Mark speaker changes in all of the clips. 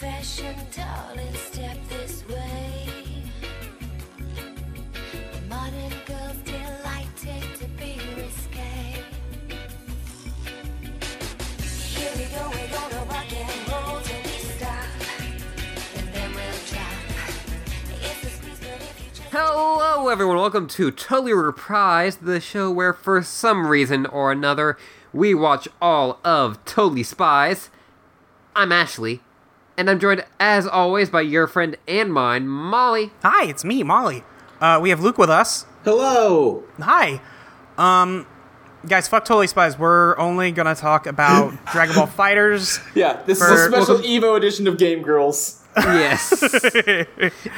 Speaker 1: Passion, darling, step this way. The modern girls delighted to be risque. Here we go, we're gonna rock and roll till we stop, and then we'll drop. It's a squeeze, but if you just
Speaker 2: Hello, everyone. Welcome to Totally Reprised, the show where, for some reason or another, we watch all of Totally Spies. I'm Ashley, and I'm joined, as always, by your friend and mine, Molly.
Speaker 3: Hi, it's me, Molly. Uh, we have Luke with us.
Speaker 4: Hello.
Speaker 3: Hi. Um, guys, fuck Totally Spies. We're only going to talk about Dragon Ball Fighters.
Speaker 4: Yeah, this is
Speaker 3: For-
Speaker 4: a special Evo edition of Game Girls.
Speaker 2: Yes.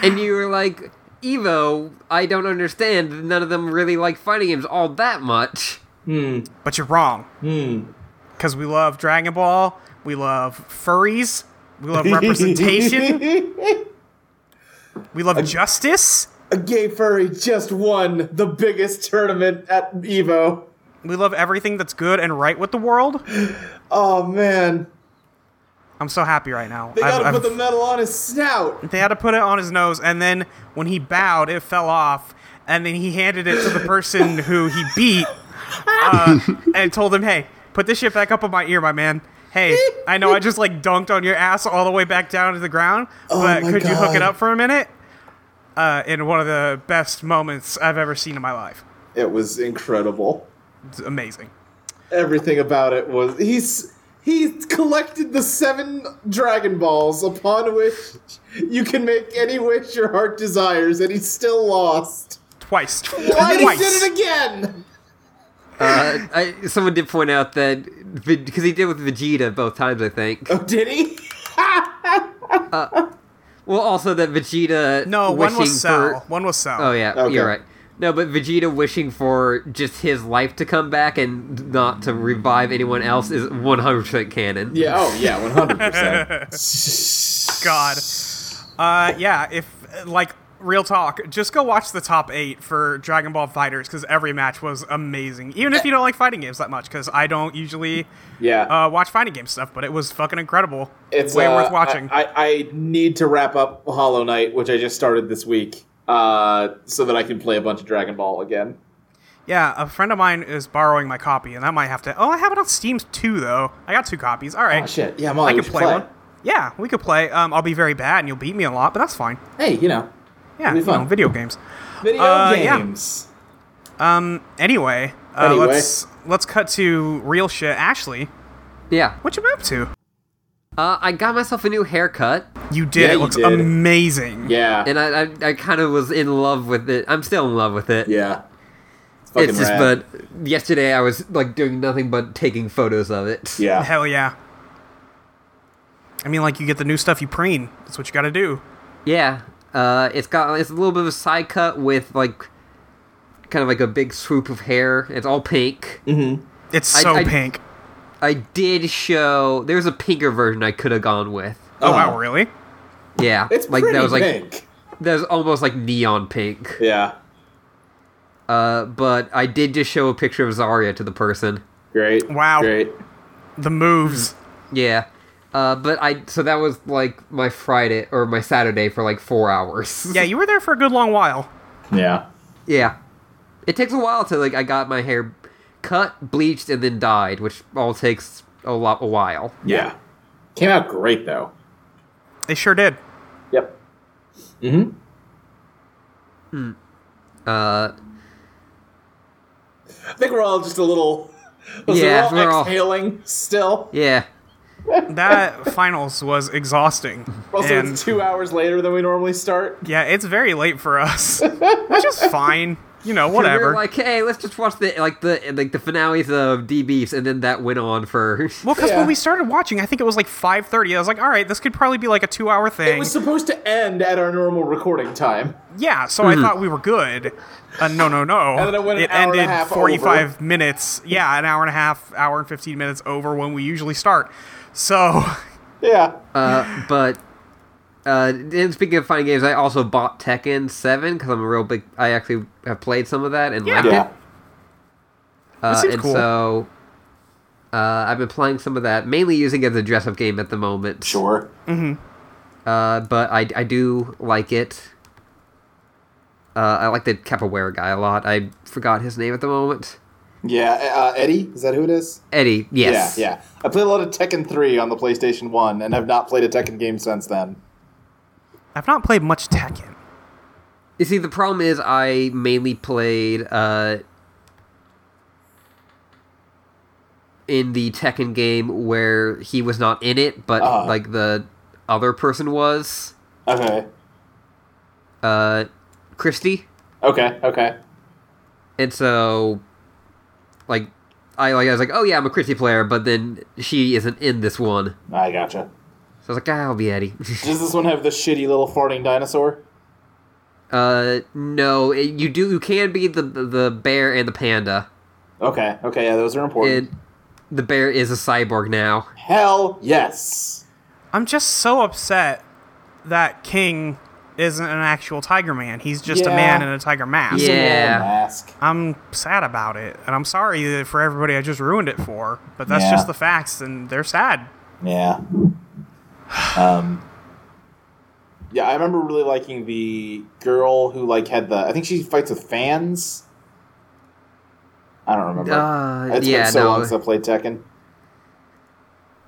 Speaker 2: and you were like, Evo, I don't understand. None of them really like fighting games all that much.
Speaker 3: But you're wrong.
Speaker 4: Hmm.
Speaker 3: Because we love Dragon Ball. We love furries. We love representation. we love justice.
Speaker 4: a gay furry just won the biggest tournament at Evo.
Speaker 3: We love everything that's good and right with the world.
Speaker 4: Oh man,
Speaker 3: I'm so happy right now.
Speaker 4: they
Speaker 3: I've-
Speaker 4: gotta
Speaker 3: I've-
Speaker 4: put the medal on his snout.
Speaker 3: They had to put it on his nose, and then when he bowed, it fell off, and then he handed it to the person who he beat, uh, and told him, "Hey, put this shit back up on my ear, my man. Hey, I know I just like dunked on your ass all the way back down to the ground, but
Speaker 4: Oh my
Speaker 3: could you hook
Speaker 4: God.
Speaker 3: it up for a minute?" Uh, in one of the best moments I've ever seen in my life.
Speaker 4: It was incredible.
Speaker 3: It's amazing.
Speaker 4: Everything about it was he's he collected the seven Dragon Balls upon which you can make any wish your heart desires, and he still lost.
Speaker 3: Twice.
Speaker 4: Why he
Speaker 3: Twice.
Speaker 4: did it again?
Speaker 2: Uh, I, someone did point out that, because he did with Vegeta both times, I think.
Speaker 4: Oh, did he?
Speaker 2: Well, also that Vegeta.
Speaker 3: no, one
Speaker 2: wishing
Speaker 3: was Cell.
Speaker 2: For...
Speaker 3: One was Cell.
Speaker 2: Oh yeah,
Speaker 4: Okay.
Speaker 2: you're right. No, but Vegeta wishing for just his life to come back and not to revive anyone else is 100% canon.
Speaker 4: Yeah. Oh, yeah. One hundred percent.
Speaker 3: God. Uh, yeah, if like real talk, just go watch the top eight for Dragon Ball Fighters because every match was amazing. Even if you don't like fighting games that much, because I don't usually
Speaker 4: Yeah.
Speaker 3: uh, watch fighting game stuff, but it was fucking incredible.
Speaker 4: it's
Speaker 3: way
Speaker 4: uh,
Speaker 3: worth watching.
Speaker 4: I, I, I need to wrap up Hollow Knight, which I just started this week, uh, so that I can play a bunch of Dragon Ball again.
Speaker 3: yeah, a friend of mine is borrowing my copy, and I might have to. Oh, I have it on Steam too, though. I got two copies. All right.
Speaker 4: Oh, shit. Yeah, Molly,
Speaker 3: I
Speaker 4: we
Speaker 3: could
Speaker 4: should
Speaker 3: play,
Speaker 4: play.
Speaker 3: one. Yeah, we could play. Um, I'll be very bad, and you'll beat me a lot, but that's fine.
Speaker 4: Hey, you know,
Speaker 3: Yeah,
Speaker 4: It'll be
Speaker 3: you know,
Speaker 4: fun.
Speaker 3: video games.
Speaker 4: video
Speaker 3: Uh, yeah.
Speaker 4: games.
Speaker 3: Um, Anyway, uh,
Speaker 4: Anyway.
Speaker 3: let's let's cut to real shit. Ashley,
Speaker 2: Yeah.
Speaker 3: what you been up to?
Speaker 2: Uh, I got myself a new haircut,
Speaker 3: You did.
Speaker 4: Yeah,
Speaker 3: it
Speaker 4: you
Speaker 3: looks
Speaker 4: did.
Speaker 3: amazing.
Speaker 4: Yeah.
Speaker 2: and I I, I kind of was in love with it. I'm still in love with it.
Speaker 4: yeah. It's, fucking
Speaker 2: It's just,
Speaker 4: rad.
Speaker 2: but yesterday I was like doing nothing but taking photos of it.
Speaker 4: yeah.
Speaker 3: Hell yeah. I mean, like you get the new stuff, you preen. That's what you got to do.
Speaker 2: Yeah. Uh, it's got it's a little bit of a side cut with like kind of like a big swoop of hair. It's all pink.
Speaker 4: Mm.
Speaker 3: It's
Speaker 2: I-
Speaker 3: so
Speaker 2: I-
Speaker 3: pink.
Speaker 2: I did show there's a pinker version I could have gone with.
Speaker 3: Oh,
Speaker 4: Oh.
Speaker 3: wow, really?
Speaker 2: Yeah,
Speaker 4: It's
Speaker 2: like
Speaker 4: pretty
Speaker 2: that was like
Speaker 4: pink.
Speaker 2: that was almost like neon pink.
Speaker 4: Yeah.
Speaker 2: Uh, but I did just show a picture of Zarya to the person.
Speaker 4: Great.
Speaker 3: Wow.
Speaker 4: Great.
Speaker 3: The moves.
Speaker 2: Yeah. Uh, but I so that was like my Friday or my Saturday for like four hours.
Speaker 3: yeah, you were there for a good long while.
Speaker 4: Yeah.
Speaker 2: yeah. It takes a while to like I got my hair cut, bleached, and then dyed, which all takes a lot a while.
Speaker 4: Yeah. Came out great though.
Speaker 3: They sure did.
Speaker 4: Yep. Mm-hmm.
Speaker 2: Uh,
Speaker 4: I think we're all just a little.
Speaker 2: Yeah,
Speaker 4: we're
Speaker 2: we're all-
Speaker 4: all exhaling still.
Speaker 2: yeah.
Speaker 3: That finals was exhausting.
Speaker 4: Also,
Speaker 3: and
Speaker 4: it's two hours later than we normally start.
Speaker 3: yeah, it's very late for us, which is fine. You know,
Speaker 2: 'Cause we were
Speaker 3: whatever.
Speaker 2: like, hey, let's just watch the like the like the finales of DBs, and then that went on for.
Speaker 3: well, because
Speaker 4: Yeah.
Speaker 3: when we started watching, I think it was like 5:30. I was like, all right, this could probably be like a two-hour
Speaker 4: It
Speaker 3: thing.
Speaker 4: was supposed to end at our normal recording time.
Speaker 3: Yeah, so I thought we were good. Uh, no, no, no.
Speaker 4: And then it went an hour and a
Speaker 3: ended
Speaker 4: half
Speaker 3: 45 minutes. Yeah, an hour and a half, hour and 15 minutes over when we usually start. So,
Speaker 4: Yeah.
Speaker 2: Uh, but uh, and speaking of fighting games, I also bought Tekken Seven because I'm a real big. I actually have played some of that and
Speaker 3: Yeah.
Speaker 2: liked
Speaker 4: yeah.
Speaker 2: it. Uh,
Speaker 3: seems
Speaker 2: and
Speaker 3: cool.
Speaker 2: so uh, I've been playing some of that, mainly using it as a dress-up game at the moment.
Speaker 4: Sure.
Speaker 2: Uh, but I, I do like it. Uh, I like the capoeira guy a lot. I forgot his name at the moment.
Speaker 4: Yeah, uh, Eddie, is that who it is?
Speaker 2: Eddie, yes.
Speaker 4: Yeah, yeah. I played a lot of Tekken 3 on the PlayStation 1 and have not played a Tekken game since then.
Speaker 3: I've not played much Tekken.
Speaker 2: You see, the problem is I mainly played uh, in the Tekken game where he was not in it, but
Speaker 4: Uh-huh.
Speaker 2: like the other person was.
Speaker 4: Okay.
Speaker 2: Uh, Christy.
Speaker 4: Okay, okay.
Speaker 2: And so, like, I like I was like, oh yeah, I'm a Christie player, but then she isn't in this one,
Speaker 4: I gotcha.
Speaker 2: so I was like, ah, I'll be Eddie.
Speaker 4: Does this one have the shitty little farting dinosaur?
Speaker 2: uh, no, it- you do you can be the the the bear and the panda,
Speaker 4: Okay, okay, yeah, those are important.
Speaker 2: and the bear is a cyborg now.
Speaker 4: Hell yes!
Speaker 3: I'm just so upset that King isn't an actual Tiger Man. He's just a
Speaker 4: Yeah.
Speaker 3: man in a tiger mask.
Speaker 4: It's a man
Speaker 2: Yeah.
Speaker 4: Mask.
Speaker 3: I'm sad about it, and I'm sorry that for everybody I just ruined it for. But that's
Speaker 4: Yeah.
Speaker 3: just the facts, and they're sad.
Speaker 4: Yeah. Um. Yeah, I remember really liking the girl who like had the. I think she fights with fans. I don't remember.
Speaker 2: Uh,
Speaker 4: it's
Speaker 2: yeah,
Speaker 4: been so
Speaker 2: no.
Speaker 4: long since I played Tekken.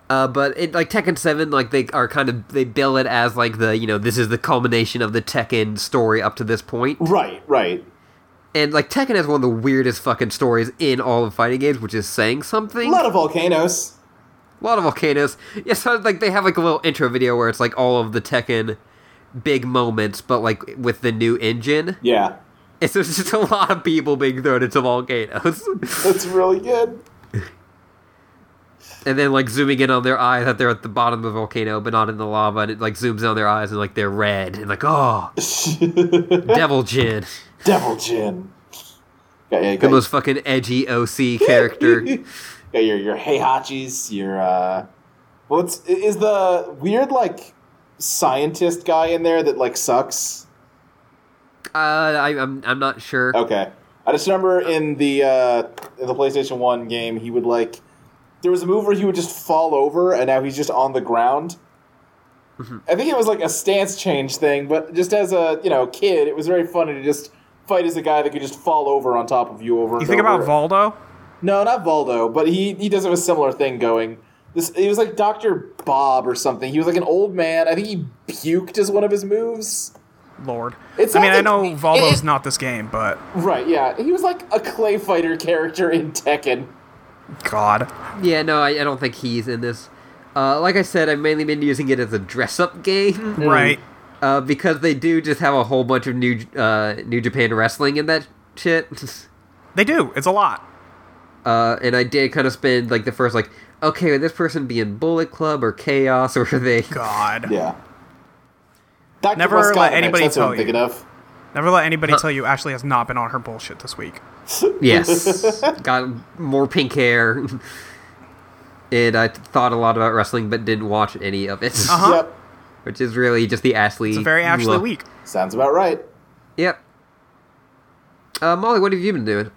Speaker 2: Uh, but it like Tekken Seven, like they are kind of they bill it as like the you know this is the culmination of the Tekken story up to this point,
Speaker 4: Right, right.
Speaker 2: and like Tekken has one of the weirdest fucking stories in all of fighting games, which is saying
Speaker 4: A
Speaker 2: something.
Speaker 4: lot of volcanoes.
Speaker 2: A lot of volcanoes. Yeah, so like they have like a little intro video where it's like all of the Tekken big moments, but like with the new engine.
Speaker 4: Yeah,
Speaker 2: And so it's just a lot of people being thrown into volcanoes,
Speaker 4: that's really good.
Speaker 2: and then like zooming in on their eyes that they're at the bottom of the volcano, but not in the lava, and it like zooms in on their eyes and like they're red and like oh devil gin,
Speaker 4: Devil Jin. Got, yeah,
Speaker 2: the
Speaker 4: got,
Speaker 2: most fucking edgy OC character.
Speaker 4: got your your Heihachis. Your uh, what's is the weird like scientist guy in there that like sucks?
Speaker 2: uh, I, I'm I'm not sure.
Speaker 4: Okay. I just remember in the uh, in the PlayStation One game, he would like there was a move where he would just fall over, and now he's just on the ground.
Speaker 3: Mm-hmm.
Speaker 4: I think it was like a stance change thing, but just as a you know kid, it was very funny to just fight as a guy that could just fall over on top of you over.
Speaker 3: You
Speaker 4: and
Speaker 3: think about
Speaker 4: over.
Speaker 3: Voldo?
Speaker 4: No, not Voldo, but he he does have a similar thing going. This he was like Doctor Bob or something. He was like an old man. I think he puked as one of his moves.
Speaker 3: Lord.
Speaker 4: It's
Speaker 3: I mean,
Speaker 4: not
Speaker 3: I know
Speaker 4: like-
Speaker 3: Voldo's
Speaker 4: it-
Speaker 3: not this game, but
Speaker 4: Right? Yeah, he was like a clay fighter character in Tekken.
Speaker 3: God.
Speaker 2: Yeah, no, I, I don't think he's in this. Uh, like I said, I've mainly been using it as a dress-up game.
Speaker 3: Right.
Speaker 2: uh, because they do just have a whole bunch of new uh, New Japan wrestling in that shit.
Speaker 3: They do. It's a lot.
Speaker 2: Uh, and I did kind of spend like the first like, okay, would this person be in Bullet Club or Chaos or are they?
Speaker 3: God.
Speaker 4: Yeah. Dr.
Speaker 3: Never
Speaker 4: Boscovich,
Speaker 3: let anybody
Speaker 4: that's
Speaker 3: tell
Speaker 4: what I'm thinking
Speaker 3: you.
Speaker 4: of.
Speaker 3: Never let anybody tell you Ashley has not been on her bullshit this week.
Speaker 2: Yes, got more pink hair. and I thought a lot about wrestling, but didn't watch any of it,
Speaker 3: Uh-huh.
Speaker 4: Yep.
Speaker 2: which is really just the Ashley.
Speaker 3: It's a very Ashley
Speaker 2: look.
Speaker 3: week.
Speaker 4: Sounds about right.
Speaker 2: Yep. Uh, Molly, what have you been doing?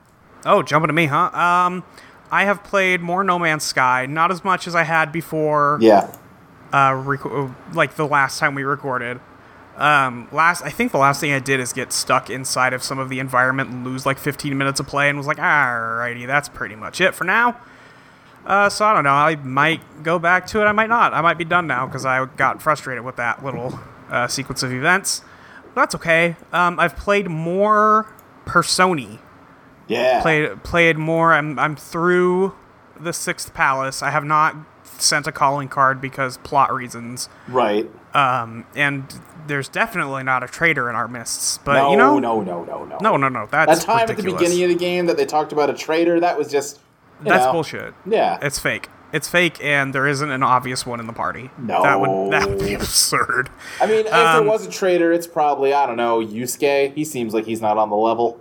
Speaker 3: Oh, jumping to me, huh? Um, I have played more No Man's Sky, not as much as I had before.
Speaker 4: Yeah.
Speaker 3: uh, reco- like the last time we recorded. Um, last, I think the last thing I did is get stuck inside of some of the environment and lose like 15 minutes of play, and was like, alrighty, that's pretty much it for now. Uh, so I don't know. I might go back to it. I might not. I might be done now because I got frustrated with that little uh, sequence of events. But that's okay. Um, I've played more Personi
Speaker 4: Yeah.
Speaker 3: played played more. I'm I'm through the sixth palace. I have not sent a calling card because plot reasons.
Speaker 4: Right.
Speaker 3: Um, and there's definitely not a traitor in our midst. But
Speaker 4: no,
Speaker 3: Uh, you know,
Speaker 4: no, no, no, no.
Speaker 3: no, no, no. That's
Speaker 4: That time
Speaker 3: ridiculous.
Speaker 4: at the beginning of the game that they talked about a traitor, that was just. you
Speaker 3: that's
Speaker 4: know,
Speaker 3: bullshit.
Speaker 4: Yeah.
Speaker 3: It's fake. It's fake, and there isn't an obvious one in the party.
Speaker 4: No.
Speaker 3: that would that would be absurd.
Speaker 4: I mean, if
Speaker 3: Um,
Speaker 4: there was a traitor, it's probably, I don't know, Yusuke. He seems like he's not on the level.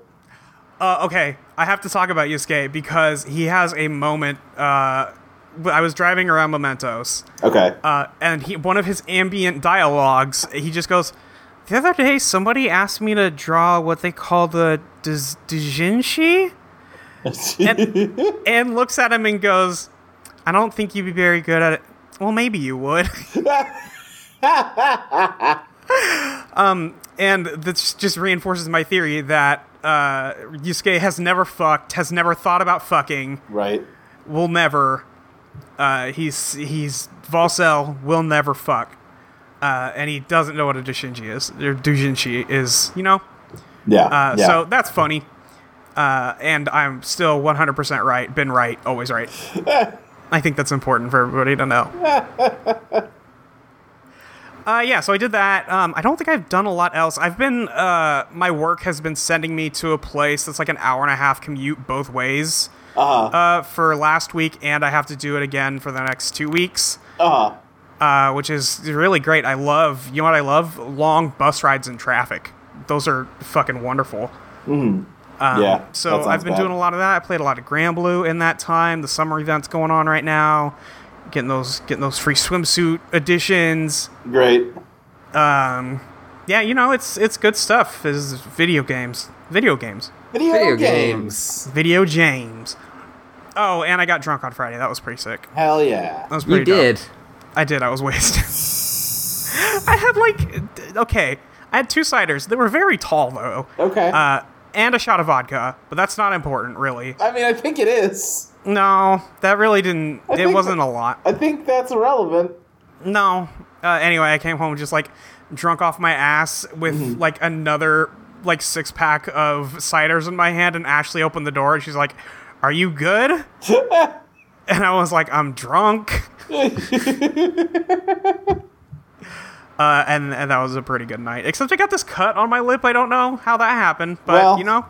Speaker 3: Uh, okay, I have to talk about Yusuke because he has a moment. Uh, I was driving around Mementos,
Speaker 4: Okay.
Speaker 3: uh, and he one of his ambient dialogues he just goes the other day somebody asked me to draw what they call the dis- dijinshi and, and looks at him and goes i don't think you'd be very good at it well maybe you would Um, and this just reinforces my theory that uh, Yusuke has never fucked, has never thought about fucking,
Speaker 4: right?
Speaker 3: will never. Uh, he's he's Valsel will never fuck, uh, and he doesn't know what a Dushinji is. Or Dushinji is, you know.
Speaker 4: Yeah.
Speaker 3: Uh,
Speaker 4: yeah.
Speaker 3: So that's funny, uh, and I'm still 100% right. Been right, always right. I think that's important for everybody to know. Uh, yeah, so I did that. Um, I don't think I've done a lot else. I've been, uh, my work has been sending me to a place that's like an hour and a half commute both ways
Speaker 4: Uh-huh.
Speaker 3: uh, for last week, and I have to do it again for the next two weeks,
Speaker 4: uh-huh.
Speaker 3: uh, which is really great. I love, you know what I love? Long bus rides in traffic. Those are fucking wonderful.
Speaker 4: yeah.
Speaker 3: um, So I've been doing a lot of that. I played a lot of Grand Blue in that time. The summer events going on right now, getting those getting those free swimsuit editions.
Speaker 4: lot. Great.
Speaker 3: Yeah, you know it's it's good stuff. Is video games, video games,
Speaker 4: Video,
Speaker 2: Video
Speaker 4: games.
Speaker 3: video games. Oh, and I got drunk on Friday. That was pretty sick.
Speaker 4: Hell yeah.
Speaker 3: That was pretty.
Speaker 2: You
Speaker 3: dope.
Speaker 2: did.
Speaker 3: I did. I was wasted. I had like d- okay. I had two ciders. They were very tall though,
Speaker 4: Okay.
Speaker 3: uh, and a shot of vodka. But that's not important really.
Speaker 4: I mean, I think it is.
Speaker 3: No, that really didn't.
Speaker 4: I
Speaker 3: it
Speaker 4: think
Speaker 3: wasn't
Speaker 4: that-
Speaker 3: a lot.
Speaker 4: I think that's relevant.
Speaker 3: No. Uh, anyway, I came home just like drunk off my ass with like another like six pack of ciders in my hand, and Ashley opened the door and she's like, "Are you good?" and I was like, "I'm drunk." uh, and and that was a pretty good night. Except I got this cut on my lip. I don't know how that happened, but
Speaker 4: Well.
Speaker 3: you know.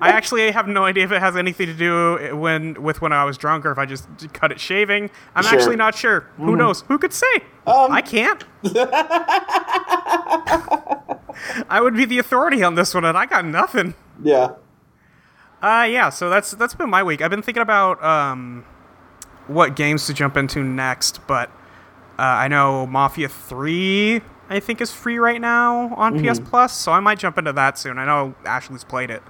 Speaker 3: I actually have no idea if it has anything to do when with when I was drunk or if I just cut it shaving. I'm
Speaker 4: Sure.
Speaker 3: actually not sure. Who knows? Who could say? I can't. I would be the authority on this one, and I got nothing.
Speaker 4: Yeah.
Speaker 3: Uh, yeah. So that's that's been my week. I've been thinking about um, what games to jump into next, but uh, I know Mafia Three I think is free right now on PS Plus, so I might jump into that soon. I know Ashley's played it.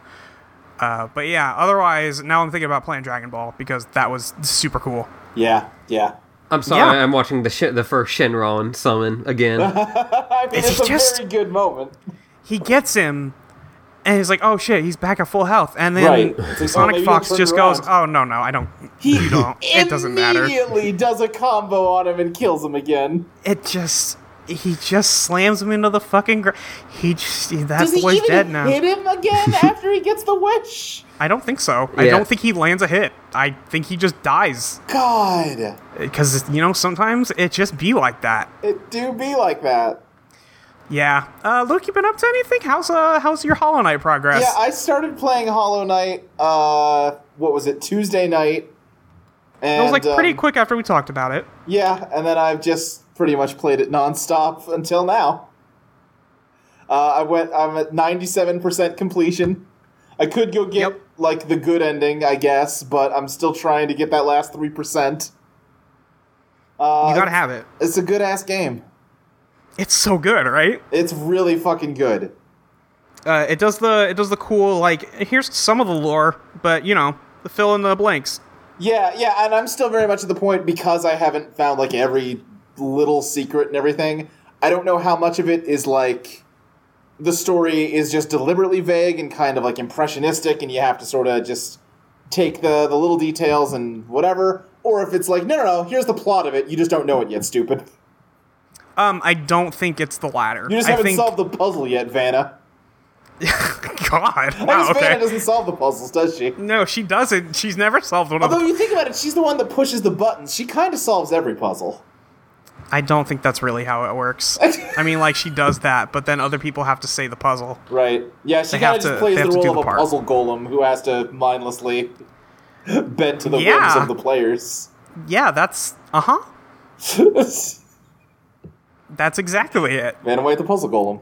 Speaker 3: Uh, but yeah, otherwise, now I'm thinking about playing Dragon Ball because that was super cool.
Speaker 4: Yeah. Yeah.
Speaker 2: I'm sorry.
Speaker 3: Yeah. Oh,
Speaker 2: I'm watching the sh- the first Shenron summon again.
Speaker 4: I mean,
Speaker 3: Is he
Speaker 4: it's a
Speaker 3: just-
Speaker 4: very good moment.
Speaker 3: He gets him, and he's like, "Oh shit, he's back at full health." And then
Speaker 4: Right. It's like, oh, maybe
Speaker 3: Sonic
Speaker 4: he'll
Speaker 3: Fox
Speaker 4: turn
Speaker 3: just
Speaker 4: around.
Speaker 3: goes, "Oh no, no, I don't. you don't. It doesn't matter."
Speaker 4: Immediately does a combo on him and kills him again.
Speaker 3: it just he just slams him into the fucking ground. He just that boy's dead now.
Speaker 4: hit him again after he gets the wish?
Speaker 3: I don't think so. I
Speaker 2: Yeah.
Speaker 3: don't think he lands a hit. I think he just dies
Speaker 4: God,
Speaker 3: because you know sometimes it just be like that.
Speaker 4: it do be like that.
Speaker 3: Yeah, uh, Luke, you been up to anything? How's uh how's your Hollow Knight progress?
Speaker 4: Yeah, I started playing Hollow Knight. Uh, what was it? Tuesday night. And,
Speaker 3: it was like pretty
Speaker 4: um,
Speaker 3: quick after we talked about it.
Speaker 4: Yeah, and then I've just pretty much played it nonstop until now. Uh, I went. I'm at 97% completion. I could go get
Speaker 3: Yep.
Speaker 4: like the good ending, I guess, but I'm still trying to get that last three percent. Uh,
Speaker 3: You gotta have it.
Speaker 4: It's a good ass game.
Speaker 3: It's so good, right?
Speaker 4: It's really fucking good.
Speaker 3: Uh, it does the it does the cool like here's some of the lore, but you know the fill in the blanks.
Speaker 4: Yeah, yeah, and I'm still very much at the point because I haven't found like every little secret and everything. I don't know how much of it is like the story is just deliberately vague and kind of like impressionistic, and you have to sort of just take the the little details and whatever, or if it's like no, no, no, here's the plot of it. You just don't know it yet, stupid.
Speaker 3: Um, I don't think it's the latter.
Speaker 4: You just
Speaker 3: I
Speaker 4: haven't
Speaker 3: think,
Speaker 4: solved the puzzle yet, Vanna.
Speaker 3: God.
Speaker 4: I guess
Speaker 3: Wow, Ah, okay.
Speaker 4: Vanna doesn't solve the puzzles, does she?
Speaker 3: No, she doesn't. She's never solved one of
Speaker 4: Although
Speaker 3: them.
Speaker 4: you think about it, she's the one that pushes the buttons. She kind of solves every puzzle.
Speaker 3: I don't think that's really how it works. I mean, like she does that, but then other people have to say the puzzle.
Speaker 4: Right. Yeah,
Speaker 3: They
Speaker 4: she kind
Speaker 3: have
Speaker 4: of just
Speaker 3: to-
Speaker 4: plays
Speaker 3: they
Speaker 4: the
Speaker 3: have to do
Speaker 4: role of
Speaker 3: the
Speaker 4: a
Speaker 3: part.
Speaker 4: puzzle golem who has to mindlessly bend to the
Speaker 3: Yeah.
Speaker 4: whims of the players.
Speaker 3: Yeah, that's uh huh.
Speaker 4: Ran
Speaker 3: That's exactly it.
Speaker 4: away with the puzzle golem.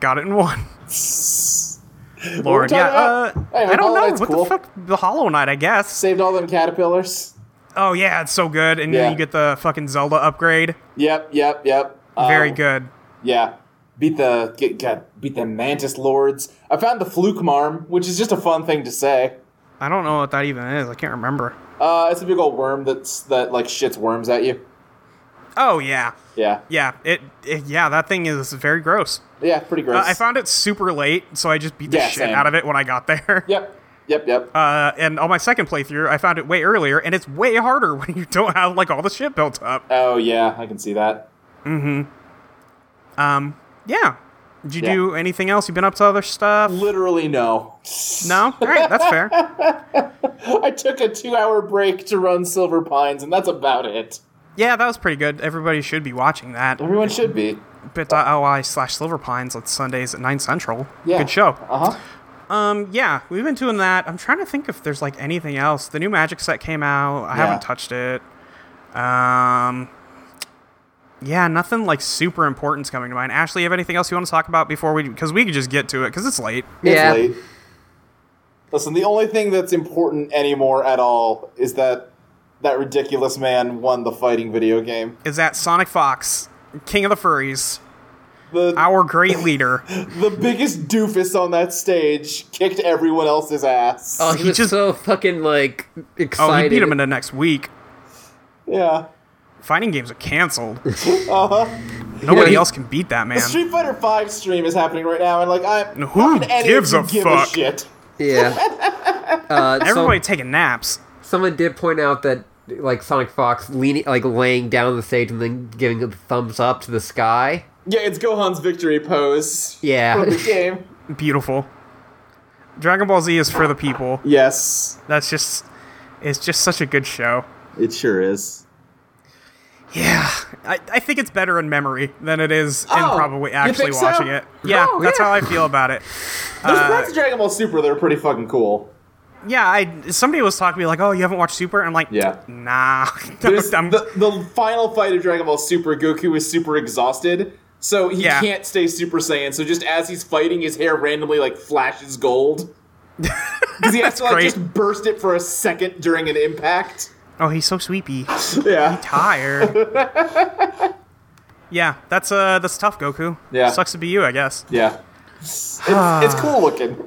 Speaker 3: Got it in one.
Speaker 4: What were we
Speaker 3: Lord,
Speaker 4: talking
Speaker 3: yeah.
Speaker 4: about?
Speaker 3: Uh,
Speaker 4: Hey,
Speaker 3: I don't
Speaker 4: Hollow
Speaker 3: know
Speaker 4: Knight's
Speaker 3: what
Speaker 4: cool.
Speaker 3: the fuck. The Hollow Knight, I guess.
Speaker 4: Saved all them caterpillars.
Speaker 3: Oh yeah, it's so good, and then
Speaker 4: Yeah.
Speaker 3: you get the fucking Zelda upgrade.
Speaker 4: Yep, yep, yep. Um,
Speaker 3: Very good.
Speaker 4: Yeah. Beat the get, got, beat the mantis lords. I found the fluke marm, which is just a fun thing to say.
Speaker 3: I don't know what that even is. I can't remember.
Speaker 4: Uh, it's a big old worm that's that like shits worms at you.
Speaker 3: Oh yeah,
Speaker 4: Yeah,
Speaker 3: yeah. It, it yeah. That thing is very gross.
Speaker 4: yeah, pretty gross.
Speaker 3: Uh, I found it super late, so I just beat the
Speaker 4: Yeah,
Speaker 3: shit
Speaker 4: same.
Speaker 3: out of it when I got there.
Speaker 4: Yep, yep, yep.
Speaker 3: Uh, and on my second playthrough, I found it way earlier, and it's way harder when you don't have like all the shit built up.
Speaker 4: oh yeah, I can see that.
Speaker 3: Yeah. Did you
Speaker 4: Yeah.
Speaker 3: do anything else? You been up to other stuff?
Speaker 4: Literally no.
Speaker 3: No. All right, that's fair.
Speaker 4: I took a two-hour break to run Silver Pines, and that's about it.
Speaker 3: Yeah, that was pretty good. Everybody should be watching that.
Speaker 4: Everyone should be.
Speaker 3: Bit.ly slash Silver Pines on Sundays at 9 Central.
Speaker 4: Yeah.
Speaker 3: Good show.
Speaker 4: Uh huh.
Speaker 3: Um, yeah, we've been doing that. I'm trying to think if there's like anything else. The new Magic set came out. I
Speaker 4: Yeah.
Speaker 3: haven't touched it. Um, yeah, nothing like super important's coming to mind. Ashley, you have anything else you want to talk about before we? Because we could just get to it because it's late.
Speaker 2: yeah.
Speaker 4: It's late. Listen, the only thing that's important anymore at all is that that ridiculous man won the fighting video game.
Speaker 3: Is that Sonic Fox, King of the Furries,
Speaker 4: The
Speaker 3: our great leader? Oh,
Speaker 4: the biggest doofus on that stage kicked everyone else's ass.
Speaker 2: Oh, he,
Speaker 3: He
Speaker 2: was
Speaker 3: just-
Speaker 2: so fucking like
Speaker 3: oh,
Speaker 2: excited.
Speaker 3: he beat him in the next week.
Speaker 4: yeah.
Speaker 3: Fighting games are canceled. Nobody
Speaker 4: Uh-huh.
Speaker 2: Yeah, he-
Speaker 3: else can beat that man.
Speaker 4: Street Fighter Five stream is happening right now, and like I
Speaker 3: And
Speaker 4: how
Speaker 3: who
Speaker 4: can any of
Speaker 3: gives
Speaker 4: you
Speaker 3: a
Speaker 4: give
Speaker 3: fuck?
Speaker 4: shit.
Speaker 2: yeah. Uh, so-
Speaker 3: Everybody taking naps.
Speaker 2: someone did point out that like Sonic Fox leaning, like laying down on the stage and then giving a thumbs up to the sky.
Speaker 4: Yeah, it's Gohan's victory pose.
Speaker 2: Yeah.
Speaker 4: From the game.
Speaker 3: Beautiful. Dragon Ball Z is for the people.
Speaker 4: Yes.
Speaker 3: That's just it's just such a good show.
Speaker 4: It sure is.
Speaker 3: Yeah. I, I think it's better in memory than it is in
Speaker 4: Oh,
Speaker 3: probably
Speaker 4: you
Speaker 3: actually
Speaker 4: think so?
Speaker 3: watching it. Yeah,
Speaker 2: Oh,
Speaker 3: that's
Speaker 2: yeah.
Speaker 3: how I feel about it.
Speaker 4: There's
Speaker 3: Uh,
Speaker 4: parts of Dragon Ball Super that are pretty fucking cool.
Speaker 3: Yeah, I somebody was talking to me like, "Oh, you haven't watched Super?" And I'm like,
Speaker 4: Yeah.
Speaker 3: nah."
Speaker 4: There's
Speaker 3: I'm-
Speaker 4: the, the final fight of Dragon Ball Super, Goku is super exhausted, so he
Speaker 3: Yeah.
Speaker 4: can't stay Super Saiyan. So just as he's fighting, his hair randomly like flashes gold because he has to like
Speaker 3: great.
Speaker 4: just burst it for a second during an impact.
Speaker 3: oh, he's so sweepy.
Speaker 4: Yeah,
Speaker 3: Tired. yeah, that's uh that's tough, Goku.
Speaker 4: Yeah.
Speaker 3: Sucks to be you, I guess.
Speaker 4: yeah. It's, it's cool looking.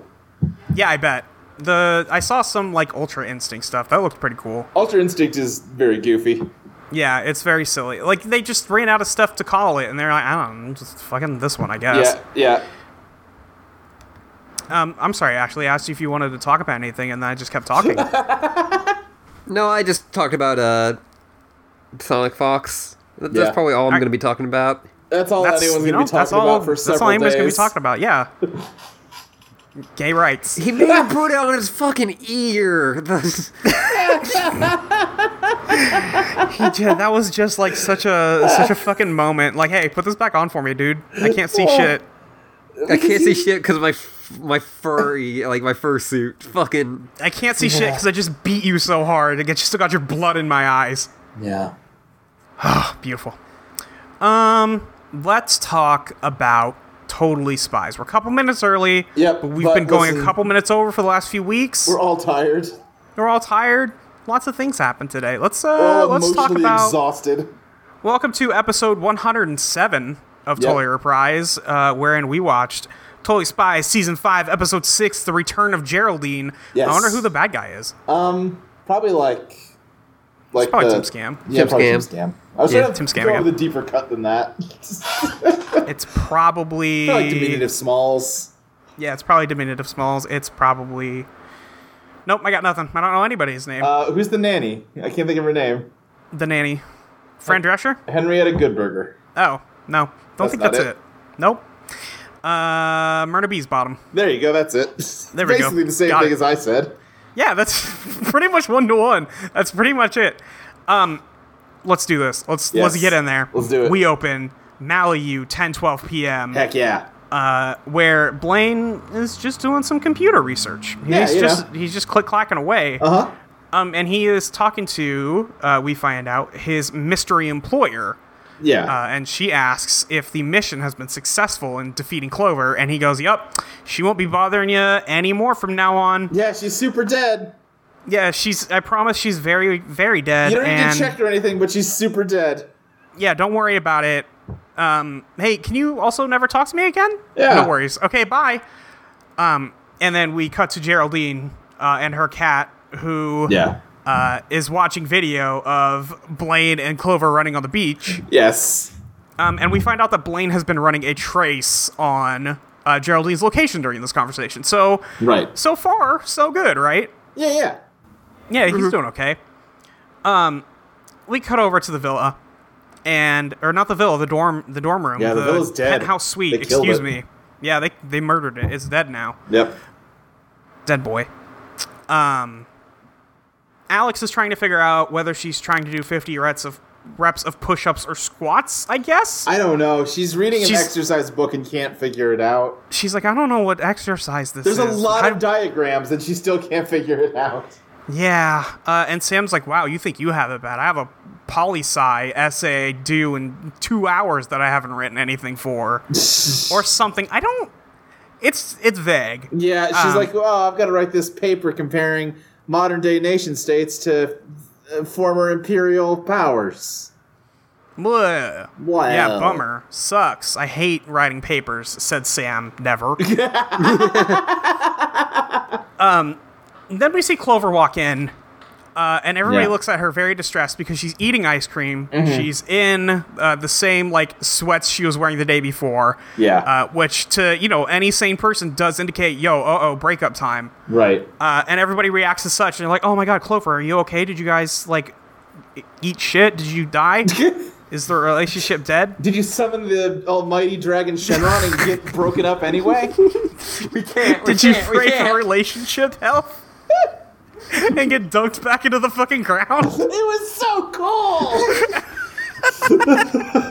Speaker 3: Yeah, I bet. The I saw some like Ultra Instinct stuff. That looked pretty cool.
Speaker 4: Ultra Instinct is very goofy.
Speaker 3: Yeah, it's very silly. Like they just ran out of stuff to call it, and they're like, I don't know, just fucking this one, I guess.
Speaker 4: Yeah, yeah.
Speaker 3: Um, I'm sorry, Ashley. I asked you if you wanted to talk about anything, and then I just kept talking.
Speaker 2: No, I just talked about uh, Sonic Fox. Th- That's
Speaker 4: Yeah.
Speaker 2: probably all I'm
Speaker 3: I-
Speaker 2: going to be talking about.
Speaker 4: That's all
Speaker 3: that's
Speaker 4: anyone's
Speaker 3: you
Speaker 4: gonna
Speaker 3: know,
Speaker 4: be
Speaker 3: that's
Speaker 4: talking
Speaker 3: all.
Speaker 4: about for
Speaker 3: that's
Speaker 4: several
Speaker 3: all anybody's gonna be
Speaker 4: days.
Speaker 3: talking about. Yeah. Gay rights.
Speaker 2: He made him put it on his fucking ear. The-
Speaker 3: He ju- that was just like such a such a fucking moment. Like, hey, put this back on for me, dude. I can't see shit.
Speaker 2: I can't see shit because my f- my furry like my fursuit. Fucking
Speaker 3: I can't see shit because I just beat you so hard. I just still got your blood in my eyes. Ah,
Speaker 4: Yeah.
Speaker 3: Beautiful. Um, let's talk about Totally Spies. We're a couple minutes early.
Speaker 4: Yep,
Speaker 3: But we've
Speaker 4: but
Speaker 3: been going a
Speaker 4: listen-
Speaker 3: couple minutes over for the last few weeks.
Speaker 4: We're
Speaker 3: We're all,
Speaker 4: all tired.
Speaker 3: tired. Lots of things happened today. Let's uh,
Speaker 4: We're all
Speaker 3: let's talk
Speaker 4: emotionally
Speaker 3: about.
Speaker 4: exhausted.
Speaker 3: Welcome to episode 107 of
Speaker 4: Yep.
Speaker 3: Totally Reprise, uh, wherein we watched Totally Spies season five, episode six, The Return of Geraldine.
Speaker 4: Yes.
Speaker 3: I wonder who the bad guy is.
Speaker 4: Um, probably like, like
Speaker 3: probably
Speaker 4: the,
Speaker 3: Tim Scam.
Speaker 4: Yeah,
Speaker 2: Tim
Speaker 4: probably
Speaker 2: Scam.
Speaker 4: Tim Scam. I was
Speaker 2: Yeah,
Speaker 4: trying to
Speaker 3: Tim Scam,
Speaker 4: go
Speaker 3: yeah.
Speaker 4: with a deeper cut than that.
Speaker 3: It's probably
Speaker 4: I like diminutive smalls.
Speaker 3: yeah, it's probably diminutive smalls. It's probably nope. I got nothing. I don't know anybody's name.
Speaker 4: Uh, who's the nanny? I can't think of her name.
Speaker 3: the nanny, Fran Drescher.
Speaker 4: Henrietta Goodberger.
Speaker 3: Oh no, don't
Speaker 4: That's
Speaker 3: think
Speaker 4: not
Speaker 3: that's it.
Speaker 4: it.
Speaker 3: Nope. Uh, Myrna B's bottom.
Speaker 4: There you go. That's it.
Speaker 3: There we go.
Speaker 4: Basically the same
Speaker 3: Got
Speaker 4: thing
Speaker 3: it.
Speaker 4: as I said.
Speaker 3: Yeah, that's pretty much one to one. That's pretty much it. Um, let's do this. Let's let's
Speaker 4: Yes.
Speaker 3: get in there.
Speaker 4: Let's do it.
Speaker 3: We open Malayu 10 12 p.m.
Speaker 4: Heck yeah.
Speaker 3: Uh, where Blaine is just doing some computer research. He's
Speaker 4: Yeah, you
Speaker 3: just
Speaker 4: know.
Speaker 3: he's just click clacking away.
Speaker 4: Uh huh.
Speaker 3: Um, and he is talking to, uh, we find out, his mystery employer.
Speaker 4: Yeah.
Speaker 3: Uh, and she asks if the mission has been successful in defeating Clover. And he goes, Yup, she won't be bothering you anymore from now on.
Speaker 4: yeah, she's super dead.
Speaker 3: Yeah, she's, I promise she's very, very dead.
Speaker 4: You don't need
Speaker 3: and
Speaker 4: to check or anything, but she's super dead.
Speaker 3: yeah, don't worry about it. Um, hey, can you also never talk to me again?
Speaker 4: Yeah.
Speaker 3: No worries. Okay, bye. Um, and then we cut to Geraldine uh, and her cat, who
Speaker 4: Yeah.
Speaker 3: uh, is watching video of Blaine and Clover running on the beach.
Speaker 4: Yes.
Speaker 3: Um, and we find out that Blaine has been running a trace on uh, Geraldine's location during this conversation. So,
Speaker 4: Right.
Speaker 3: so far, so good, right?
Speaker 4: Yeah, yeah.
Speaker 3: Yeah, he's doing okay. Um, we cut over to the villa, and or not the villa, the dorm, the dorm room.
Speaker 4: Yeah, the villa's dead.
Speaker 3: Penthouse suite.
Speaker 4: They killed
Speaker 3: excuse
Speaker 4: it.
Speaker 3: me. Yeah, they they murdered it. It's dead now.
Speaker 4: Yep.
Speaker 3: Dead boy. Um, Alex is trying to figure out whether she's trying to do fifty reps of reps of push-ups or squats. I guess
Speaker 4: I don't know. She's reading an
Speaker 3: She's-
Speaker 4: exercise book and can't figure it out.
Speaker 3: she's like, I don't know what exercise this
Speaker 4: There's
Speaker 3: is.
Speaker 4: a lot
Speaker 3: I-
Speaker 4: of diagrams and she still can't figure it out.
Speaker 3: Yeah, uh, and Sam's like, "Wow, you think you have it bad? I have a poli sci essay due in two hours that I haven't written anything for, or something. I don't. It's it's vague.
Speaker 4: Yeah, she's
Speaker 3: Um,
Speaker 4: like, "Oh, I've got to write this paper comparing modern day nation states to uh, former imperial powers."
Speaker 3: Bleh.
Speaker 4: Wow.
Speaker 3: Yeah, bummer. Sucks. I hate writing papers," said Sam. Never. um, then we see Clover walk in, uh, and everybody
Speaker 4: Yeah. Mm-hmm.
Speaker 3: looks at her very distressed because she's eating ice cream. She's in uh, the same like sweats she was wearing the day before.
Speaker 4: Yeah.
Speaker 3: uh, which to you know any sane person does indicate, yo, uh oh, breakup time.
Speaker 4: Right.
Speaker 3: Uh, and everybody reacts as such, and they're like, oh my god, Clover, are you okay? Did you guys like e- eat shit? Did you die? Is the relationship dead?
Speaker 4: Did you summon the almighty dragon Shenron and get broken up anyway?
Speaker 2: We can't.
Speaker 3: Did you pray for relationship health? and get dunked back into the fucking ground?
Speaker 4: It was so cool.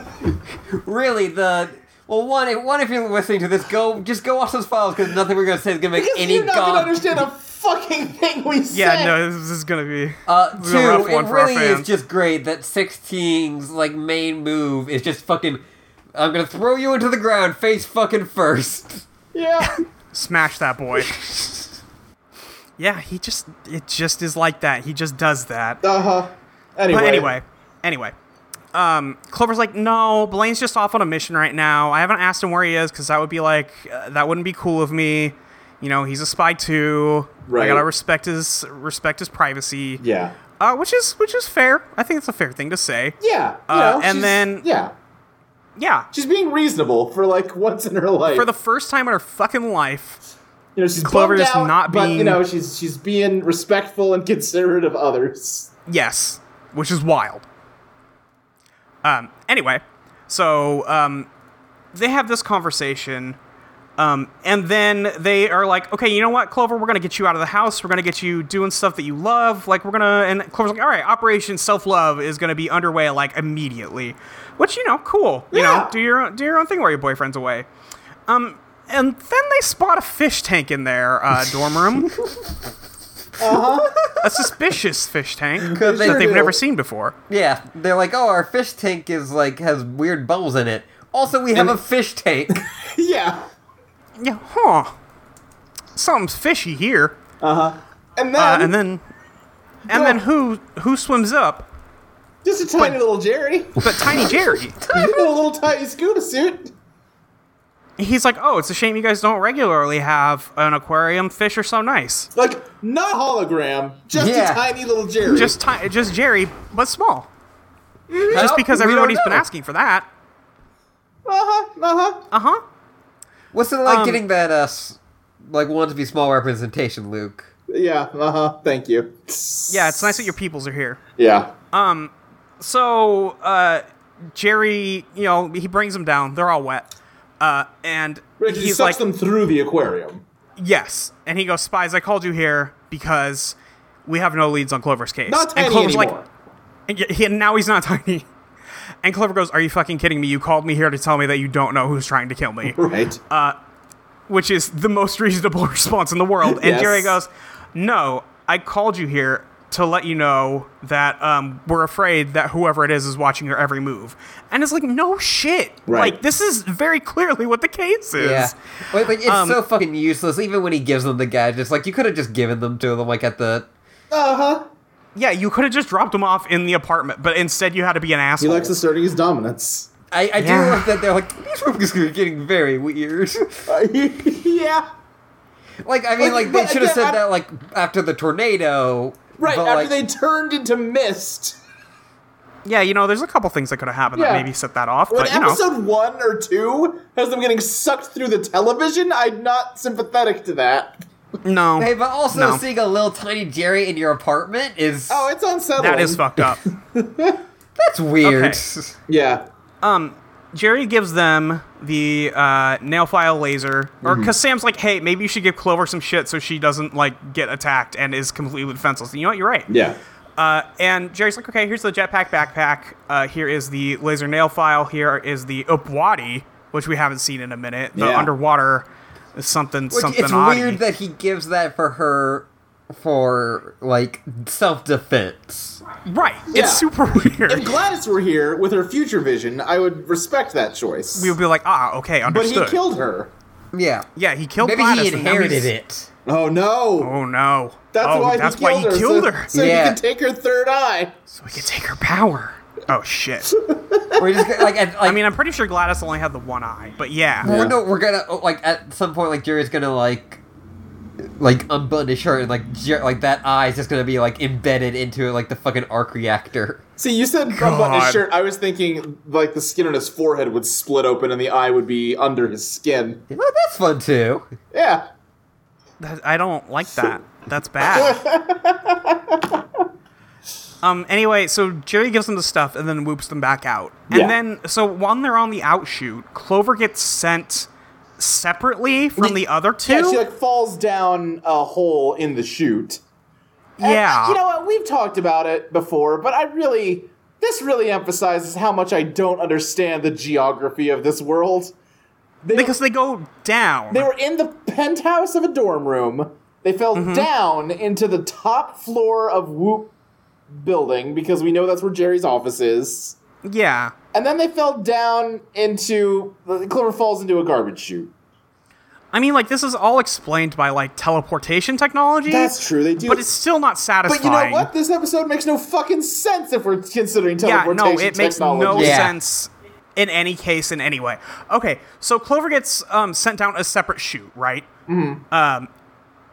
Speaker 2: Really, the well, one if, one if you're listening to this, go just go watch those files because nothing we're gonna say is gonna make
Speaker 4: Because
Speaker 2: any
Speaker 4: you're not gonna
Speaker 2: god.
Speaker 4: understand a fucking thing we said.
Speaker 3: Yeah, no, this is gonna be.
Speaker 2: Uh,
Speaker 3: is a rough
Speaker 2: two,
Speaker 3: one
Speaker 2: it
Speaker 3: for our
Speaker 2: really is
Speaker 3: fans.
Speaker 2: just great that 16's like main move is just fucking. I'm gonna throw you into the ground face fucking first.
Speaker 4: Yeah.
Speaker 3: Smash that boy. yeah, he just. It just is like that. He just does that.
Speaker 4: Uh huh. Anyway.
Speaker 3: But anyway, anyway, um, Clover's like, no, Blaine's just off on a mission right now. I haven't asked him where he is because that would be like, uh, that wouldn't be cool of me. You know, he's a spy too. I
Speaker 4: Right.
Speaker 3: gotta respect his respect his privacy.
Speaker 4: Yeah.
Speaker 3: Uh, which is which is fair. I think it's a fair thing to say.
Speaker 4: Yeah. you
Speaker 3: Uh,
Speaker 4: know,
Speaker 3: and
Speaker 4: she's-
Speaker 3: then-
Speaker 4: yeah,
Speaker 3: Yeah.
Speaker 4: she's being reasonable for like once in her life.
Speaker 3: For the first time in her fucking life,
Speaker 4: you know, she's
Speaker 3: Clover
Speaker 4: bummed
Speaker 3: is
Speaker 4: out,
Speaker 3: not
Speaker 4: but you
Speaker 3: being-
Speaker 4: know she's she's being respectful and considerate of others.
Speaker 3: yes, which is wild. Um. Anyway, so um, they have this conversation. Um, and then they are like, okay, you know what, Clover, we're gonna get you out of the house. We're gonna get you doing stuff that you love. Like we're gonna, and Clover's like, all right, Operation Self Love is gonna be underway like immediately, which you know, cool. You
Speaker 4: Yeah.
Speaker 3: know, do your own, do your own thing while your boyfriend's away. Um, and then they spot a fish tank in their uh, dorm room. a suspicious fish tank that
Speaker 2: they-
Speaker 3: they've
Speaker 4: do.
Speaker 3: never seen before.
Speaker 2: Yeah, they're like, oh, our fish tank is like has weird bubbles in it. Also, we have a fish tank.
Speaker 4: Yeah.
Speaker 3: Yeah, huh? Something's fishy here.
Speaker 4: And then,
Speaker 3: Uh, and then, and then who who swims up?
Speaker 4: just a tiny little Jerry
Speaker 3: But Tiny Jerry.
Speaker 4: in a little tiny Scooter suit.
Speaker 3: He's like, oh, it's a shame you guys don't regularly have an aquarium. Fish are so nice.
Speaker 4: Like not hologram, just
Speaker 2: Yeah.
Speaker 4: a tiny little Jerry.
Speaker 3: Just ti- just Jerry, but small.
Speaker 2: just
Speaker 3: Because everybody's been asking for that.
Speaker 4: uh huh, uh huh.
Speaker 3: Uh huh.
Speaker 2: What's it like
Speaker 3: Um,
Speaker 2: getting that uh s- like want to be small representation, Luke?
Speaker 4: Yeah, uh huh. Thank you.
Speaker 3: Yeah, it's nice Uh, that your peoples are here.
Speaker 4: Yeah.
Speaker 3: So uh, Jerry, you know, he brings them down. They're all wet. Uh, and
Speaker 4: Right, he
Speaker 3: he's like,
Speaker 4: sucks them through the aquarium.
Speaker 3: Yes. And he goes, Spies, I called you here because we have no leads on Clover's case.
Speaker 4: Not
Speaker 3: and
Speaker 4: tiny
Speaker 3: Clover's
Speaker 4: anymore.
Speaker 3: like, and he, and now he's not tiny. And Clover goes, Are you fucking kidding me? You called me here to tell me that you don't know who's trying to kill me,
Speaker 4: right.
Speaker 3: Uh, which is the most reasonable response in the world. And
Speaker 4: Yes.
Speaker 3: Jerry goes, No, I called you here to let you know that um, we're afraid that whoever it is is watching your every move. And it's like, No shit.
Speaker 4: Right.
Speaker 3: Like, this is very clearly what the case is.
Speaker 2: Yeah, but, but it's so fucking useless. Even when he gives them the gadgets, like you could have just given them to them, like at the
Speaker 4: uh huh.
Speaker 3: Yeah, you could have just dropped him off in the apartment, but instead you had to be an
Speaker 4: He
Speaker 3: asshole.
Speaker 4: likes asserting his dominance.
Speaker 2: I, I do
Speaker 3: Yeah.
Speaker 2: like that they're like these rooms are getting very weird.
Speaker 4: yeah.
Speaker 2: like I mean,
Speaker 4: Like,
Speaker 2: like they
Speaker 4: but
Speaker 2: should have
Speaker 4: again,
Speaker 2: said
Speaker 4: I-
Speaker 2: that like after the tornado
Speaker 4: Right
Speaker 2: But,
Speaker 4: after
Speaker 2: like-
Speaker 4: they turned into mist.
Speaker 3: Yeah, you know, there's a couple things that could have happened that
Speaker 4: Yeah.
Speaker 3: maybe set that off,
Speaker 4: When
Speaker 3: but you know,
Speaker 4: episode one or two has them getting sucked through the television, I'm not sympathetic to that.
Speaker 3: no,
Speaker 2: Hey, but also
Speaker 3: No.
Speaker 2: seeing a little tiny Jerry in your apartment is
Speaker 4: Oh, it's unsettling.
Speaker 3: that is fucked up.
Speaker 2: that's weird.
Speaker 3: okay.
Speaker 4: Yeah.
Speaker 3: Um, Jerry gives them the uh, nail file laser, or
Speaker 4: Mm-hmm.
Speaker 3: because Sam's like, "Hey, maybe you should give Clover some shit so she doesn't like get attacked and is completely defenseless." And you know what? You're right.
Speaker 4: Yeah.
Speaker 3: Uh, and Jerry's like, "Okay, here's the jetpack backpack. Uh, here is the laser nail file. Here is the upwadi, which we haven't seen in a minute. The
Speaker 4: Yeah.
Speaker 3: underwater something
Speaker 2: Which
Speaker 3: something.
Speaker 2: it's
Speaker 3: oddy.
Speaker 2: weird that he gives that for her for like self defense.
Speaker 3: right?
Speaker 4: Yeah.
Speaker 3: It's super weird.
Speaker 4: If Gladys were here with her future vision, I would respect that choice.
Speaker 3: we would be like, ah, okay,
Speaker 4: but
Speaker 3: understood.
Speaker 4: he killed her.
Speaker 2: Yeah.
Speaker 3: Yeah, he killed.
Speaker 2: Maybe
Speaker 3: Gladys,
Speaker 2: he
Speaker 3: and now he's-
Speaker 2: inherited it.
Speaker 4: Oh no.
Speaker 3: Oh no!
Speaker 4: That's
Speaker 3: oh,
Speaker 4: why
Speaker 3: that's
Speaker 4: he killed
Speaker 3: why he
Speaker 4: her.
Speaker 3: killed
Speaker 4: so,
Speaker 3: her.
Speaker 4: So
Speaker 2: Yeah.
Speaker 4: he could take her third eye.
Speaker 3: so we could take her power. Oh shit!
Speaker 2: We're just gonna, like, at, like
Speaker 3: I mean, I'm pretty sure Gladys only had the one eye, but yeah,
Speaker 2: Well,
Speaker 4: Yeah.
Speaker 2: no, we're gonna oh, like at some point, like Jerry's gonna like, like unbutton his shirt, and like Jer- like that eye is just gonna be like embedded into like the fucking arc reactor.
Speaker 4: See, you said bum button
Speaker 3: God.
Speaker 4: his shirt. I was thinking like the skin on his forehead would split open and the eye would be under his skin.
Speaker 2: Well, that's fun too.
Speaker 4: Yeah.
Speaker 3: That- I don't like that. That's bad. um. Anyway, so Jerry gives them the stuff and then whoops them back out, and
Speaker 4: Yeah.
Speaker 3: then so while they're on the outshoot, Clover gets sent separately from the other two.
Speaker 4: Yeah, she like uh, falls down a hole in the chute. And,
Speaker 3: Yeah.
Speaker 4: you know what? We've talked about it before, but I really this really emphasizes how much I don't understand the geography of this world. They,
Speaker 3: because they go down.
Speaker 4: they were in the penthouse of a dorm room. They fell
Speaker 3: Mm-hmm.
Speaker 4: down into the top floor of Whoop building because we know that's where Jerry's office is.
Speaker 3: yeah.
Speaker 4: And then they fell down into Clover falls into a garbage chute.
Speaker 3: I mean, like this is all explained by like teleportation technology.
Speaker 4: That's true. They do.
Speaker 3: But it's still not satisfying.
Speaker 4: But you know what? This episode makes no fucking sense if we're considering
Speaker 3: Yeah,
Speaker 4: teleportation
Speaker 3: no, it makes no
Speaker 4: technology.
Speaker 2: Yeah.
Speaker 3: sense in any case, in any way. Okay, so Clover gets um, sent down a separate chute, right? Um,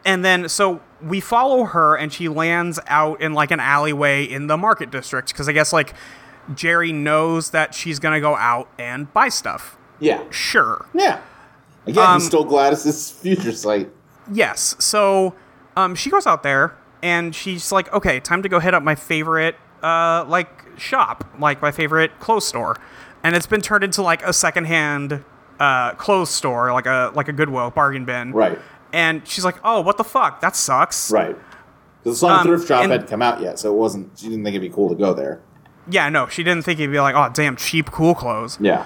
Speaker 3: and then so we follow her, and she lands out in like an alleyway in the market district because I guess like Jerry knows that she's gonna go out and buy stuff.
Speaker 4: Yeah.
Speaker 3: Sure.
Speaker 4: Yeah. Again,
Speaker 3: Um,
Speaker 4: he stole Gladys's future sight.
Speaker 3: Yes. So um, she goes out there and she's like, okay, time to go hit up my favorite uh, like shop, like my favorite clothes store, and it's been turned into like a secondhand uh, clothes store, like a like a Goodwill bargain bin.
Speaker 4: Right.
Speaker 3: And she's like, oh, what the fuck? That sucks.
Speaker 4: Right. Because the song
Speaker 3: Um,
Speaker 4: Thrift Shop
Speaker 3: and-
Speaker 4: hadn't come out yet, so it wasn't. She didn't think it'd be cool to go there.
Speaker 3: Yeah. No, she didn't think it'd be like, oh, damn, cheap, cool clothes.
Speaker 4: Yeah.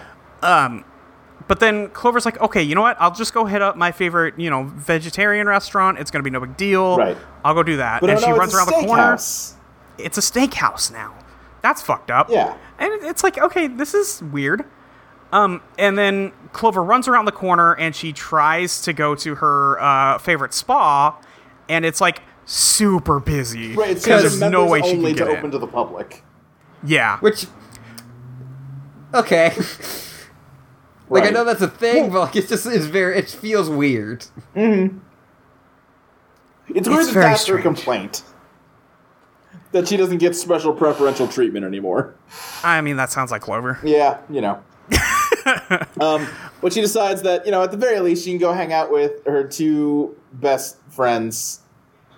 Speaker 3: But then Clover's like, okay, you know what? I'll just go hit up my favorite, you know, vegetarian restaurant. It's gonna be no big deal.
Speaker 4: Right.
Speaker 3: I'll go do that.
Speaker 4: But
Speaker 3: and
Speaker 4: oh, no,
Speaker 3: she
Speaker 4: it's
Speaker 3: runs
Speaker 4: a
Speaker 3: around the corner.
Speaker 4: steakhouse.
Speaker 3: it's a steakhouse now. That's fucked up.
Speaker 4: Yeah.
Speaker 3: And it- it's like, okay, this is weird. Um, and then Clover runs around the corner and she tries to go to her uh, favorite spa, and it's like super busy.
Speaker 4: Right. It's
Speaker 3: 'cause
Speaker 4: there's no way only to open to the public.
Speaker 3: yeah.
Speaker 2: Which, okay, like I
Speaker 4: Right.
Speaker 2: know that's a thing, but like it's just it's very it feels weird.
Speaker 4: It's weird
Speaker 3: It's
Speaker 4: that
Speaker 3: very
Speaker 4: that's
Speaker 3: strange.
Speaker 4: her complaint. That she doesn't get special preferential treatment anymore.
Speaker 3: I mean, that sounds like Clover.
Speaker 4: Yeah, you know. um, but she decides that, you know, at the very least, she can go hang out with her two best friends.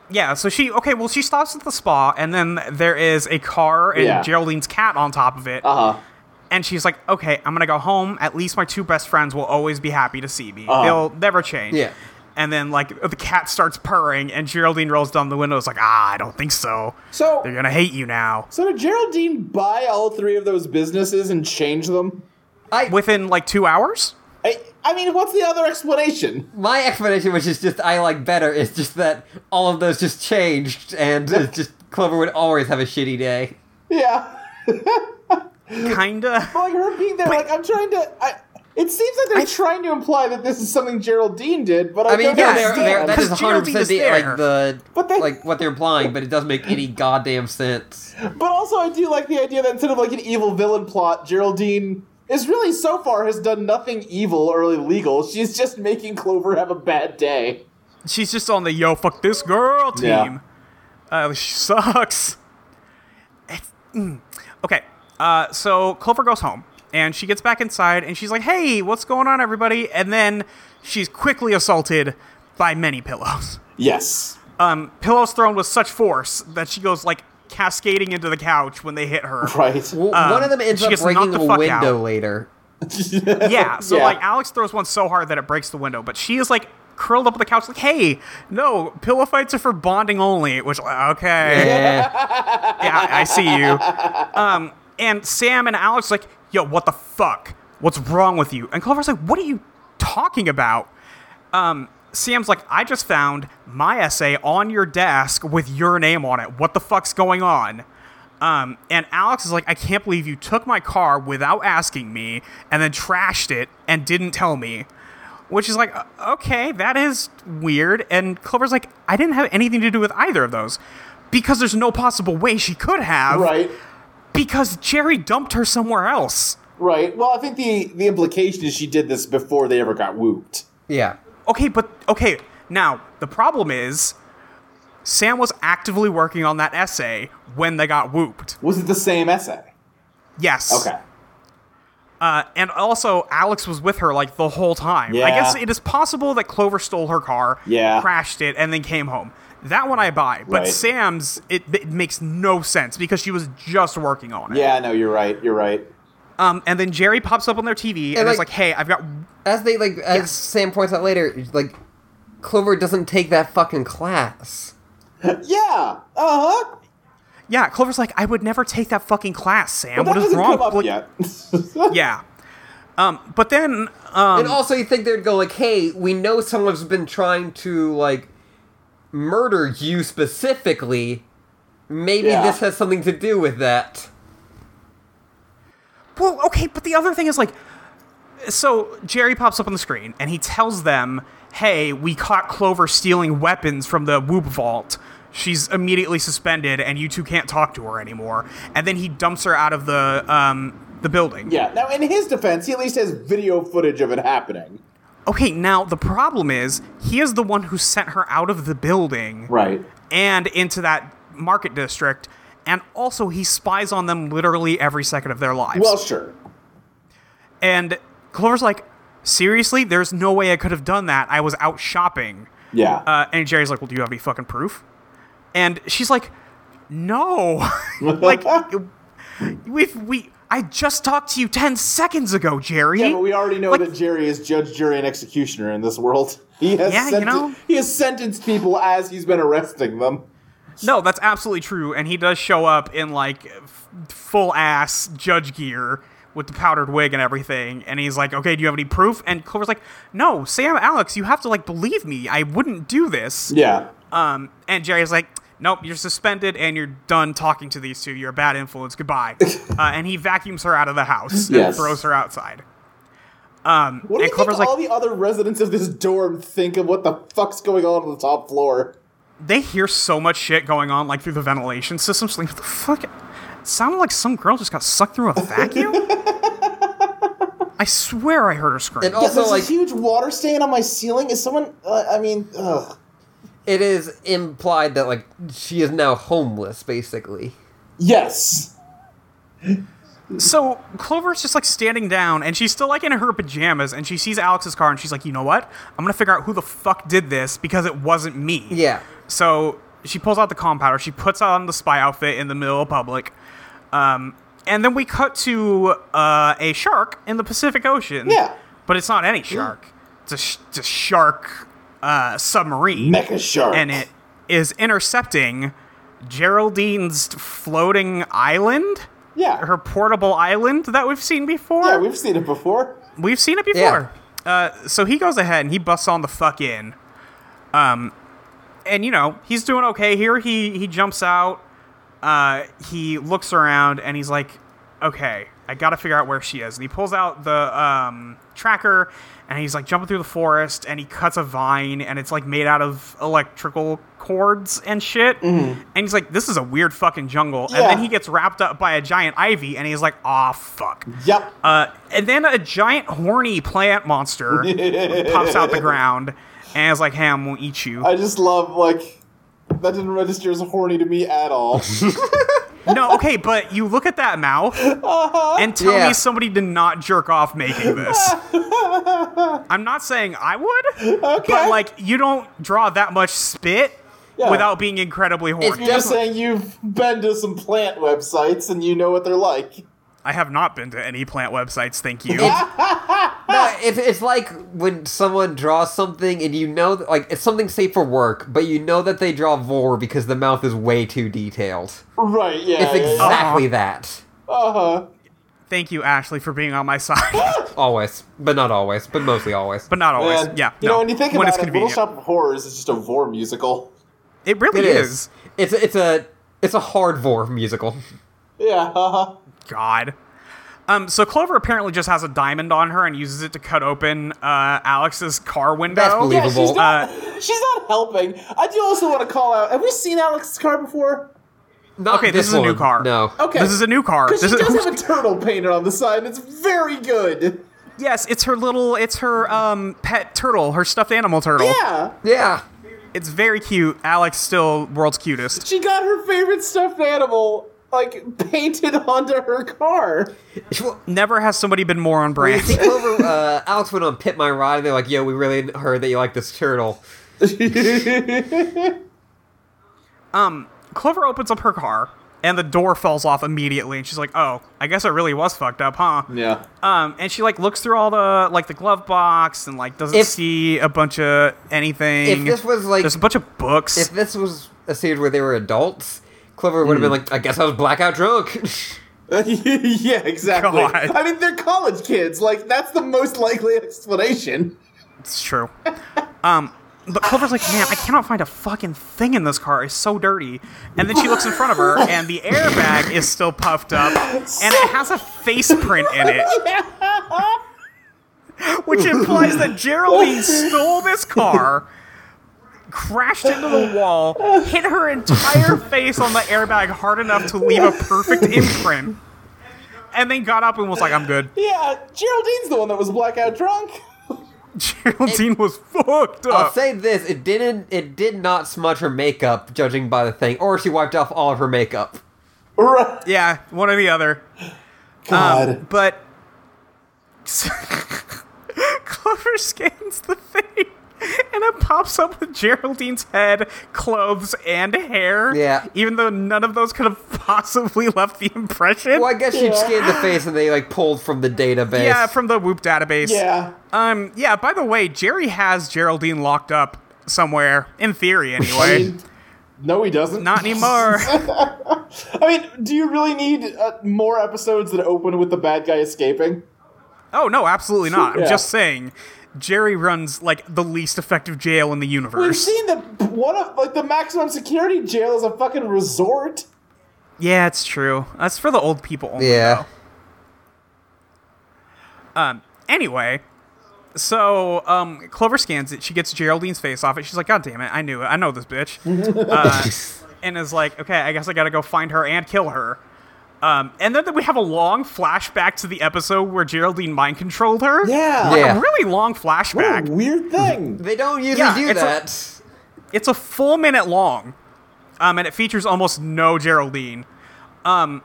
Speaker 3: Yeah, so she okay. Well, she stops at the spa, and then there is a car and
Speaker 4: Yeah.
Speaker 3: Geraldine's cat on top of it,
Speaker 4: Uh huh.
Speaker 3: and she's like, "Okay, I'm gonna go home. At least my two best friends will always be happy to see me. They'll never change."
Speaker 2: Yeah.
Speaker 3: And then like the cat starts purring, and Geraldine rolls down the window. Is like, "Ah, I don't think so.
Speaker 4: So,
Speaker 3: They're gonna hate you now."
Speaker 4: so did Geraldine buy all three of those businesses and change them?
Speaker 3: Within like two hours.
Speaker 4: I, I mean, what's the other explanation?
Speaker 2: My explanation, which is just I like better, is just that all of those just changed, and it's just Clover would always have a shitty day.
Speaker 4: Yeah.
Speaker 3: Kinda.
Speaker 4: like her being there, like, I'm trying to. I, it seems like they're trying to imply that this is something Geraldine did, but I,
Speaker 2: I mean,
Speaker 4: don't
Speaker 2: yeah,
Speaker 3: it's
Speaker 2: they're,
Speaker 4: understand.
Speaker 2: they're, that is
Speaker 3: because
Speaker 2: 100
Speaker 3: Geraldine
Speaker 2: percent
Speaker 3: is
Speaker 2: the,
Speaker 3: there.
Speaker 2: like the
Speaker 4: But they-
Speaker 2: like what they're implying, but it doesn't make any goddamn sense.
Speaker 4: But also, I do like the idea that instead of like an evil villain plot, Geraldine is really so far has done nothing evil or illegal. She's just making Clover have a bad day.
Speaker 3: She's just on the yo fuck this girl team.
Speaker 4: Yeah.
Speaker 3: Uh, she sucks. It's- mm. Okay, uh, so Clover goes home and she gets back inside and she's like, "Hey, what's going on, everybody?" And then she's quickly assaulted by many pillows.
Speaker 4: Yes.
Speaker 3: Um, pillows thrown with such force that she goes like cascading into the couch when they hit her.
Speaker 4: Right.
Speaker 2: W- One of them ends
Speaker 3: Um, she
Speaker 2: up
Speaker 3: gets knocked
Speaker 2: breaking
Speaker 3: the
Speaker 2: a
Speaker 3: fuck
Speaker 2: window
Speaker 3: out.
Speaker 2: later.
Speaker 3: Yeah. So
Speaker 4: Yeah.
Speaker 3: like Alex throws one so hard that it breaks the window, but she is like curled up on the couch, like, "Hey, no, pillow fights are for bonding only." Which okay,
Speaker 2: Yeah.
Speaker 3: yeah, I see you. Um, and Sam and Alex like, "Yo, what the fuck? What's wrong with you?" And Clover's like, "What are you talking about?" Um, Sam's like, "I just found my essay on your desk with your name on it. What the fuck's going on?" Um, and Alex is like, I can't believe you took my car without asking me and then trashed it and didn't tell me. Which is like, uh, okay, that is weird. And Clover's like, I didn't have anything to do with either of those because there's no possible way she could have
Speaker 4: Right.
Speaker 3: because Jerry dumped her somewhere else.
Speaker 4: Right. Well, I think the the implication is she did this before they ever got whooped.
Speaker 2: yeah.
Speaker 3: Okay, but okay, now the problem is Sam was actively working on that essay when they got whooped.
Speaker 4: Was it the same essay?
Speaker 3: Yes.
Speaker 4: Okay.
Speaker 3: Uh, and also, Alex was with her like the whole time. I
Speaker 4: Yeah.
Speaker 3: guess it is possible that Clover stole her car,
Speaker 4: Yeah.
Speaker 3: crashed it, and then came home. That one I buy, but
Speaker 4: Right.
Speaker 3: Sam's it, it makes no sense because she was just working on it.
Speaker 4: Yeah. No, you're right. You're right.
Speaker 3: Um, and then Jerry pops up on their TV and, is
Speaker 2: like-
Speaker 3: like, "Hey, I've got
Speaker 2: As they like, as
Speaker 3: Yes.
Speaker 2: Sam points out later, like, Clover doesn't take that fucking class.
Speaker 4: Yeah. Uh huh.
Speaker 3: yeah." Clover's like, "I would never take that fucking class, Sam.
Speaker 4: Well, that
Speaker 3: what is
Speaker 4: hasn't
Speaker 3: wrong?"
Speaker 4: come up
Speaker 3: Like,
Speaker 4: yet.
Speaker 3: Yeah. Um, but then um,
Speaker 2: and also, you think they'd go like, "Hey, we know someone's been trying to like murder you specifically. Maybe
Speaker 4: Yeah.
Speaker 2: this has something to do with that."
Speaker 3: Well, okay, but the other thing is like, so Jerry pops up on the screen and he tells them, "Hey, we caught Clover stealing weapons from the Whoop Vault. She's immediately suspended, and you two can't talk to her anymore." And then he dumps her out of the um, the building.
Speaker 4: yeah. Now, in his defense, he at least has video footage of it happening.
Speaker 3: Okay, now the problem is he is the one who sent her out of the building
Speaker 4: Right.
Speaker 3: and into that market district, and also he spies on them literally every second of their lives.
Speaker 4: Well, sure.
Speaker 3: And Clover's like, seriously, there's no way I could have done that. I was out shopping.
Speaker 4: Yeah.
Speaker 3: Uh, and Jerry's like, well, do you have any fucking proof? And she's like, no. like, we've, we, I just talked to you 10 seconds ago, Jerry.
Speaker 4: yeah, but we already know
Speaker 3: like-
Speaker 4: that Jerry is judge, jury, and executioner in this world. He has
Speaker 3: Yeah, you
Speaker 4: senten-
Speaker 3: know.
Speaker 4: he has sentenced people as he's been arresting them.
Speaker 3: no, that's absolutely true. And he does show up in like f- full ass judge gear with the powdered wig and everything. And he's like, okay, do you have any proof? And Clover's like, no, Sam, Alex, you have to like believe me. I wouldn't do this.
Speaker 4: Yeah.
Speaker 3: Um, and Jerry's like, "Nope, you're suspended and you're done talking to these two. You're a bad influence. Goodbye." uh, and he vacuums her out of the house and
Speaker 4: Yes.
Speaker 3: throws her outside. Um,
Speaker 4: What
Speaker 3: and
Speaker 4: do you think
Speaker 3: Clover's like-
Speaker 4: all the other residents of this dorm think of what the fuck's going on on the top floor?
Speaker 3: They hear so much shit going on, like through the ventilation systems. Like, what the fuck? It sounded like some girl just got sucked through a vacuum. I swear I heard her scream.
Speaker 2: And
Speaker 4: Yeah,
Speaker 2: also,
Speaker 4: there's
Speaker 2: like,
Speaker 4: a huge water stain on my ceiling. Is someone? Uh, I mean, ugh.
Speaker 2: it is implied that like she is now homeless, basically.
Speaker 4: yes.
Speaker 3: So Clover's just like standing down, and she's still like in her pajamas, and she sees Alex's car, and she's like, "You know what? I'm gonna figure out who the fuck did this because it wasn't me."
Speaker 2: Yeah.
Speaker 3: So she pulls out the compounder. She puts on the spy outfit in the middle of public. Um, and then we cut to uh, a shark in the Pacific Ocean.
Speaker 4: Yeah. Mm-hmm.
Speaker 3: But it's not any shark. It's a, sh- it's a shark uh, submarine.
Speaker 4: Mecha shark.
Speaker 3: And it is intercepting Geraldine's floating island,
Speaker 4: Yeah.
Speaker 3: her portable island that we've seen before.
Speaker 4: yeah, we've seen it before.
Speaker 3: We've seen it before. Uh, so he goes ahead and he busts on the fuck in. Um, and you know he's doing okay here. He he jumps out. Uh, he looks around and he's like, "Okay, I gotta figure out where she is." And he pulls out the um, tracker and he's like jumping through the forest and he cuts a vine and it's like made out of electrical cords and shit. And he's like, "This is a weird fucking jungle." And
Speaker 4: Yeah.
Speaker 3: then he gets wrapped up by a giant ivy and he's like, "Ah, fuck."
Speaker 4: Yep.
Speaker 3: Uh, and then a giant horny plant monster pops out the ground and is like, "Hey, I'm gonna eat you."
Speaker 4: I just love like that didn't register as horny to me at all.
Speaker 3: No, okay, but you look at that mouth
Speaker 4: Uh-huh.
Speaker 3: and tell
Speaker 2: Yeah.
Speaker 3: me somebody did not jerk off making this. I'm not saying I would, but like you don't draw that much spit
Speaker 4: Yeah.
Speaker 3: without being incredibly horny.
Speaker 4: You're just saying you've been to some plant websites and you know what they're like.
Speaker 3: I have not been to any plant websites, thank you.
Speaker 2: No,
Speaker 4: Ah.
Speaker 2: it's, it's like when someone draws something and you know, that, like, it's something safe for work, but you know that they draw vor because the mouth is way too detailed.
Speaker 4: Right, yeah.
Speaker 2: It's exactly that.
Speaker 4: Uh huh.
Speaker 3: thank you, Ashley, for being on my side.
Speaker 2: Always, but not always, but mostly always.
Speaker 3: but not always. yeah.
Speaker 4: You
Speaker 3: no,
Speaker 4: know, when you think
Speaker 3: when
Speaker 4: about
Speaker 3: it's
Speaker 4: it, Little
Speaker 3: convenient.
Speaker 4: Shop of Horrors is just a vor musical.
Speaker 3: it really
Speaker 2: it
Speaker 3: is.
Speaker 2: is. It's it's a it's a hard vor musical.
Speaker 4: Yeah, uh-huh.
Speaker 3: God. Um, so Clover apparently just has a diamond on her and uses it to cut open uh, Alex's car window.
Speaker 2: That's
Speaker 4: Yeah,
Speaker 2: believable.
Speaker 4: she's not,
Speaker 3: Uh,
Speaker 4: she's not helping. I do also want to call out. Have we seen Alex's car before?
Speaker 2: Not
Speaker 3: Okay, this is a
Speaker 2: one.
Speaker 3: new car.
Speaker 2: No.
Speaker 4: Okay.
Speaker 3: This is a new car.
Speaker 4: Because
Speaker 3: This
Speaker 4: she
Speaker 3: is,
Speaker 4: does have a turtle painted on the side, and it's very good.
Speaker 3: yes, it's her little, it's her um, pet turtle, her stuffed animal turtle.
Speaker 4: Yeah,
Speaker 2: Yeah.
Speaker 3: It's very cute. Alex still world's cutest.
Speaker 4: she got her favorite stuffed animal like painted onto her car.
Speaker 2: Well,
Speaker 3: Never has somebody been more on brand.
Speaker 2: See, Clover, uh, Alex went on Pit My Ride, and they're like, yo, we really heard that you like this turtle.
Speaker 3: Clover opens up her car and the door falls off immediately and she's like, "Oh, I guess it really was fucked up, huh?"
Speaker 4: Yeah.
Speaker 3: Um, and she like looks through all the like the glove box and like doesn't
Speaker 2: If-
Speaker 3: see a bunch of anything.
Speaker 2: If this was like,
Speaker 3: There's a bunch of books.
Speaker 2: if this was a series where they were adults, Clover would have been
Speaker 3: Hmm.
Speaker 2: like, I guess I was blackout drunk.
Speaker 4: yeah, exactly.
Speaker 3: God.
Speaker 4: I mean, they're college kids. Like, that's the most likely explanation.
Speaker 3: It's true. Um, but Clover's like, man, I cannot find a fucking thing in this car. It's so dirty. And then she looks in front of her, and the airbag is still puffed up, and it has a face print in it, which implies that Geraldine stole this car. Crashed into the wall, hit her entire face on the airbag hard enough to leave a perfect imprint, and then got up and was like, I'm good.
Speaker 4: Yeah, Geraldine's the one that was blackout drunk.
Speaker 3: Geraldine was fucked up.
Speaker 2: I'll say this, it didn't, it did not smudge her makeup, judging by the thing, or she wiped off all of her makeup.
Speaker 4: Right.
Speaker 3: Yeah, one or the other. Um,
Speaker 4: God.
Speaker 3: But Clover scans the thing, and it pops up with Geraldine's head, clothes, and hair.
Speaker 2: Yeah.
Speaker 3: Even though none of those could have possibly left the impression.
Speaker 2: Well, I guess she
Speaker 4: Yeah.
Speaker 2: scanned the face and they, like, pulled from the database.
Speaker 3: Yeah, from the Whoop database.
Speaker 4: yeah.
Speaker 3: Um. Yeah. By the way, Jerry has Geraldine locked up somewhere. In theory, anyway.
Speaker 4: No, he doesn't.
Speaker 3: Not anymore.
Speaker 4: I mean, do you really need uh, more episodes that open with the bad guy escaping?
Speaker 3: oh no, absolutely not.
Speaker 4: Yeah.
Speaker 3: I'm just saying. Jerry runs like the least effective jail in the
Speaker 4: We've
Speaker 3: universe.
Speaker 4: seen that one of like the maximum security jail is a fucking resort.
Speaker 3: Yeah, it's true. That's for the old people only.
Speaker 2: Yeah.
Speaker 3: Anyway, so um, Clover scans it. She gets Geraldine's face off it. She's like, God damn it. I knew it. I know this bitch. Uh, and is like, okay, I guess I got to go find her and kill her. Um, and then we have a long flashback to the episode where Geraldine mind controlled her.
Speaker 4: Yeah.
Speaker 2: Yeah.
Speaker 3: A really long flashback.
Speaker 4: What a weird thing.
Speaker 2: They don't usually
Speaker 3: Yeah,
Speaker 2: do
Speaker 3: it's a-
Speaker 2: that.
Speaker 3: It's a full minute long, um, and it features almost no Geraldine. Um,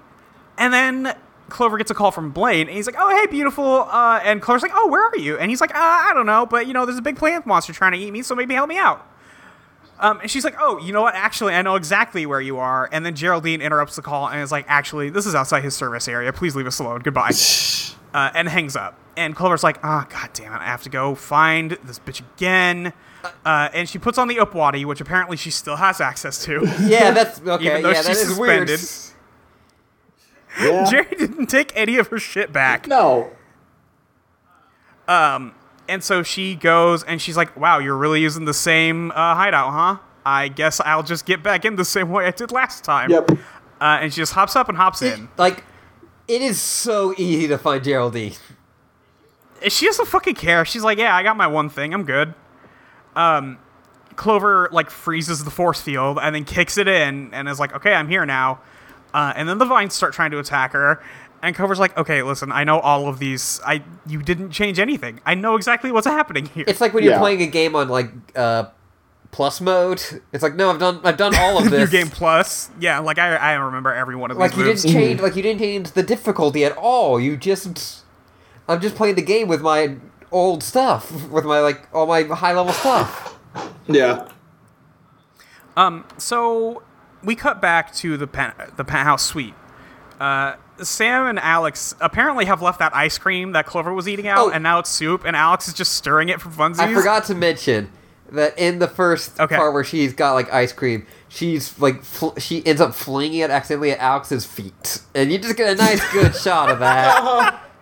Speaker 3: and then Clover gets a call from Blaine, and he's like, "Oh, hey, beautiful." Uh, and Clover's like, "Oh, where are you?" And he's like, uh, "I don't know, but you know, there's a big plant monster trying to eat me, so maybe help me out." Um, and she's like, "Oh, you know what? Actually, I know exactly where you are." And then Geraldine interrupts the call and is like, "Actually, this is outside his service area. Please leave us alone. Goodbye." Uh, and hangs up. And Clover's like, "Ah, god damn it! I have to go find this bitch again." Uh, and she puts on the Upwadi, which apparently she still has access to.
Speaker 2: Yeah, that's, okay,
Speaker 3: Even though
Speaker 2: yeah, that
Speaker 3: she's
Speaker 2: is weird.
Speaker 3: suspended.
Speaker 4: Yeah.
Speaker 3: Jerry didn't take any of her shit back.
Speaker 4: no.
Speaker 3: And so she goes and she's like, wow, you're really using the same uh, hideout, huh? I guess I'll just get back in the same way I did last time.
Speaker 4: Yep.
Speaker 3: Uh, and she just hops up and hops in.
Speaker 2: Like, it is so easy to find Geraldine.
Speaker 3: She doesn't fucking care. She's like, yeah, I got my one thing. I'm good. Um, Clover, like, freezes the force field and then kicks it in and is like, okay, I'm here now. Uh, and then the vines start trying to attack her. And Clover's like, okay, listen, I know all of these. I You didn't change anything. I know exactly what's happening here.
Speaker 2: It's like when
Speaker 4: Yeah.
Speaker 2: you're playing a game on like uh, plus mode. It's like no, I've done I've done all of
Speaker 3: New
Speaker 2: this.
Speaker 3: Game Plus. Yeah, like I, I remember every one of these
Speaker 2: Like you
Speaker 3: moves.
Speaker 2: didn't change like you didn't change the difficulty at all. You just I'm just playing the game with my old stuff, with my like all my high level stuff.
Speaker 4: Yeah.
Speaker 3: Um, so we cut back to the pen, the penthouse suite. Uh, Sam and Alex apparently have left that ice cream that Clover was eating out,
Speaker 2: Oh.
Speaker 3: and now it's soup, and Alex is just stirring it for funsies.
Speaker 2: I forgot to mention that in the first
Speaker 3: Okay.
Speaker 2: part where she's got like ice cream, she's like fl- she ends up flinging it accidentally at Alex's feet, and you just get a nice good shot of that.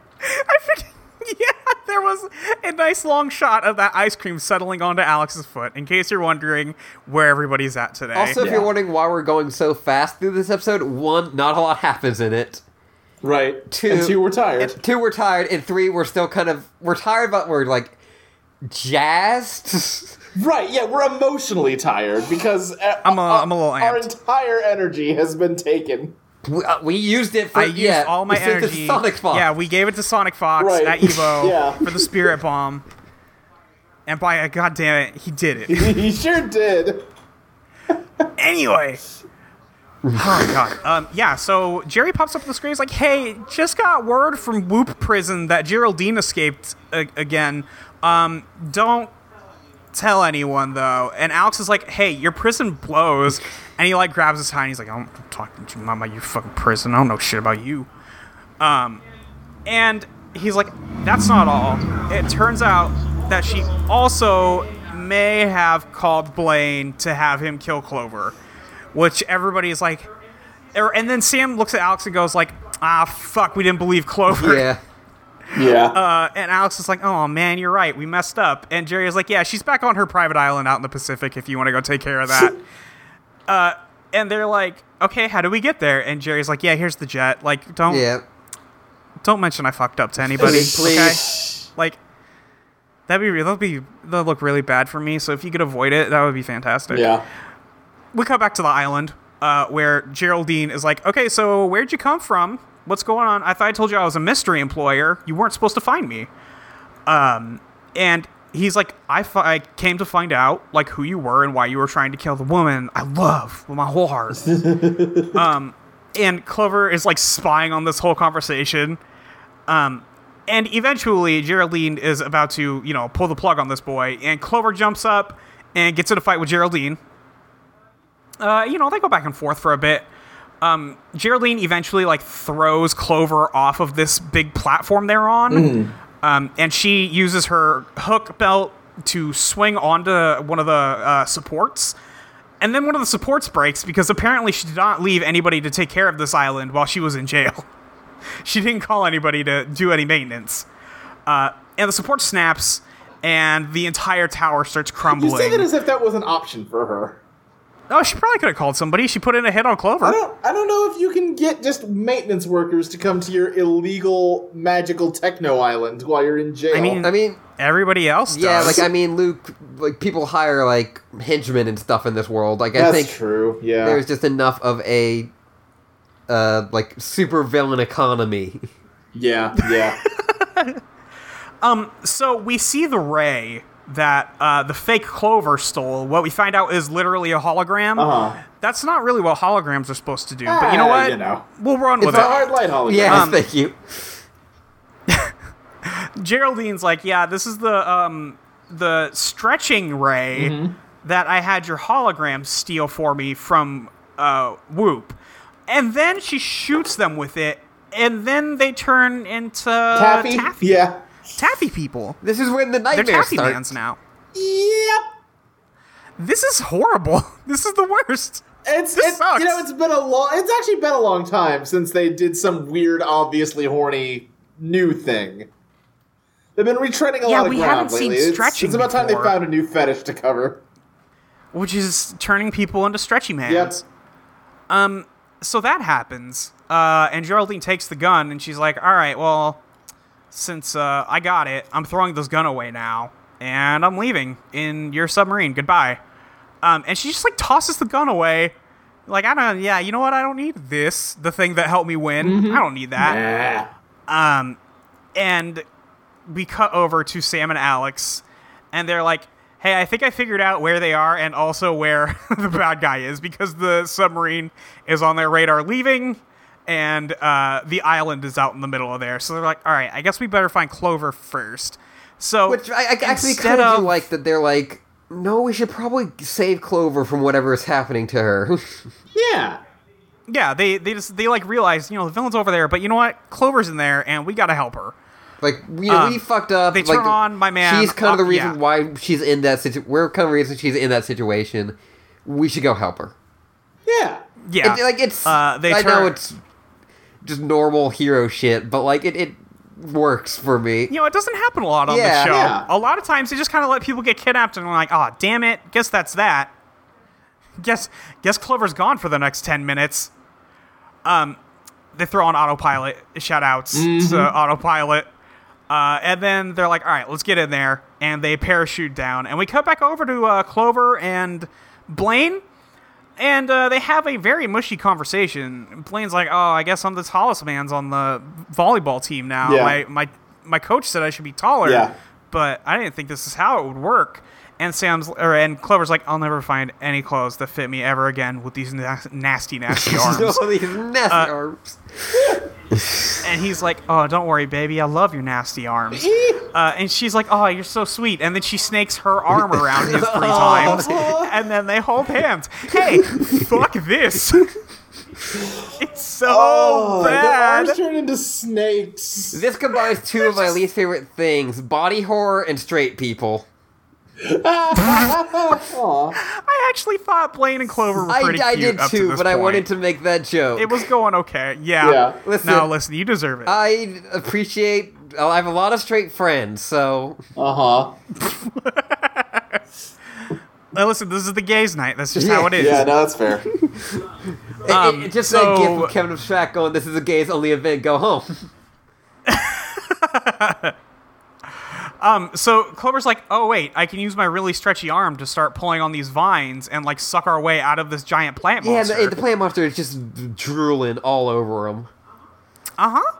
Speaker 3: I forget- Yeah, there was a nice long shot of that ice cream settling onto Alex's foot. In case you're wondering where everybody's at today.
Speaker 2: Also, if
Speaker 4: Yeah.
Speaker 2: you're wondering why we're going so fast through this episode, one, not a lot happens in it.
Speaker 4: Right.
Speaker 2: Two-
Speaker 4: And two were tired.
Speaker 2: Two, we're tired, and three, we're still kind of we're tired, but we're like jazzed.
Speaker 4: Right, yeah, we're emotionally tired because uh,
Speaker 3: I'm a- I'm a little
Speaker 4: our
Speaker 3: amped.
Speaker 4: entire energy has been taken.
Speaker 2: we, uh, we used it for
Speaker 3: I used
Speaker 2: yeah,
Speaker 3: all my
Speaker 2: we sent it to
Speaker 3: energy.
Speaker 2: Sonic Fox.
Speaker 3: Yeah, we gave it to Sonic Fox
Speaker 4: Right.
Speaker 3: at Evo
Speaker 4: Yeah.
Speaker 3: for the Spirit Bomb. And by God damn it, he did it.
Speaker 4: he sure did.
Speaker 3: anyway. oh my god. Um, yeah. So Jerry pops up on the screen. He's like, "Hey, just got word from Whoop Prison that Geraldine escaped a- again. Um, don't tell anyone though." And Alex is like, "Hey, your prison blows," and he like grabs his tie and he's like, "I'm not talking to you, mama. You fucking prison. I don't know shit about you." Um, And he's like, that's not all. It turns out that she also may have called Blaine to have him kill Clover, which everybody is like, er- and then Sam looks at Alex and goes like, ah, fuck, we didn't believe Clover.
Speaker 2: yeah.
Speaker 4: Yeah.
Speaker 3: Uh, and Alex is like, oh man, you're right, we messed up. And Jerry is like, yeah, she's back on her private island out in the Pacific if you want to go take care of that. uh, and they're like, okay, how do we get there? And Jerry's like, yeah, here's the jet. Like, don't
Speaker 2: yeah.
Speaker 3: don't mention I fucked up to anybody.
Speaker 2: Please, please.
Speaker 3: Okay? Like that'd be that'd be that'd look really bad for me. So if you could avoid it, that would be fantastic.
Speaker 4: yeah.
Speaker 3: We come back to the island, uh, where Geraldine is like, Okay, so where'd you come from? What's going on? I thought I told you I was a mystery employer. You weren't supposed to find me. Um and he's like, I, fi- I came to find out like who you were and why you were trying to kill the woman I love with my whole heart. um and Clover is like spying on this whole conversation. Um, And eventually, Geraldine is about to, you know, pull the plug on this boy, and Clover jumps up and gets in a fight with Geraldine. Uh, you know, they go back and forth for a bit. Um, Geraldine eventually, like, throws Clover off of this big platform they're on,
Speaker 4: Mm.
Speaker 3: um, and she uses her hook belt to swing onto one of the uh, supports. And then one of the supports breaks because apparently she did not leave anybody to take care of this island while she was in jail she didn't call anybody to do any maintenance. Uh, and the support snaps, and the entire tower starts
Speaker 4: You say that
Speaker 3: crumbling.
Speaker 4: as if that was an option for her.
Speaker 3: Oh, she probably could have called somebody. She put in a hit on
Speaker 4: I
Speaker 3: Clover.
Speaker 4: don't. I don't know if you can get just maintenance workers to come to your illegal magical techno island while you're in jail.
Speaker 3: I mean-
Speaker 2: I mean,
Speaker 3: Everybody else does.
Speaker 2: yeah. Like I mean, Luke. Like people hire like henchmen and stuff in this world. Like I
Speaker 4: that's
Speaker 2: think
Speaker 4: true. Yeah.
Speaker 2: there's just enough of a uh like super villain economy.
Speaker 4: yeah. Yeah.
Speaker 3: so we see the ray that uh, the fake Clover stole. What we find out is literally a hologram.
Speaker 4: Uh-huh.
Speaker 3: That's not really what holograms are supposed to do. but you know
Speaker 4: Ah,
Speaker 3: what?
Speaker 4: you know.
Speaker 3: We'll run with
Speaker 4: it's a
Speaker 3: it.
Speaker 4: hard light Uh, hologram.
Speaker 2: Yes,
Speaker 3: Um,
Speaker 2: thank you.
Speaker 3: Geraldine's like, yeah, this is the um the stretching ray
Speaker 4: Mm-hmm.
Speaker 3: that I had your hologram steal for me from uh Whoop. And then she shoots them with it, and then they turn into
Speaker 4: Taffy.
Speaker 3: Uh, taffy,
Speaker 4: Yeah.
Speaker 3: taffy people.
Speaker 2: This is when the
Speaker 3: They're
Speaker 2: nightmare
Speaker 3: taffy
Speaker 2: starts.
Speaker 3: mans now.
Speaker 4: Yep.
Speaker 3: This is horrible. This is the worst.
Speaker 4: It's,
Speaker 3: This
Speaker 4: it's
Speaker 3: sucks.
Speaker 4: you know it's been a long it's actually been a long time since they did some weird, obviously horny new thing. They've been retreading a
Speaker 3: Yeah,
Speaker 4: lot of
Speaker 3: we
Speaker 4: ground
Speaker 3: haven't seen
Speaker 4: lately. It's-
Speaker 3: stretching
Speaker 4: It's, about time they
Speaker 3: before.
Speaker 4: found a new fetish to cover.
Speaker 3: Which is turning people into stretchy mans.
Speaker 4: Yep.
Speaker 3: so that happens, uh, and Geraldine takes the gun, and she's like, "All right, well, since uh, I got it, I'm throwing this gun away now, and I'm leaving in your submarine. Goodbye." Um, and she just like tosses the gun away, like, "I don't, yeah, you know what? I don't need this. The thing that helped me win. I don't need that."
Speaker 4: Ah.
Speaker 3: and we cut over to Sam and Alex, and they're like, hey, I think I figured out where they are and also where the bad guy is because the submarine is on their radar leaving and uh, the island is out in the middle of there. So they're like, all right, I guess we better find Clover first. So
Speaker 2: Which I, I actually
Speaker 3: instead
Speaker 2: kind of
Speaker 3: of-
Speaker 2: do like that they're like, no, we should probably save Clover from whatever is happening to her.
Speaker 4: Yeah.
Speaker 3: yeah, they, they just they like realize, you know, the villain's over there, but you know what? Clover's in there and we gotta help her.
Speaker 2: like we, know, we
Speaker 3: Um,
Speaker 2: fucked up.
Speaker 3: they
Speaker 2: like,
Speaker 3: turn on my man,
Speaker 2: She's kind of the
Speaker 3: uh,
Speaker 2: reason
Speaker 3: yeah.
Speaker 2: why she's in that situation. We're kind of the reason she's in that situation. We should go help her.
Speaker 4: Yeah.
Speaker 3: Yeah.
Speaker 2: It- like it's.
Speaker 3: Uh, they
Speaker 2: I know
Speaker 3: turn-
Speaker 2: it's just normal hero shit, but like it, it works for me.
Speaker 3: you know, it doesn't happen a lot on
Speaker 2: Yeah.
Speaker 3: the show.
Speaker 4: Yeah.
Speaker 3: A lot of times they just kind of let people get kidnapped and we're like, oh, damn it. Guess that's that. Guess guess Clover's gone for the next 10 minutes. Um, they throw on autopilot. Shout outs to autopilot. Uh, and then they're like, all right, let's get in there. And they parachute down. And we cut back over to uh, Clover and Blaine. And uh, they have a very mushy conversation. Blaine's like, "Oh, I guess I'm the tallest man's on the volleyball team now.
Speaker 4: Yeah.
Speaker 3: My my my coach said I should be taller,
Speaker 4: Yeah.
Speaker 3: but I didn't think this is how it would work." And Sam's or and Clover's like, "I'll never find any clothes that fit me ever again with these na- nasty, nasty arms."
Speaker 2: All these nasty
Speaker 3: Uh,
Speaker 2: arms.
Speaker 3: and he's like, "Oh, don't worry, baby. I love your nasty arms." Uh, and she's like, "Oh, you're so sweet." And then she snakes her arm around him three times,
Speaker 2: Oh.
Speaker 3: and then they hold hands. Hey, fuck this! it's so
Speaker 4: Oh,
Speaker 3: bad.
Speaker 4: the arms turn into snakes.
Speaker 2: This combines two of my least favorite things: body horror and straight people.
Speaker 4: Aw.
Speaker 3: I actually thought Blaine and Clover were
Speaker 2: I,
Speaker 3: pretty
Speaker 2: I
Speaker 3: cute
Speaker 2: did
Speaker 3: up to
Speaker 2: too,
Speaker 3: this
Speaker 2: but I
Speaker 3: point.
Speaker 2: wanted to make that joke.
Speaker 3: It was going okay. Yeah.
Speaker 4: Yeah.
Speaker 2: Listen. Uh,
Speaker 3: now listen, you deserve it.
Speaker 2: I appreciate. I have a lot of straight friends, so
Speaker 4: Uh huh.
Speaker 3: Now listen, this is the gays' night. That's just
Speaker 2: Yeah.
Speaker 3: how it is.
Speaker 4: Yeah, no, that's fair.
Speaker 2: it- it-
Speaker 3: Um,
Speaker 2: it's just
Speaker 3: so-
Speaker 2: that gift of Kevin Shack going, "This is a gays only event. Go home."
Speaker 3: So Clover's like, oh wait, I can use my really stretchy arm to start pulling on these vines and like suck our way out of this giant plant
Speaker 2: yeah,
Speaker 3: monster.
Speaker 2: the, the plant monster is just drooling all over him.
Speaker 3: uh-huh.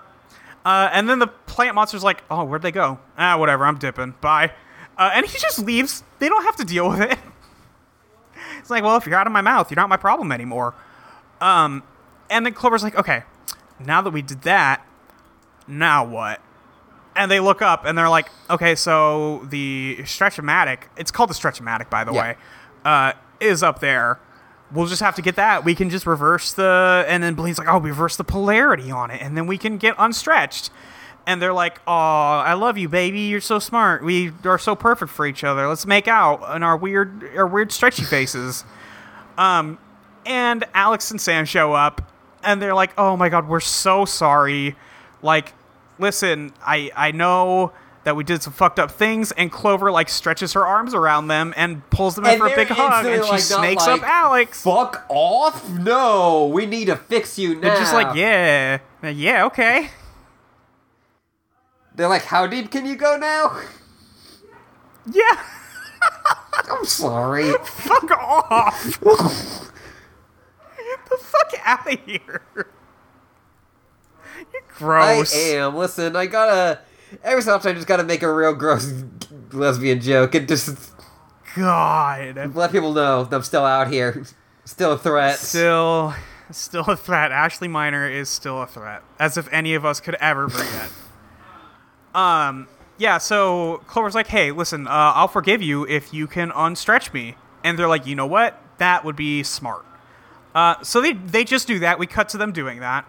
Speaker 3: Uh And then the plant monster's like, oh, where'd they go? Ah, whatever, I'm dipping. Bye. Uh, and he just leaves. They don't have to deal with it. it's like, well, if you're out of my mouth, you're not my problem anymore. Um, and then Clover's like, okay, now that we did that, now what? And they look up and they're like, okay, so the stretchomatic, it's called the stretchomatic, by the
Speaker 2: Yeah.
Speaker 3: way, uh, is up there. We'll just have to get that. We can just reverse the, and then Blaine's like, oh, we reverse the polarity on it, and then we can get unstretched. And they're like, oh, I love you, baby. You're so smart. We are so perfect for each other. Let's make out in our weird, our weird stretchy faces and Alex and Sam show up and they're like, "Oh my god, we're so sorry. Like, listen, I I know that we did some fucked up things." And Clover like stretches her arms around them and pulls them in
Speaker 2: And
Speaker 3: for a
Speaker 2: they're
Speaker 3: big hug
Speaker 2: instantly,
Speaker 3: and she
Speaker 2: like, not
Speaker 3: snakes
Speaker 2: like,
Speaker 3: up Alex.
Speaker 2: Fuck off! No, we need to fix you now.
Speaker 3: They're just like, "Yeah. Yeah, okay."
Speaker 2: They're like, "How deep can you go now?"
Speaker 3: Yeah.
Speaker 2: I'm sorry.
Speaker 3: Fuck off. Get the fuck out of here. You're
Speaker 2: I
Speaker 3: gross.
Speaker 2: am. Listen, I gotta. Every so often, I just gotta make a real gross lesbian joke and just
Speaker 3: God.
Speaker 2: let people know that I'm still out here, still a threat.
Speaker 3: still still a threat ashley minor is still a threat as if any of us could ever forget um yeah so clover's like hey listen uh, i'll forgive you if you can unstretch me and they're like you know what that would be smart uh, so they, they just do that we cut to them doing that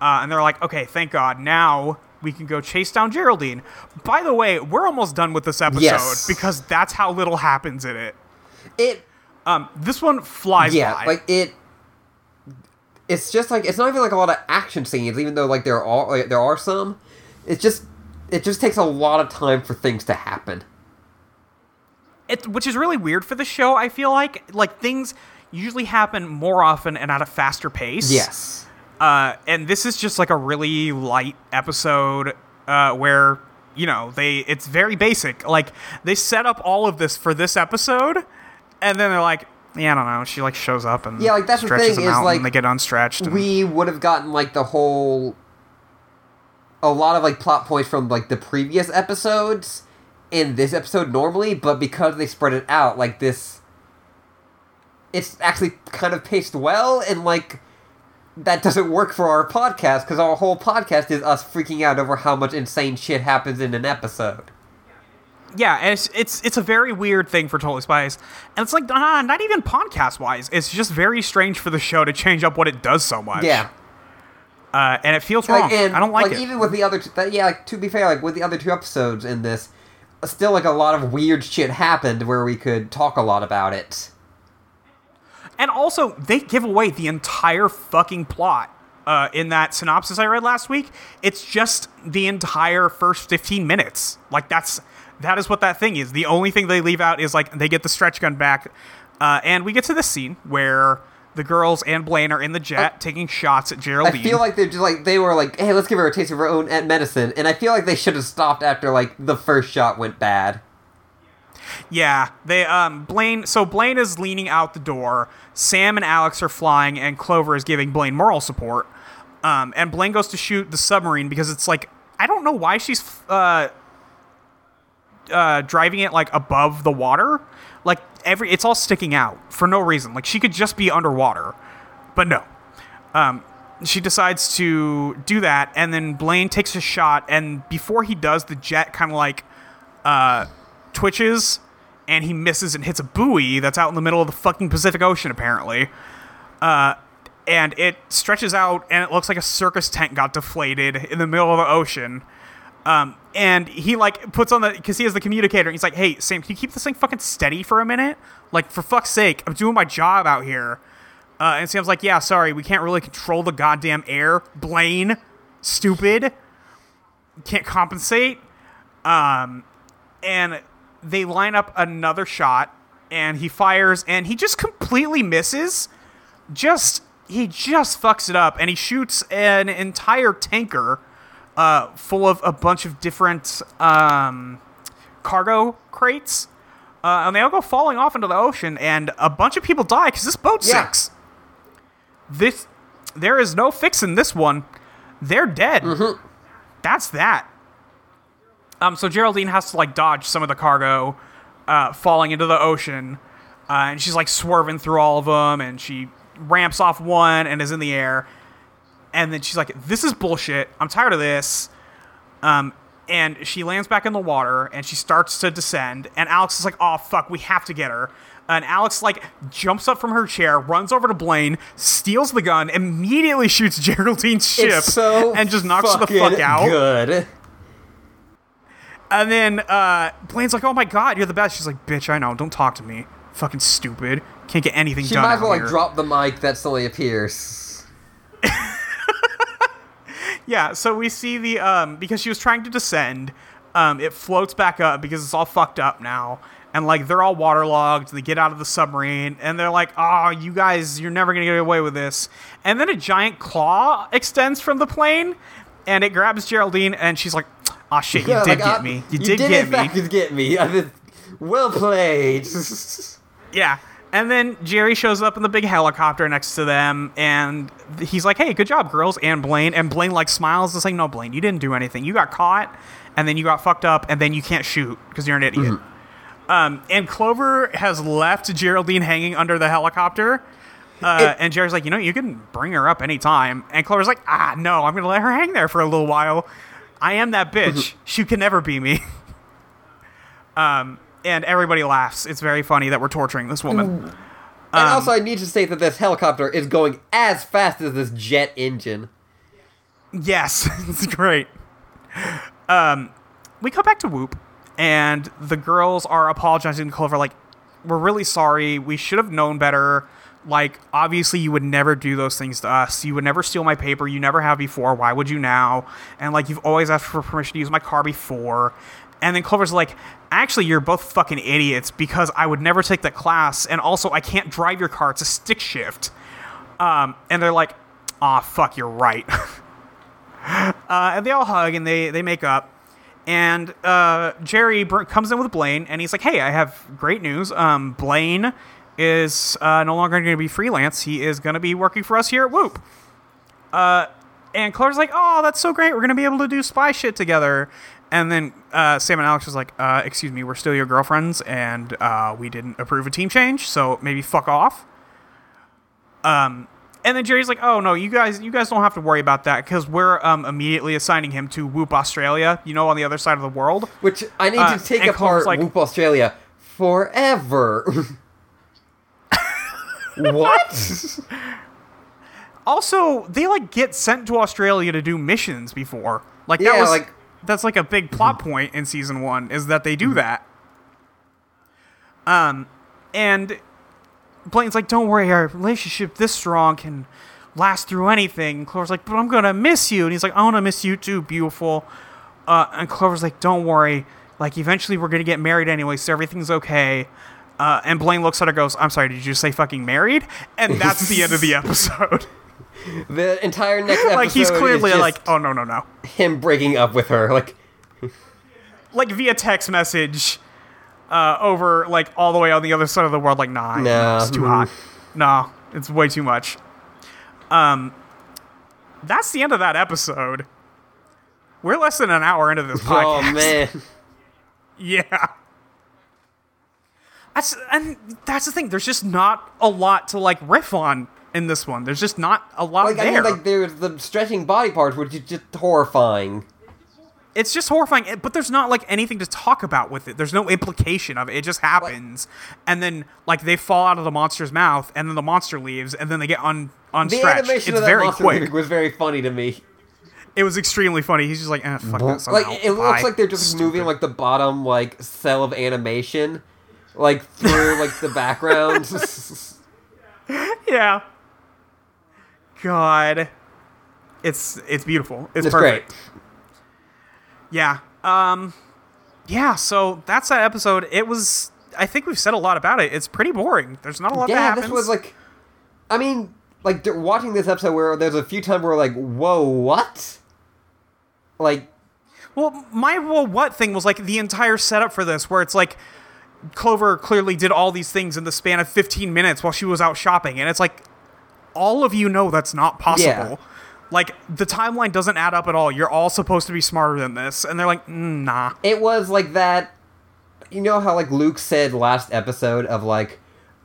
Speaker 3: uh, and they're like okay thank god now we can go chase down geraldine by the way we're almost done with this episode
Speaker 2: Yes.
Speaker 3: because that's how little happens in it
Speaker 2: it
Speaker 3: um, this one flies
Speaker 2: yeah
Speaker 3: by.
Speaker 2: like it it's just like it's not even like a lot of action scenes even though like there are like, there are some it's just it just takes a lot of time for things to happen
Speaker 3: it, which is really weird for the show. I feel like like things usually happen more often and at a faster pace.
Speaker 2: yes
Speaker 3: Uh, and this is just like a really light episode uh, where you know they it's very basic. Like they set up all of this for this episode, and then they're like, yeah, I don't know. She like shows up and
Speaker 2: Yeah, like, that's the
Speaker 3: stretches
Speaker 2: thing
Speaker 3: them
Speaker 2: is,
Speaker 3: out
Speaker 2: like,
Speaker 3: and they get unstretched. and-
Speaker 2: we would have gotten like the whole a lot of like plot points from like the previous episodes in this episode normally, but because they spread it out like this, it's actually kind of paced well, and like that doesn't work for our podcast because our whole podcast is us freaking out over how much insane shit happens in an episode.
Speaker 3: Yeah, and it's it's it's a very weird thing for Totally Spies, and it's like nah, not even podcast wise. It's just very strange for the show to change up what it does so much.
Speaker 2: Yeah.
Speaker 3: uh, and it feels wrong.
Speaker 2: Like, and,
Speaker 3: I don't like, it.
Speaker 2: Even with the other, two, that, yeah. Like to be fair, like with the other two episodes in this, still like a lot of weird shit happened where we could talk a lot about it.
Speaker 3: and also, they give away the entire fucking plot. Uh, in that synopsis I read last week, it's just the entire first 15 minutes. Like that's that is what that thing is. The only thing they leave out is like they get the stretch gun back, uh, and we get to this scene where the girls and Blaine are in the jet taking shots at
Speaker 2: Oh. I
Speaker 3: Geraldine.
Speaker 2: feel like they're just like they were like, hey, let's give her a taste of her own eh, medicine, and I feel like they should have stopped after like the first shot went bad.
Speaker 3: Yeah, they um Blaine. So Blaine is leaning out the door. Sam and Alex are flying, and Clover is giving Blaine moral support. Um, and Blaine goes to shoot the submarine because it's like I don't know why she's uh uh driving it like above the water. Like every, it's all sticking out for no reason. Like she could just be underwater, but no. Um, she decides to do that, and then Blaine takes a shot, and before he does, the jet kind of like twitches and he misses and hits a buoy that's out in the middle of the fucking Pacific Ocean, apparently. Uh, and it stretches out and it looks like a circus tent got deflated in the middle of the ocean. Um, and he like puts on the because he has the communicator. And he's like, "Hey, Sam, can you keep this thing fucking steady for a minute? Like, for fuck's sake, I'm doing my job out here." Uh, and Sam's like, "Yeah, sorry, we can't really control the goddamn air, Blaine. Stupid. Can't compensate." and they line up another shot and he fires and he just completely misses just he just fucks it up and he shoots an entire tanker uh, full of a bunch of different um, cargo crates uh, and they all go falling off into the ocean and a bunch of people die because this boat
Speaker 2: Yeah.
Speaker 3: sinks this there is no fixing this one they're dead that's that um, so Geraldine has to like dodge some of the cargo uh, falling into the ocean, uh, and she's like swerving through all of them, and she ramps off one and is in the air, and then she's like, "This is bullshit. I'm tired of this." Um, and she lands back in the water, and she starts to descend, and Alex is like, "Oh fuck, we have to get her." And Alex like jumps up from her chair, runs over to Blaine, steals the gun, immediately shoots Geraldine's ship,
Speaker 2: It's so
Speaker 3: and just knocks her the fuck
Speaker 2: fucking
Speaker 3: out.
Speaker 2: Good.
Speaker 3: And then uh, Blaine's like, "Oh my god, you're the best." She's like, "Bitch, I know. Don't talk to me. Fucking stupid. Can't get anything
Speaker 2: She
Speaker 3: done."
Speaker 2: might as
Speaker 3: out
Speaker 2: well like
Speaker 3: here."
Speaker 2: drop the mic that Celia Pierce.
Speaker 3: Yeah. So we see the um because she was trying to descend, um it floats back up because it's all fucked up now, and like they're all waterlogged. They get out of the submarine and they're like, "Oh, you guys, you're never gonna get away with this." And then a giant claw extends from the plane, and it grabs Geraldine, and she's like, "Ah, shit, you
Speaker 2: Yeah, like,
Speaker 3: did get
Speaker 2: I-
Speaker 3: me. You,
Speaker 2: You
Speaker 3: did,
Speaker 2: did
Speaker 3: get
Speaker 2: in
Speaker 3: me."
Speaker 2: fact get me. I did- Well played.
Speaker 3: Yeah. And then Jerry shows up in the big helicopter next to them, and he's like, "Hey, good job, girls!" And Blaine, and Blaine like smiles, and like, "No, Blaine, you didn't do anything. You got caught, and then you got fucked up, and then you can't shoot because you're an idiot." Um, and Clover has left Geraldine hanging under the helicopter, uh, and Jerry's like, "You know, you can bring her up anytime." And Clover's like, "Ah, no, I'm gonna let her hang there for a little while. I am that bitch. she can never be me." and everybody laughs. It's very funny that we're torturing this woman.
Speaker 2: And
Speaker 3: Um,
Speaker 2: also, I need to state that this helicopter is going as fast as this jet engine.
Speaker 3: Yes, it's great. Um, we come back to Whoop, and the girls are apologizing to Clover, like, we're really sorry. We should have known better. Like, obviously, you would never do those things to us. You would never steal my paper. You never have before. Why would you now? And, like, you've always asked for permission to use my car before. And then Clover's like, actually, you're both fucking idiots because I would never take that class. And also, I can't drive your car. It's a stick shift. Um, and they're like, ah, fuck, you're right. Uh, and they all hug and they they make up. And uh, Jerry br- comes in with Blaine, and he's like, "Hey, I have great news. Um, Blaine is uh, no longer going to be freelance. He is going to be working for us here at Whoop." Uh, And Claire's like, "Oh, that's so great. We're gonna be able to do spy shit together." And then uh, Sam and Alex was like, uh, "Excuse me, we're still your girlfriends, and uh, we didn't approve a team change, so maybe fuck off." Um, and then Jerry's like, "Oh no, you guys, you guys don't have to worry about that because we're um, immediately assigning him to Whoop Australia, you know, on the other side of the world."
Speaker 2: Which I need
Speaker 3: Uh,
Speaker 2: to take
Speaker 3: and Claire's
Speaker 2: apart
Speaker 3: like-
Speaker 2: Whoop Australia forever. what?
Speaker 3: Also, they like get sent to Australia to do missions before. Like that
Speaker 2: Yeah,
Speaker 3: was
Speaker 2: like- Mhm.
Speaker 3: that's like a big plot point in season one is that they do that. Um, and Blaine's like, "Don't worry, our relationship this strong can last through anything." And Clover's like, "But I'm gonna miss you," and he's like, "I'm gonna miss you too, beautiful." Uh, and Clover's like, "Don't worry, like eventually we're gonna get married anyway, so everything's okay." Uh, and Blaine looks at her, and goes, "I'm sorry, did you say fucking married?" And that's the end of the episode.
Speaker 2: the entire next episode
Speaker 3: like he's clearly
Speaker 2: is just
Speaker 3: like oh no no no
Speaker 2: him breaking up with her. Like
Speaker 3: like via text message uh, over like all the way on the other side of the world like nah
Speaker 2: Nah. mm-hmm.
Speaker 3: it's too hot nah it's way too much um that's the end of that episode we're less than an hour into this podcast
Speaker 2: oh man.
Speaker 3: yeah that's and that's the thing there's just not a lot to like riff on in this one there's just not a lot
Speaker 2: Like I
Speaker 3: there
Speaker 2: mean like there's the stretching body parts which is just horrifying.
Speaker 3: it's just horrifying it- but there's not like anything to talk about with it there's no implication of it it just happens and then like they fall out of the monster's mouth and then the monster leaves and then they get un
Speaker 2: The
Speaker 3: unstretched it's
Speaker 2: animation of that
Speaker 3: very
Speaker 2: monster
Speaker 3: quick
Speaker 2: leaving was very funny to me.
Speaker 3: it was extremely funny he's just like eh, fuck that
Speaker 2: Like
Speaker 3: somehow.
Speaker 2: it looks
Speaker 3: Bye."
Speaker 2: like they're just moving like the bottom like cell of animation like through like the background.
Speaker 3: yeah god it's it's beautiful it's,
Speaker 2: It's
Speaker 3: perfect
Speaker 2: great.
Speaker 3: Yeah. Um yeah, so that's that episode. It was I think we've said a lot about it. It's pretty boring. There's not a lot that
Speaker 2: Yeah,
Speaker 3: happens.
Speaker 2: this was like, I mean, like d- watching this episode where there's a few times where like, whoa, what? Like,
Speaker 3: Well, my well, what thing was like the entire setup for this, where it's like Clover clearly did all these things in the span of 15 minutes while she was out shopping, and it's like all of you know that's not possible. Like the timeline doesn't add up at all. You're all supposed to be smarter than this, and they're like, "Mm, nah.
Speaker 2: it was like that. You know how like Luke said last episode of like,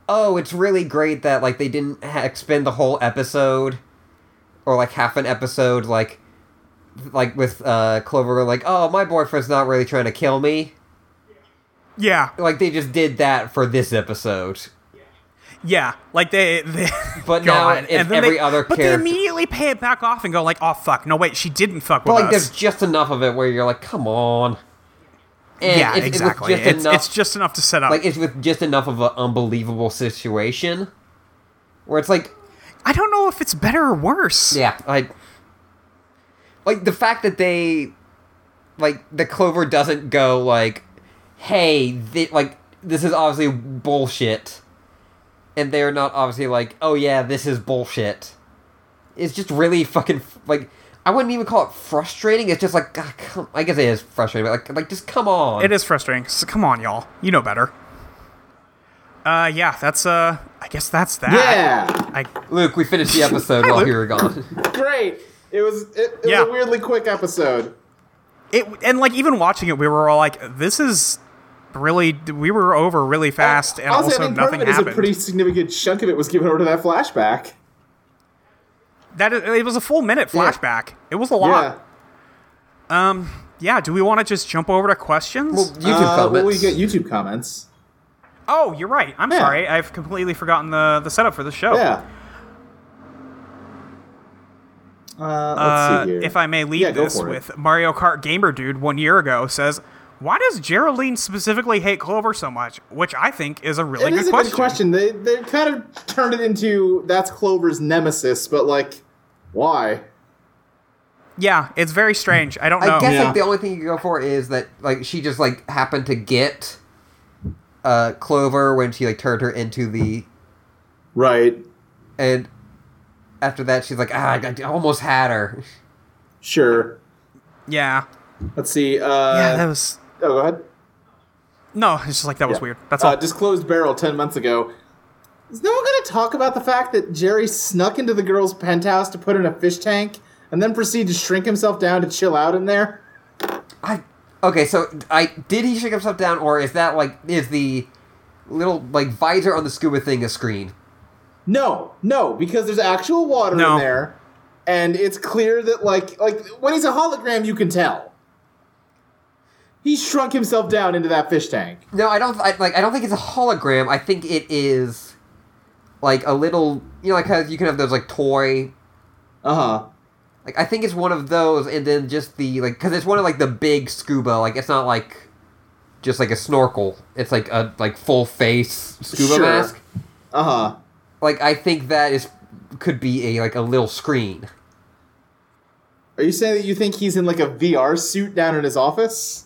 Speaker 2: oh, it's really great that like they didn't ha- expend the whole episode, or like half an episode like, like with uh Clover like, oh, my boyfriend's not really trying to kill me.
Speaker 3: Yeah,
Speaker 2: Like they just did that for this episode.
Speaker 3: yeah. Like they, they
Speaker 2: But now
Speaker 3: God.
Speaker 2: if
Speaker 3: And then
Speaker 2: every
Speaker 3: they-
Speaker 2: other
Speaker 3: but
Speaker 2: character-
Speaker 3: they immediately pay it back off and go like, "Oh fuck, no wait, she didn't fuck
Speaker 2: But
Speaker 3: with
Speaker 2: like,
Speaker 3: us."
Speaker 2: there's just enough of it where you're like, come on. And
Speaker 3: yeah,
Speaker 2: it- it was
Speaker 3: exactly.
Speaker 2: just
Speaker 3: it's,
Speaker 2: enough-
Speaker 3: it's just enough to set up.
Speaker 2: like it's with just enough of an unbelievable situation where it's like,
Speaker 3: I don't know if it's better or worse.
Speaker 2: yeah, I like the fact that they like the clover doesn't go like, hey, thi- like this is obviously bullshit, and they're not obviously like, oh yeah, this is bullshit. It's just really fucking f- like. I wouldn't even call it frustrating. It's just like, God, come, I guess it is frustrating. But like, like, just come on.
Speaker 3: It is frustrating. So come on, y'all. You know better. Uh, yeah, that's uh, I guess that's that.
Speaker 4: Yeah,
Speaker 3: I,
Speaker 2: Luke, we finished the episode
Speaker 3: Hi,
Speaker 2: while
Speaker 3: Luke.
Speaker 2: you were gone.
Speaker 4: great. It was it, it
Speaker 3: Yeah.
Speaker 4: was a weirdly quick episode.
Speaker 3: it and like even watching it, we were all like, "This is really." We were over really fast, and
Speaker 4: Honestly,
Speaker 3: also
Speaker 4: I think part
Speaker 3: nothing
Speaker 4: of it is
Speaker 3: happened.
Speaker 4: a pretty significant chunk of it was given over to that flashback.
Speaker 3: that is, it was a full minute
Speaker 2: Yeah.
Speaker 3: flashback. It was a
Speaker 4: Yeah.
Speaker 3: lot. Yeah. Do we want to just jump over to questions?
Speaker 2: Well, YouTube
Speaker 4: Uh, well,
Speaker 2: comments.
Speaker 4: we get YouTube comments.
Speaker 3: oh, you're right. I'm
Speaker 4: Yeah.
Speaker 3: sorry. I've completely forgotten the the setup for the show.
Speaker 4: Yeah. Uh, let's
Speaker 3: Uh,
Speaker 4: see here.
Speaker 3: if I may lead
Speaker 4: Yeah, go
Speaker 3: this
Speaker 4: for it.
Speaker 3: with Mario Kart Gamer Dude one year ago says, "Why does Geraldine specifically hate Clover so much?" Which I think is a really
Speaker 4: it
Speaker 3: good
Speaker 4: is a
Speaker 3: question.
Speaker 4: good question. They they kind of turned it into that's Clover's nemesis, but like, why?
Speaker 3: Yeah, it's very strange. I don't
Speaker 2: I
Speaker 3: know.
Speaker 2: guess
Speaker 4: Yeah.
Speaker 2: like the only thing you go for is that like she just like happened to get uh Clover when she like turned her into the
Speaker 4: Right.
Speaker 2: and after that she's like ah I got- I almost had her.
Speaker 4: Sure.
Speaker 3: yeah,
Speaker 4: Let's see. Uh,
Speaker 3: yeah, that was
Speaker 4: oh, go ahead.
Speaker 3: no. It's just like that was
Speaker 4: Yeah.
Speaker 3: weird. That's
Speaker 4: uh,
Speaker 3: all.
Speaker 4: Disclosed barrel ten months ago. Is no one going to talk about the fact that Jerry snuck into the girl's penthouse to put in a fish tank and then proceed to shrink himself down to chill out in there.
Speaker 2: I okay. So I did he shrink himself down, or is that like is the little like visor on the scuba thing a screen?
Speaker 4: No, no, because there's actual water
Speaker 3: No.
Speaker 4: in there, and it's clear that like like when he's a hologram, you can tell. He shrunk himself down into that fish tank.
Speaker 2: No, I don't. I, like I don't think it's a hologram. I think it is like a little. You know, like how you can have those like toy.
Speaker 4: Uh huh.
Speaker 2: Like I think it's one of those, and then just the like because it's one of like the big scuba. Like it's not like just like a snorkel. It's like a like full face scuba
Speaker 4: Sure.
Speaker 2: mask.
Speaker 4: Uh huh.
Speaker 2: Like I think that is could be a like a little screen.
Speaker 4: Are you saying that you think he's in like a VR suit down in his office?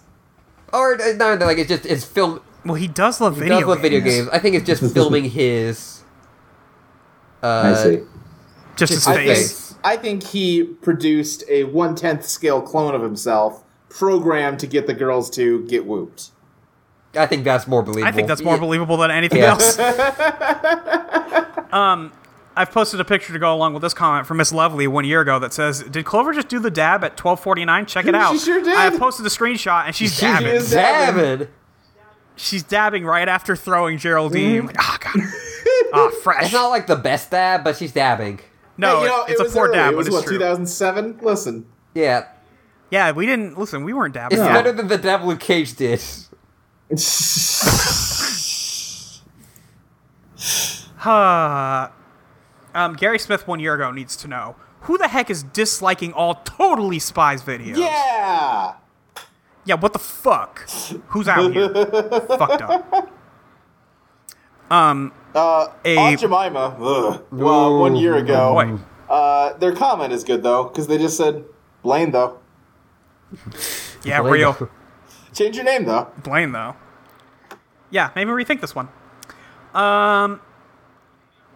Speaker 2: Or uh, no, no, like it's just it's film.
Speaker 3: Well, he does love
Speaker 2: He
Speaker 3: video
Speaker 2: does love video games. I think it's just filming his. Uh,
Speaker 5: I see.
Speaker 3: Just his
Speaker 2: I
Speaker 4: I think,
Speaker 3: face.
Speaker 4: I think he produced a one tenth scale clone of himself, programmed to get the girls to get whooped.
Speaker 2: I think that's more believable.
Speaker 3: I think that's more
Speaker 2: Yeah.
Speaker 3: believable than anything
Speaker 2: Yeah.
Speaker 3: else. um, I've posted a picture to go along with this comment from Miss Lovely one year ago that says, "Did Clover just do the dab at 12:49? Check it
Speaker 4: She
Speaker 3: out."
Speaker 4: sure did.
Speaker 3: I posted a screenshot and she's dabbing.
Speaker 4: is-
Speaker 2: Seven.
Speaker 3: She's dabbing right after throwing
Speaker 4: Mm-hmm.
Speaker 3: Geraldine. Like, ah, got her. ah, fresh.
Speaker 2: It's not like the best dab, but she's dabbing.
Speaker 3: no,
Speaker 4: Hey, you know,
Speaker 3: it's
Speaker 4: it
Speaker 3: a
Speaker 4: was
Speaker 3: poor
Speaker 4: early.
Speaker 3: dab,
Speaker 4: It was
Speaker 3: but
Speaker 4: what
Speaker 3: it's true.
Speaker 4: 2007. Listen,
Speaker 2: Yeah,
Speaker 3: Yeah, we didn't listen. We weren't dabbing.
Speaker 2: it's
Speaker 4: Yeah.
Speaker 2: better than the dab Luke Cage did.
Speaker 3: Uh, um, Gary Smith one year ago needs to know who the heck is disliking all totally spies videos.
Speaker 4: yeah.
Speaker 3: Yeah, what the fuck? Who's out here? Fucked up. Um,
Speaker 4: Uh,
Speaker 3: A-
Speaker 4: Aunt Jemima. Ugh. Well,
Speaker 5: Mm.
Speaker 4: one year ago.
Speaker 3: Oh, Boy.
Speaker 4: Uh, their comment is good though, because they just said Blaine though.
Speaker 3: Yeah,
Speaker 2: Blame
Speaker 3: real.
Speaker 2: them.
Speaker 4: Change your name though.
Speaker 3: Blaine, though. Yeah, maybe rethink this one. Um,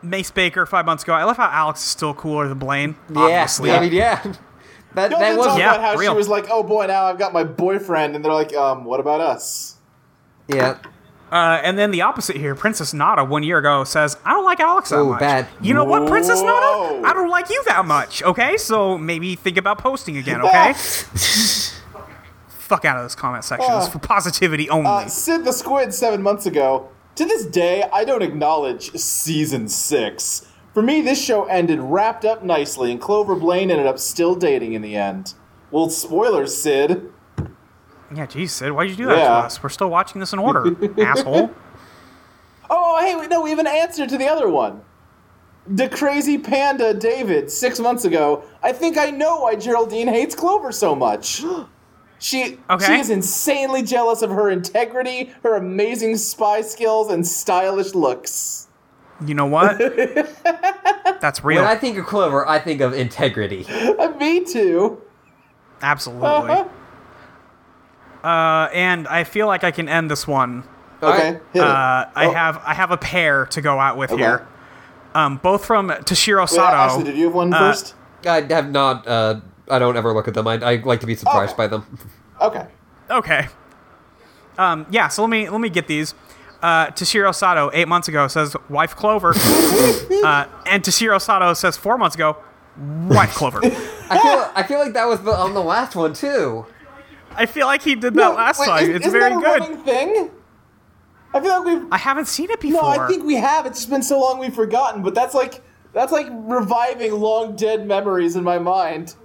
Speaker 3: Mace Baker, five months ago. I love how Alex is still cooler than Blaine.
Speaker 2: Yeah,
Speaker 3: obviously.
Speaker 2: I mean, yeah. That,
Speaker 4: Y'all
Speaker 2: that
Speaker 4: did
Speaker 2: was
Speaker 4: talk
Speaker 2: yeah.
Speaker 3: Yeah,
Speaker 4: about how
Speaker 3: real.
Speaker 4: she was like, "Oh boy, now I've got my boyfriend," and they're like, "Um, what about us?"
Speaker 3: Uh, and then the opposite here, Princess Nada, one year ago, says, I don't like Alex that
Speaker 2: Ooh,
Speaker 3: much.
Speaker 2: bad.
Speaker 3: You know what, Princess
Speaker 4: Whoa.
Speaker 3: Nada? I don't like you that much, okay? So maybe think about posting again, okay? Fuck out of this comment section. It's
Speaker 4: Uh,
Speaker 3: for positivity only.
Speaker 4: Uh, Sid the Squid seven months ago. To this day, I don't acknowledge season six. For me, this show ended wrapped up nicely, and Clover Blaine ended up still dating in the end. Well, spoilers, Sid.
Speaker 3: yeah, geez, Sid, why'd you do that to
Speaker 4: Yeah.
Speaker 3: us? We're still watching this in order, asshole.
Speaker 4: Oh, hey, wait, no, we have an answer to the other one. The crazy panda David, six months ago. I think I know why Geraldine hates Clover so much. She,
Speaker 3: Okay.
Speaker 4: she is insanely jealous of her integrity, her amazing spy skills, and stylish looks.
Speaker 3: You know what? That's real.
Speaker 2: When I think of Clover, I think of integrity.
Speaker 4: Uh, Me too.
Speaker 3: Absolutely.
Speaker 4: Uh-huh.
Speaker 3: Uh, and I feel like I can end this one.
Speaker 4: Okay,
Speaker 2: Alright.
Speaker 4: hit it.
Speaker 3: Uh, I
Speaker 4: Oh,
Speaker 3: have I have a pair to go out with
Speaker 4: Okay.
Speaker 3: here. Um, both from Toshiro
Speaker 4: wait,
Speaker 3: Sato.
Speaker 4: Ashley, did you have one
Speaker 3: uh,
Speaker 4: first?
Speaker 2: I have not. Uh, I don't ever look at them. I, I like to be surprised
Speaker 4: Oh.
Speaker 2: by them.
Speaker 4: Okay.
Speaker 3: Okay. Um, yeah, so let me let me get these. Uh, Toshiro Sato eight months ago says wife Clover, uh, and Toshiro Sato says four months ago wife Clover.
Speaker 2: I feel. I feel like that was the, on the last one too.
Speaker 3: I feel like he did that last
Speaker 4: wait,
Speaker 3: time.
Speaker 4: is-
Speaker 3: it's
Speaker 4: isn't
Speaker 3: very
Speaker 4: that a
Speaker 3: good.
Speaker 4: running thing? I feel like we've
Speaker 3: I haven't seen it
Speaker 4: No,
Speaker 3: before.
Speaker 4: I think we have. It's just been so long we've forgotten. But that's like that's like reviving long dead memories in my mind.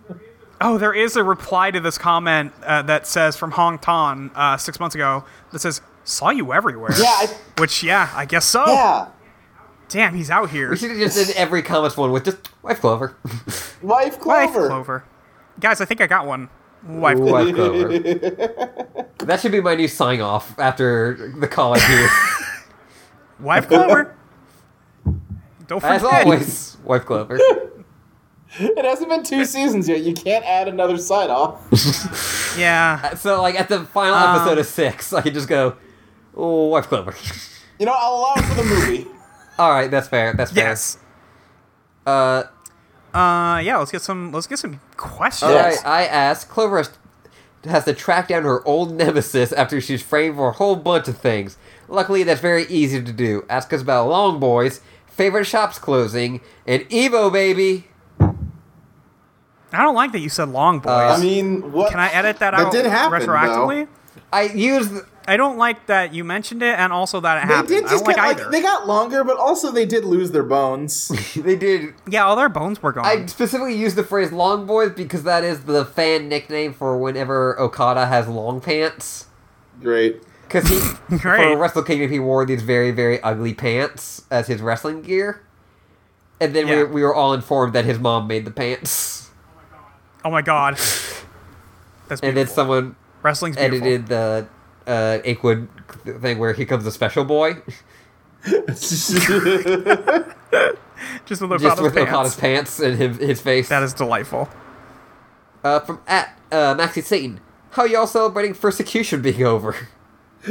Speaker 3: Oh, there is a reply to this comment uh, that says from Hong Tan uh, six months ago that says, Saw you everywhere.
Speaker 4: Yeah, I,
Speaker 3: Which, yeah, I guess so.
Speaker 4: yeah.
Speaker 3: Damn, he's out here.
Speaker 2: We should have just did every comics one with just wife Clover.
Speaker 4: Wife
Speaker 3: Wife
Speaker 4: Clover.
Speaker 3: Clover. Guys, I think I got one. Wife Clover.
Speaker 2: wife Clover. That should be my new sign off after the call I do.
Speaker 3: Wife Clover. Don't forget.
Speaker 2: As always, wife Clover.
Speaker 4: It hasn't been two seasons yet. You can't add another side off.
Speaker 3: Yeah.
Speaker 2: So like at the final
Speaker 3: Um,
Speaker 2: episode of six, I could just go, oh, wife Clover.
Speaker 4: You know, I'll allow it for the movie.
Speaker 2: All right, that's fair. That's fair.
Speaker 3: Yes.
Speaker 2: Uh,
Speaker 3: Uh, yeah. Let's get some. Let's get some questions.
Speaker 2: all right.
Speaker 4: Yes.
Speaker 2: I asked Clover has- has to track down her old nemesis after she's framed for a whole bunch of things. Luckily, that's very easy to do. Ask us about Long Boys, favorite shops closing, and Evo baby.
Speaker 3: I don't like that you said long boys.
Speaker 4: Uh, I mean, what?
Speaker 3: Can I edit that,
Speaker 4: That
Speaker 3: out
Speaker 4: did happen,
Speaker 3: retroactively?
Speaker 2: I used.
Speaker 3: I don't like that you mentioned it, and also that it
Speaker 4: They
Speaker 3: happened.
Speaker 4: did
Speaker 3: I
Speaker 4: just
Speaker 3: don't like
Speaker 4: get, like,
Speaker 3: either.
Speaker 4: they got longer, but also they did lose their bones.
Speaker 2: They did.
Speaker 3: yeah, all their bones were gone.
Speaker 2: I specifically used the phrase "long boys" because that is the fan nickname for whenever Okada has long pants.
Speaker 4: Great.
Speaker 2: Because he,
Speaker 3: Great.
Speaker 2: for Wrestle Kingdom, he wore these very, very ugly pants as his wrestling gear. And then
Speaker 3: Yeah.
Speaker 2: we, we were all informed that his mom made the pants.
Speaker 3: oh my god, that's
Speaker 2: And then
Speaker 3: beautiful.
Speaker 2: someone
Speaker 3: wrestling's beautiful.
Speaker 2: edited the uh, Aquid thing where here comes the special boy,
Speaker 3: just with Okada's
Speaker 2: just with
Speaker 3: pants.
Speaker 2: Okada's pants and his, his face.
Speaker 3: That is delightful.
Speaker 2: uh, from at uh, Maxi Satan. How y'all celebrating persecution being over?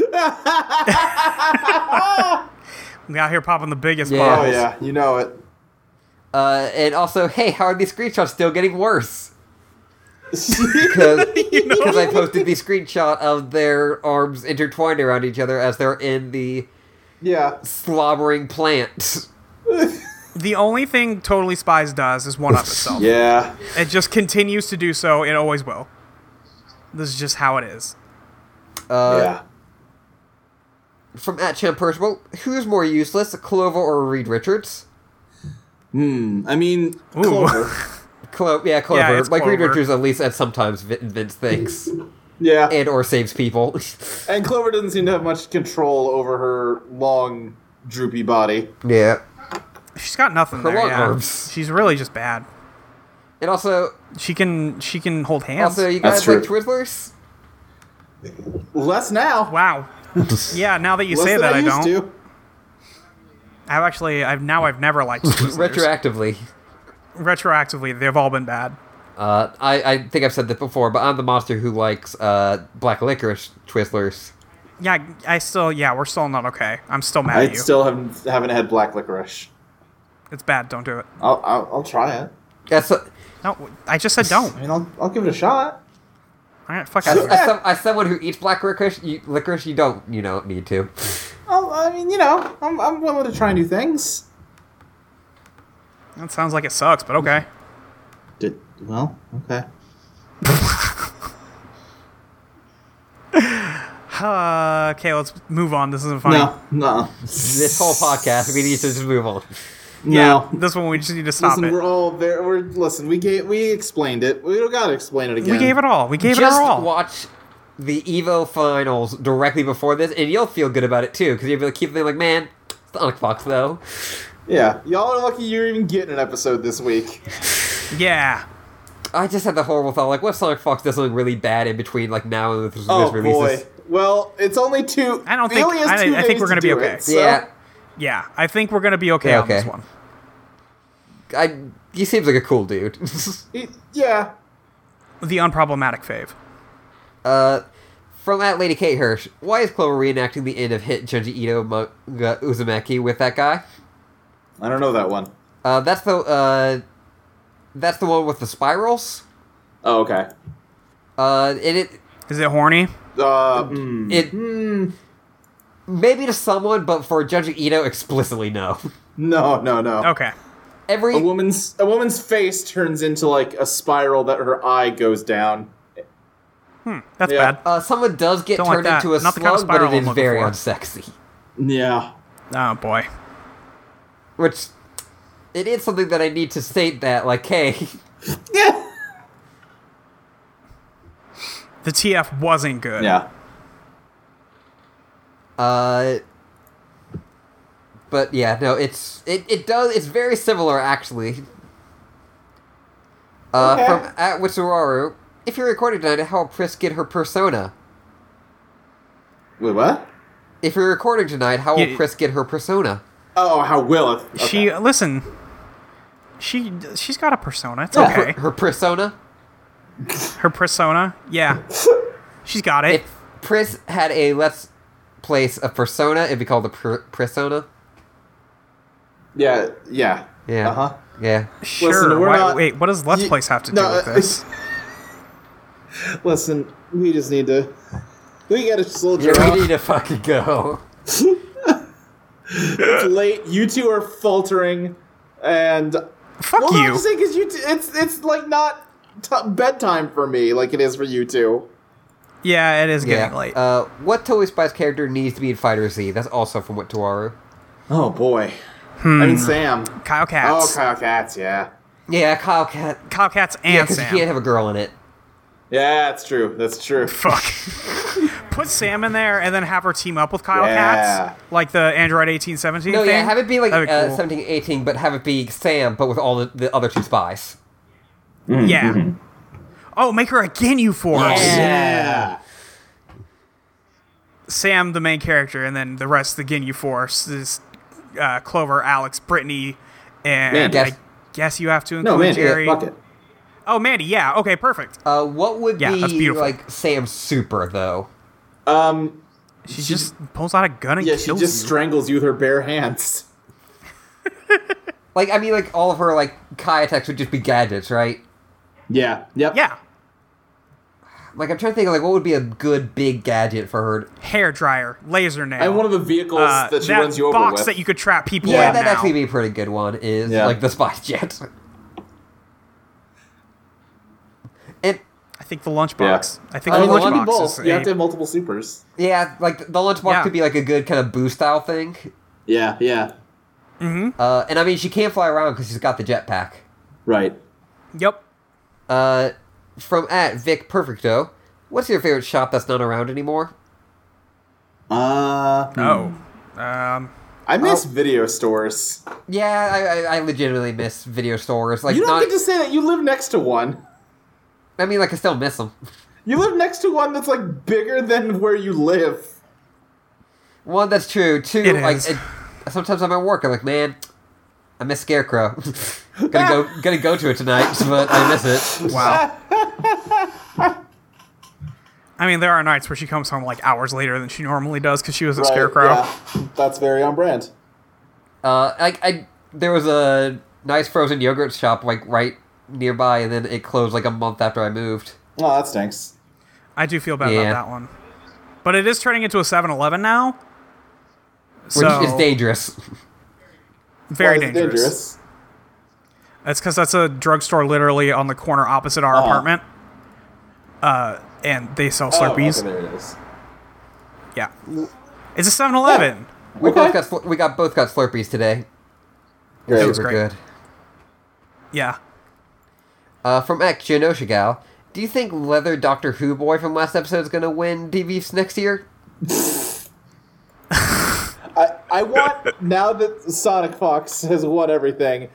Speaker 3: We out here popping the biggest
Speaker 2: Yeah.
Speaker 4: oh
Speaker 3: bottles.
Speaker 4: yeah, you know it.
Speaker 2: Uh, and also, hey, how are these screenshots still getting worse? Because I posted the screenshot of their arms intertwined around each other as they're in the
Speaker 4: yeah.
Speaker 2: slobbering plant.
Speaker 3: The only thing Totally Spies does is one up itself.
Speaker 4: Yeah.
Speaker 3: It just continues to do so. It always will. This is just how it is.
Speaker 4: yeah.
Speaker 2: From at Champ Percival, who's more useless, Clover or Reed Richards?
Speaker 4: I mean,
Speaker 3: Ooh.
Speaker 4: Clover.
Speaker 2: Clo- yeah, Clover.
Speaker 3: it's
Speaker 2: like Reed
Speaker 3: Clover.
Speaker 2: Richards, at least at sometimes vi- invents things
Speaker 4: Yeah.
Speaker 2: and or saves people.
Speaker 4: And Clover doesn't seem to have much control over her long, droopy body.
Speaker 2: yeah,
Speaker 3: She's got nothing
Speaker 2: Her
Speaker 3: there.
Speaker 2: long
Speaker 3: yeah.
Speaker 2: arms.
Speaker 3: She's really just bad.
Speaker 2: and also,
Speaker 3: She can she can hold hands.
Speaker 2: also you
Speaker 4: That's
Speaker 2: guys like
Speaker 4: true.
Speaker 2: Twizzlers?
Speaker 4: Less now.
Speaker 3: wow. yeah. Now that you
Speaker 4: Less
Speaker 3: say
Speaker 4: than
Speaker 3: that,
Speaker 4: I,
Speaker 3: I,
Speaker 4: used
Speaker 3: don't.
Speaker 4: to.
Speaker 3: I've actually I've now I've never liked Twizzlers.
Speaker 2: Retroactively,
Speaker 3: Retroactively, they've all been bad.
Speaker 2: uh, I I think I've said that before, but I'm the monster who likes uh, black licorice Twizzlers.
Speaker 3: Yeah. I still yeah. We're still not okay. I'm still mad
Speaker 4: I
Speaker 3: at you.
Speaker 4: still haven't haven't had black licorice.
Speaker 3: it's bad. Don't do it.
Speaker 4: I'll, I'll I'll try it.
Speaker 2: That's a-
Speaker 3: No. I just said don't.
Speaker 4: I mean, I'll I'll give it a shot.
Speaker 3: All right. Fuck
Speaker 2: as,
Speaker 3: out of here.
Speaker 2: as, some, as someone who eats black licorice, you, licorice, you don't you don't need to.
Speaker 4: I'll, I mean, you know, I'm I'm willing to try new things.
Speaker 3: That sounds like it sucks, but okay.
Speaker 4: Did, well, okay.
Speaker 3: Uh, okay. Let's move on. This isn't funny.
Speaker 4: No, no,
Speaker 2: This whole podcast, we need to just move on.
Speaker 4: no.
Speaker 3: This one we just need to stop
Speaker 4: Listen,
Speaker 3: it.
Speaker 4: we're all there. We're listen. We gave, we explained it. We don't gotta explain it again.
Speaker 3: We gave it all. We gave it
Speaker 2: just
Speaker 3: our all.
Speaker 2: watch the Evo finals directly before this, and you'll feel good about it too, because you'll be like, keep thinking like, man, it's the Onyx Fox though.
Speaker 4: Yeah, y'all are lucky you're even getting an episode this week.
Speaker 3: yeah.
Speaker 2: I just had the horrible thought like, what if Sonic Fox does something really bad in between like now and this,
Speaker 4: Oh
Speaker 2: this releases?
Speaker 4: boy. Well, it's only two.
Speaker 3: I don't
Speaker 4: he
Speaker 3: think-
Speaker 4: only has
Speaker 3: I-
Speaker 4: two
Speaker 3: I think
Speaker 4: days
Speaker 3: we're gonna
Speaker 4: to
Speaker 3: be
Speaker 4: do
Speaker 3: okay.
Speaker 4: It, so-
Speaker 2: Yeah,
Speaker 3: Yeah. I think we're gonna be okay,
Speaker 2: Yeah,
Speaker 3: on this
Speaker 2: okay.
Speaker 3: one.
Speaker 2: I. He seems like a cool dude.
Speaker 4: He- yeah.
Speaker 3: The unproblematic fave.
Speaker 2: uh, from at Lady Kate Hirsch, why is Clover reenacting the end of hit Junji Ito manga Uzumaki with that guy?
Speaker 4: I don't know that one.
Speaker 2: Uh, that's the uh, that's the one with the spirals.
Speaker 4: Oh, okay.
Speaker 2: Uh, and it
Speaker 3: Is it horny?
Speaker 4: Uh, mm,
Speaker 2: it maybe to someone, but for Judge Ito, explicitly no.
Speaker 4: no, no, no.
Speaker 3: Okay.
Speaker 2: Every
Speaker 4: A woman's a woman's face turns into like a spiral that her eye goes down.
Speaker 3: Hmm, That's
Speaker 4: Yeah.
Speaker 3: bad.
Speaker 2: uh, someone does get
Speaker 3: Don't like
Speaker 2: turned
Speaker 3: that.
Speaker 2: into a
Speaker 3: Not the
Speaker 2: slug,
Speaker 3: kind of
Speaker 2: but
Speaker 3: spiral
Speaker 2: it
Speaker 3: I'm
Speaker 2: is
Speaker 3: looking
Speaker 2: very
Speaker 3: for.
Speaker 2: unsexy.
Speaker 4: Yeah.
Speaker 3: Oh boy.
Speaker 2: Which it is something that I need to state that, like, hey,
Speaker 4: Yeah.
Speaker 3: The TF wasn't good.
Speaker 4: Yeah.
Speaker 2: uh, but yeah, no, it's it, it does it's very similar actually. Uh,
Speaker 4: Okay.
Speaker 2: From at Witsuraru, if you're recording tonight, how will Pris get her persona?
Speaker 4: Wait, what?
Speaker 2: If you're recording tonight, how will
Speaker 3: You-
Speaker 2: Pris get her persona?
Speaker 4: Oh, how will it? Okay.
Speaker 3: She listen. She she's got a persona. It's
Speaker 2: Uh, her-
Speaker 3: okay.
Speaker 2: her persona.
Speaker 3: Her persona. Yeah. She's got it.
Speaker 2: If Pris had a let's place of persona, it'd be called the per- persona.
Speaker 4: Yeah. Yeah.
Speaker 2: Yeah. uh-huh.
Speaker 4: Uh huh.
Speaker 2: Yeah.
Speaker 3: sure.
Speaker 4: listen, we're
Speaker 3: why-
Speaker 4: not-
Speaker 3: wait. What does Let's
Speaker 4: you-
Speaker 3: Plays have to do
Speaker 4: no,
Speaker 3: with
Speaker 4: uh,
Speaker 3: this?
Speaker 4: Listen, we just need to. We gotta soldier
Speaker 2: Yeah, we
Speaker 4: on.
Speaker 2: need to fucking go.
Speaker 4: It's late. You two are faltering, and
Speaker 3: Fuck
Speaker 4: well, no, I'm
Speaker 3: you.
Speaker 4: just saying 'cause you. T- it's it's like not t- bedtime for me, like it is for you two.
Speaker 3: Yeah, it is getting
Speaker 2: Yeah.
Speaker 3: late.
Speaker 2: Uh, what Totally Spies character needs to be in Fighter Z? That's also from What Wataru.
Speaker 4: Oh boy. I mean Sam.
Speaker 3: Hmm. Kyle Katz.
Speaker 4: Oh, Kyle Katz, yeah.
Speaker 2: Yeah, Kyle Cat.
Speaker 3: Kyle Katz and
Speaker 2: Yeah, because you
Speaker 3: Sam.
Speaker 2: can't have a girl in it.
Speaker 4: Yeah, that's true. That's true.
Speaker 3: Fuck. Put Sam in there and then have her team up with Kyle
Speaker 4: Yeah.
Speaker 3: Katz, like the Android 1817
Speaker 2: No,
Speaker 3: thing.
Speaker 2: yeah, have it be like
Speaker 3: That'd be
Speaker 2: uh,
Speaker 3: cool.
Speaker 2: 17, 18, but have it be Sam, but with all the, the other two spies.
Speaker 3: Yeah. Hmm. Oh, make her again, you force.
Speaker 4: Yeah.
Speaker 3: Sam, the main character, and then the rest of the Ginyu Force is uh, Clover, Alex, Brittany, and
Speaker 4: Man,
Speaker 2: guess-
Speaker 3: I guess you have to include
Speaker 4: No, man,
Speaker 3: Jerry.
Speaker 4: yeah, fuck it.
Speaker 3: Oh, Mandy, yeah, okay, perfect.
Speaker 2: Uh, what would
Speaker 3: Yeah, that's
Speaker 2: be
Speaker 3: beautiful.
Speaker 2: like Sam's super though?
Speaker 4: Um,
Speaker 3: She, just pulls out a gun and
Speaker 4: yeah, she
Speaker 3: kills
Speaker 4: just
Speaker 3: you.
Speaker 4: strangles you with her bare hands.
Speaker 2: Like, I mean, like all of her like Kai attacks would just be gadgets, right?
Speaker 4: Yeah. Yep.
Speaker 3: yeah,
Speaker 2: Like, I'm trying to think like what would be a good big gadget for her.
Speaker 3: hair dryer, laser nail.
Speaker 4: And one of the vehicles
Speaker 3: uh,
Speaker 4: that she runs you over
Speaker 3: box
Speaker 4: with.
Speaker 3: that you could trap people
Speaker 2: Yeah,
Speaker 3: in
Speaker 2: that'd
Speaker 3: now.
Speaker 2: actually be a pretty good one. Is
Speaker 4: Yeah.
Speaker 2: like the spy jet. it
Speaker 3: I think the lunchbox. I think
Speaker 4: I mean,
Speaker 3: the
Speaker 4: there can be
Speaker 3: lunchbox
Speaker 4: both.
Speaker 3: is
Speaker 4: You
Speaker 3: a-
Speaker 4: have to have multiple supers.
Speaker 2: yeah, like the lunchbox
Speaker 3: Yeah.
Speaker 2: could be like a good kind of boost style thing.
Speaker 4: Yeah. Yeah.
Speaker 2: Uh, and I mean, she can't fly around because she's got the jetpack.
Speaker 4: Right.
Speaker 3: Yep.
Speaker 2: Uh, from at Vic Perfecto, what's your favorite shop that's not around anymore?
Speaker 4: Uh,
Speaker 3: Oh. Um,
Speaker 4: I miss video stores.
Speaker 2: Yeah, I, I, I legitimately miss video stores. Like,
Speaker 4: You don't
Speaker 2: not,
Speaker 4: get to say that. You live next to one.
Speaker 2: I mean, like, I still miss them.
Speaker 4: You live next to one that's like bigger than where you live.
Speaker 2: One, that's true. Two,
Speaker 3: It
Speaker 2: like,
Speaker 3: is.
Speaker 2: It, sometimes I'm at work. I'm like, man, I miss Scarecrow. gonna go, gonna go to it tonight, but I miss it.
Speaker 3: wow. I mean, there are nights where she comes home like hours later than she normally does because she was a
Speaker 4: Right,
Speaker 3: scarecrow.
Speaker 4: yeah. That's very on brand.
Speaker 2: Uh, like, I there was a nice frozen yogurt shop like right nearby, and then it closed like a month after I moved.
Speaker 4: Oh, that stinks.
Speaker 3: I do feel bad
Speaker 2: Yeah.
Speaker 3: about that one. But it is turning into a 7 Eleven now.
Speaker 2: Which
Speaker 3: So
Speaker 2: is dangerous.
Speaker 3: very
Speaker 4: Why is it
Speaker 3: dangerous. That's because that's a drugstore literally on the corner opposite our
Speaker 4: Uh-huh.
Speaker 3: apartment. Uh, and they sell
Speaker 4: Oh, okay,
Speaker 3: Slurpees.
Speaker 4: there it is.
Speaker 3: yeah. It's a 7 Eleven.
Speaker 2: We
Speaker 4: Okay.
Speaker 2: both got Slur- we got both got Slurpees today.
Speaker 4: Great.
Speaker 2: Super
Speaker 3: great.
Speaker 2: good.
Speaker 3: Yeah.
Speaker 2: Uh, from X Genoshigal, do you think Leather Doctor Who boy from last episode is gonna win DVs next year?
Speaker 4: I, I want now that Sonic Fox has won everything.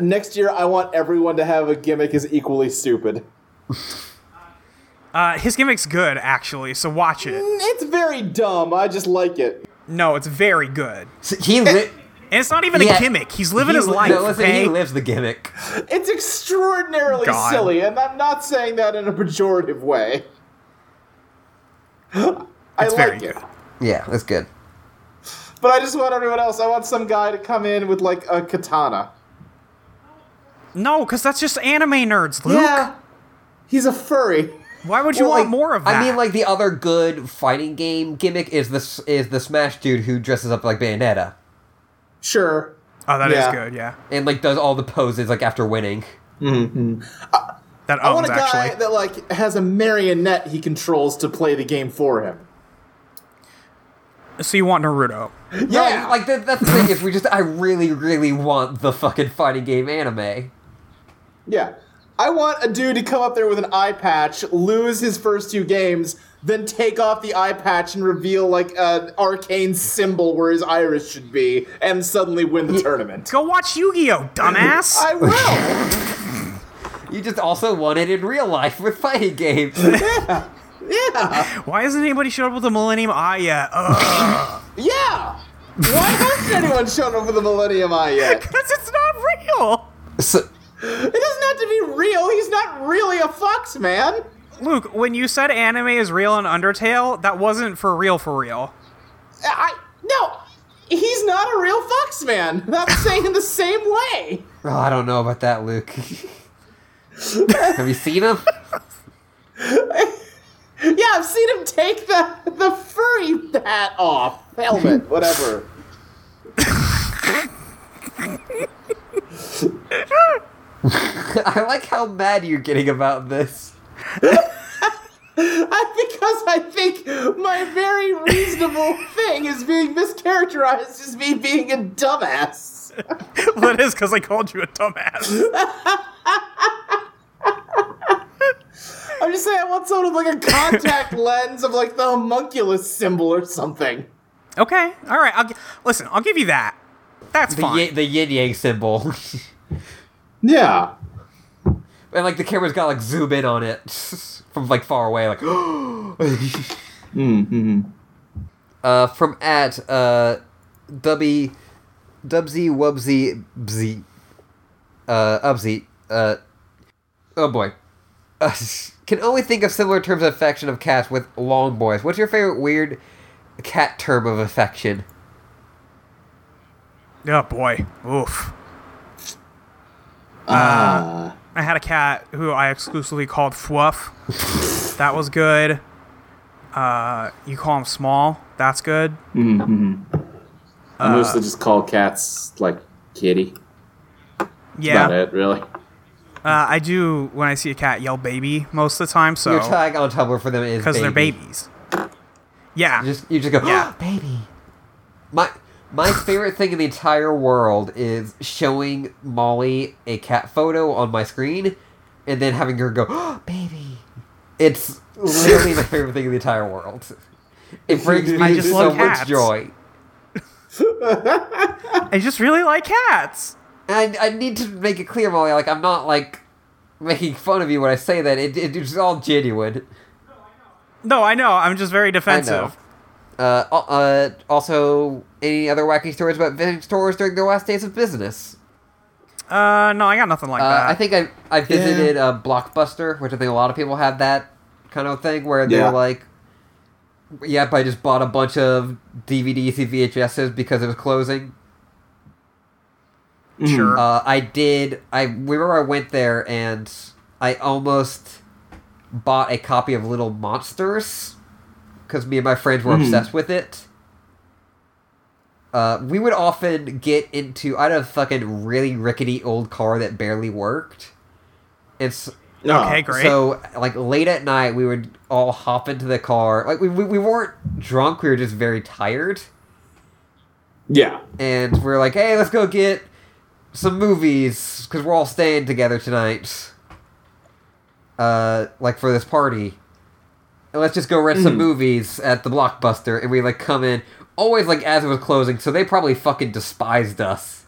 Speaker 4: Next year, I want everyone to have a gimmick is equally stupid.
Speaker 3: Uh, his gimmick's good, actually, so watch it.
Speaker 4: It's very dumb. I just like it.
Speaker 3: No, it's very good.
Speaker 2: S- He li-
Speaker 3: And it's not even
Speaker 2: Yeah.
Speaker 3: a gimmick. He's living
Speaker 2: he
Speaker 3: his
Speaker 2: li-
Speaker 3: life.
Speaker 2: No, listen,
Speaker 3: okay?
Speaker 2: he lives the gimmick.
Speaker 4: It's extraordinarily
Speaker 3: God.
Speaker 4: silly, and I'm not saying that in a pejorative way. I
Speaker 3: It's very
Speaker 4: like it.
Speaker 3: good.
Speaker 2: Yeah, that's good.
Speaker 4: But I just want everyone else. I want some guy to come in with like a katana.
Speaker 3: no, because that's just anime nerds, Luke.
Speaker 4: Yeah, he's a furry.
Speaker 3: Why would you
Speaker 2: Well,
Speaker 3: want
Speaker 2: like,
Speaker 3: more of that?
Speaker 2: I mean, like the other good fighting game gimmick is this is the Smash dude who dresses up like Bayonetta
Speaker 4: Sure.
Speaker 3: oh, that is
Speaker 4: yeah.
Speaker 3: good. Yeah,
Speaker 2: and like does all the poses like after winning.
Speaker 3: that
Speaker 4: I want
Speaker 3: owns
Speaker 4: a guy
Speaker 3: Oh, actually.
Speaker 4: that like has a marionette he controls to play the game for him.
Speaker 3: so you want Naruto?
Speaker 4: Yeah,
Speaker 2: like that, that's the thing is we just I really really want the fucking fighting game anime.
Speaker 4: yeah. I want a dude to come up there with an eye patch, lose his first two games, then take off the eye patch and reveal like an arcane symbol where his iris should be, and suddenly win the tournament.
Speaker 3: Go watch Yu-Gi-Oh, dumbass.
Speaker 4: I will.
Speaker 2: You just also want it in real life with fighting games.
Speaker 4: yeah,
Speaker 3: Why hasn't anybody showed up with the Millennium Eye yet?
Speaker 4: yeah. Why hasn't anyone shown up with the Millennium Eye yet?
Speaker 3: Because it's not real.
Speaker 2: so,
Speaker 4: It doesn't have to be real. He's not really a fox, man.
Speaker 3: Luke, when you said anime is real in Undertale, that wasn't for real, for real.
Speaker 4: I no, he's not a real fox man. That's saying in the same way.
Speaker 2: Oh, I don't know about that, Luke. Have you seen him?
Speaker 4: Yeah, I've seen him take the the furry hat off, helmet, whatever.
Speaker 2: I like how mad you're getting about this.
Speaker 4: because I think my very reasonable thing is being mischaracterized as me being a dumbass.
Speaker 3: well, it is because I called you a dumbass.
Speaker 4: I'm just saying I want someone with like a contact lens of like the homunculus symbol or something.
Speaker 3: okay, all right. I'll g- listen. I'll give you that. That's
Speaker 2: The,
Speaker 3: fine.
Speaker 2: y- the yin yang symbol.
Speaker 4: Yeah.
Speaker 2: and like the camera's got like zoom in on it from like far away, like. Uh, from at uh, Dubby, Dubsy Wubsy Bzy, uh, Ubsy, uh, oh boy, uh, can only think of similar terms of affection of cats with long boys. What's your favorite weird cat term of affection?
Speaker 3: Oh boy. Oof.
Speaker 4: Uh,
Speaker 3: I had a cat who I exclusively called Fluff. that was good. Uh, you call him small. That's good.
Speaker 4: I mostly just call cats like kitty.
Speaker 3: Yeah. Uh,
Speaker 4: it, really.
Speaker 3: I do when I see a cat yell baby most of the time. So
Speaker 2: Your tag on Tumblr for them is
Speaker 3: because they're babies. Yeah.
Speaker 2: You just you just go,
Speaker 3: Ah. Yeah.
Speaker 2: baby. My my favorite thing in the entire world is showing Molly a cat photo on my screen, and then having her go, baby. It's literally my favorite thing in the entire world. It brings me
Speaker 3: I just
Speaker 2: so
Speaker 3: love
Speaker 2: much
Speaker 3: cats.
Speaker 2: joy.
Speaker 3: I just really like cats.
Speaker 2: And I, I need to make it clear, Molly. Like I'm not like making fun of you when I say that. It, it- it's all genuine.
Speaker 3: No, I know. I'm just very
Speaker 2: I know.
Speaker 3: defensive.
Speaker 2: Uh, al- uh, also, any other wacky stories about visiting stores during their last days of business?
Speaker 3: Uh, no, I got nothing like
Speaker 2: Uh,
Speaker 3: that.
Speaker 2: I think I I visited uh Blockbuster, which I think a lot of people have that kind of thing where they're
Speaker 4: Yeah.
Speaker 2: like, "Yep, I just bought a bunch of DVDs and VHSs because it was closing."
Speaker 3: sure.
Speaker 2: Uh, I did. I remember I went there and I almost bought a copy of Little Monsters because me and my friends were obsessed with it. Uh, we would often get into I had a fucking really rickety old car that barely worked. It's
Speaker 3: okay, great.
Speaker 2: Uh, so like late at night we would all hop into the car. Like we, we, we weren't drunk, we were just very tired
Speaker 4: Yeah.
Speaker 2: and we're like, hey, let's go get some movies because we're all staying together tonight. Uh, like for this party, and let's just go rent some movies at the blockbuster. And we like come in always like as it was closing, so they probably fucking despised us.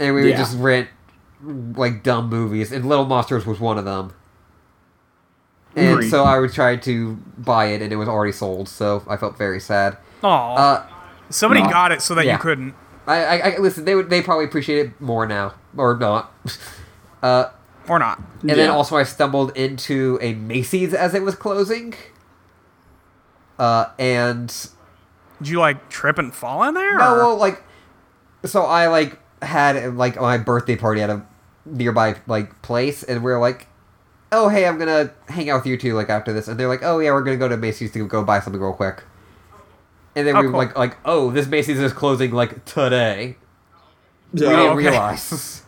Speaker 2: And we would
Speaker 4: Yeah.
Speaker 2: just rent like dumb movies, and Little Monsters was one of them. And
Speaker 3: Great.
Speaker 2: so I would try to buy it, and it was already sold, so I felt very sad.
Speaker 3: Aw.
Speaker 2: Uh,
Speaker 3: Somebody
Speaker 4: no.
Speaker 3: got it so that
Speaker 2: Yeah.
Speaker 3: you couldn't.
Speaker 2: I, I, I listen. They would. They probably appreciate it more now, or not. Uh,
Speaker 3: Or not.
Speaker 2: and then
Speaker 4: Yeah.
Speaker 2: also, I stumbled into a Macy's as it was closing. Uh, and
Speaker 3: Did you like trip and fall in there?
Speaker 2: no,
Speaker 3: or-
Speaker 2: well, like, so I like had like my birthday party at a nearby like place, and we are like, oh hey, I'm gonna hang out with you two like after this, and they're like, oh yeah, we're gonna go to Macy's to go buy something real quick. And then
Speaker 3: Oh,
Speaker 2: we
Speaker 3: cool.
Speaker 2: were like, like, oh, this Macy's is closing like today. we
Speaker 4: Yeah.
Speaker 2: didn't
Speaker 3: okay.
Speaker 2: realize. Oh,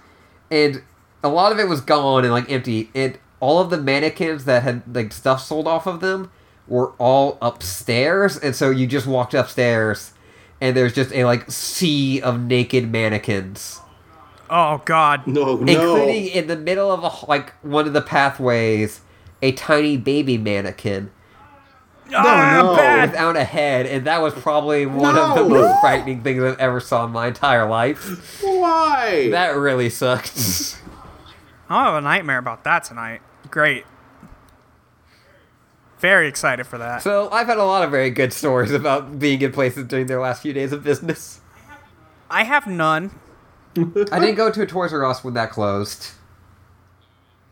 Speaker 2: And a lot of it was gone and like empty. And all of the mannequins that had like stuff sold off of them were all upstairs, and so you just walked upstairs, and there's just a like sea of naked mannequins,
Speaker 3: oh God.
Speaker 4: No, no.
Speaker 2: including in the middle of a, like one of the pathways, a tiny baby mannequin
Speaker 3: Ah,
Speaker 4: no.
Speaker 3: bad.
Speaker 2: without a head, and that was probably one of the
Speaker 4: No.
Speaker 2: most frightening things I've ever saw in my entire life.
Speaker 4: Why?
Speaker 2: That really sucked.
Speaker 3: I'll have a nightmare about that tonight. Great. Very excited for that.
Speaker 2: So I've had a lot of very good stories about being in places during their last few days of business.
Speaker 3: I have none.
Speaker 2: I didn't go to a Toys R Us when that closed.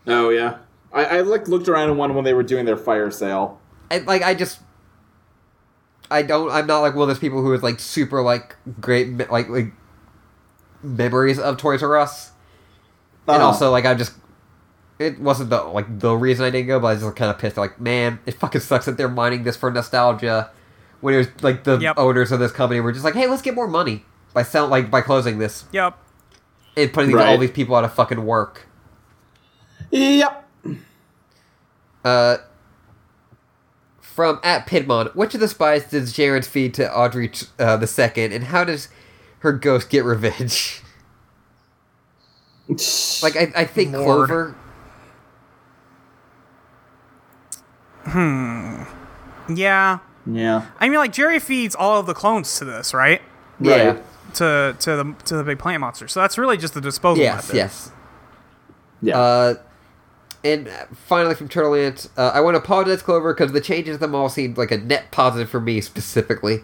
Speaker 4: oh yeah. I, I like looked around in one when they were doing their fire sale.
Speaker 2: I, like I just, I don't. I'm not like one of those people who is like super like great me- like like memories of Toys R Us. And
Speaker 4: Uh-huh.
Speaker 2: also like I just, it wasn't the like the reason I didn't go, but I was just kind of pissed. Like man, it fucking sucks that they're mining this for nostalgia. When it was like the
Speaker 3: Yep.
Speaker 2: owners of this company were just like, hey, let's get more money by sell like by closing this.
Speaker 3: Yep.
Speaker 2: and putting these- all
Speaker 4: Right.
Speaker 2: these people out of fucking work.
Speaker 4: Yep.
Speaker 2: Uh, from at Pidmon, which of the spies did Jared feed to Audrey uh, the second, and how does her ghost get revenge? like I, I think
Speaker 3: Lord.
Speaker 2: Clover.
Speaker 3: Yeah.
Speaker 4: Yeah.
Speaker 3: I mean, like Jerry feeds all of the clones to this, right?
Speaker 2: Yeah.
Speaker 4: Right.
Speaker 3: To to the to the big plant monster. So that's really just the disposal
Speaker 2: Yes.
Speaker 3: method.
Speaker 2: Yes.
Speaker 4: Yeah.
Speaker 2: Uh, and finally from Turtle Ant, uh, I want to apologize, Clover, because the changes at the mall seemed like a net positive for me specifically.
Speaker 3: Yeah.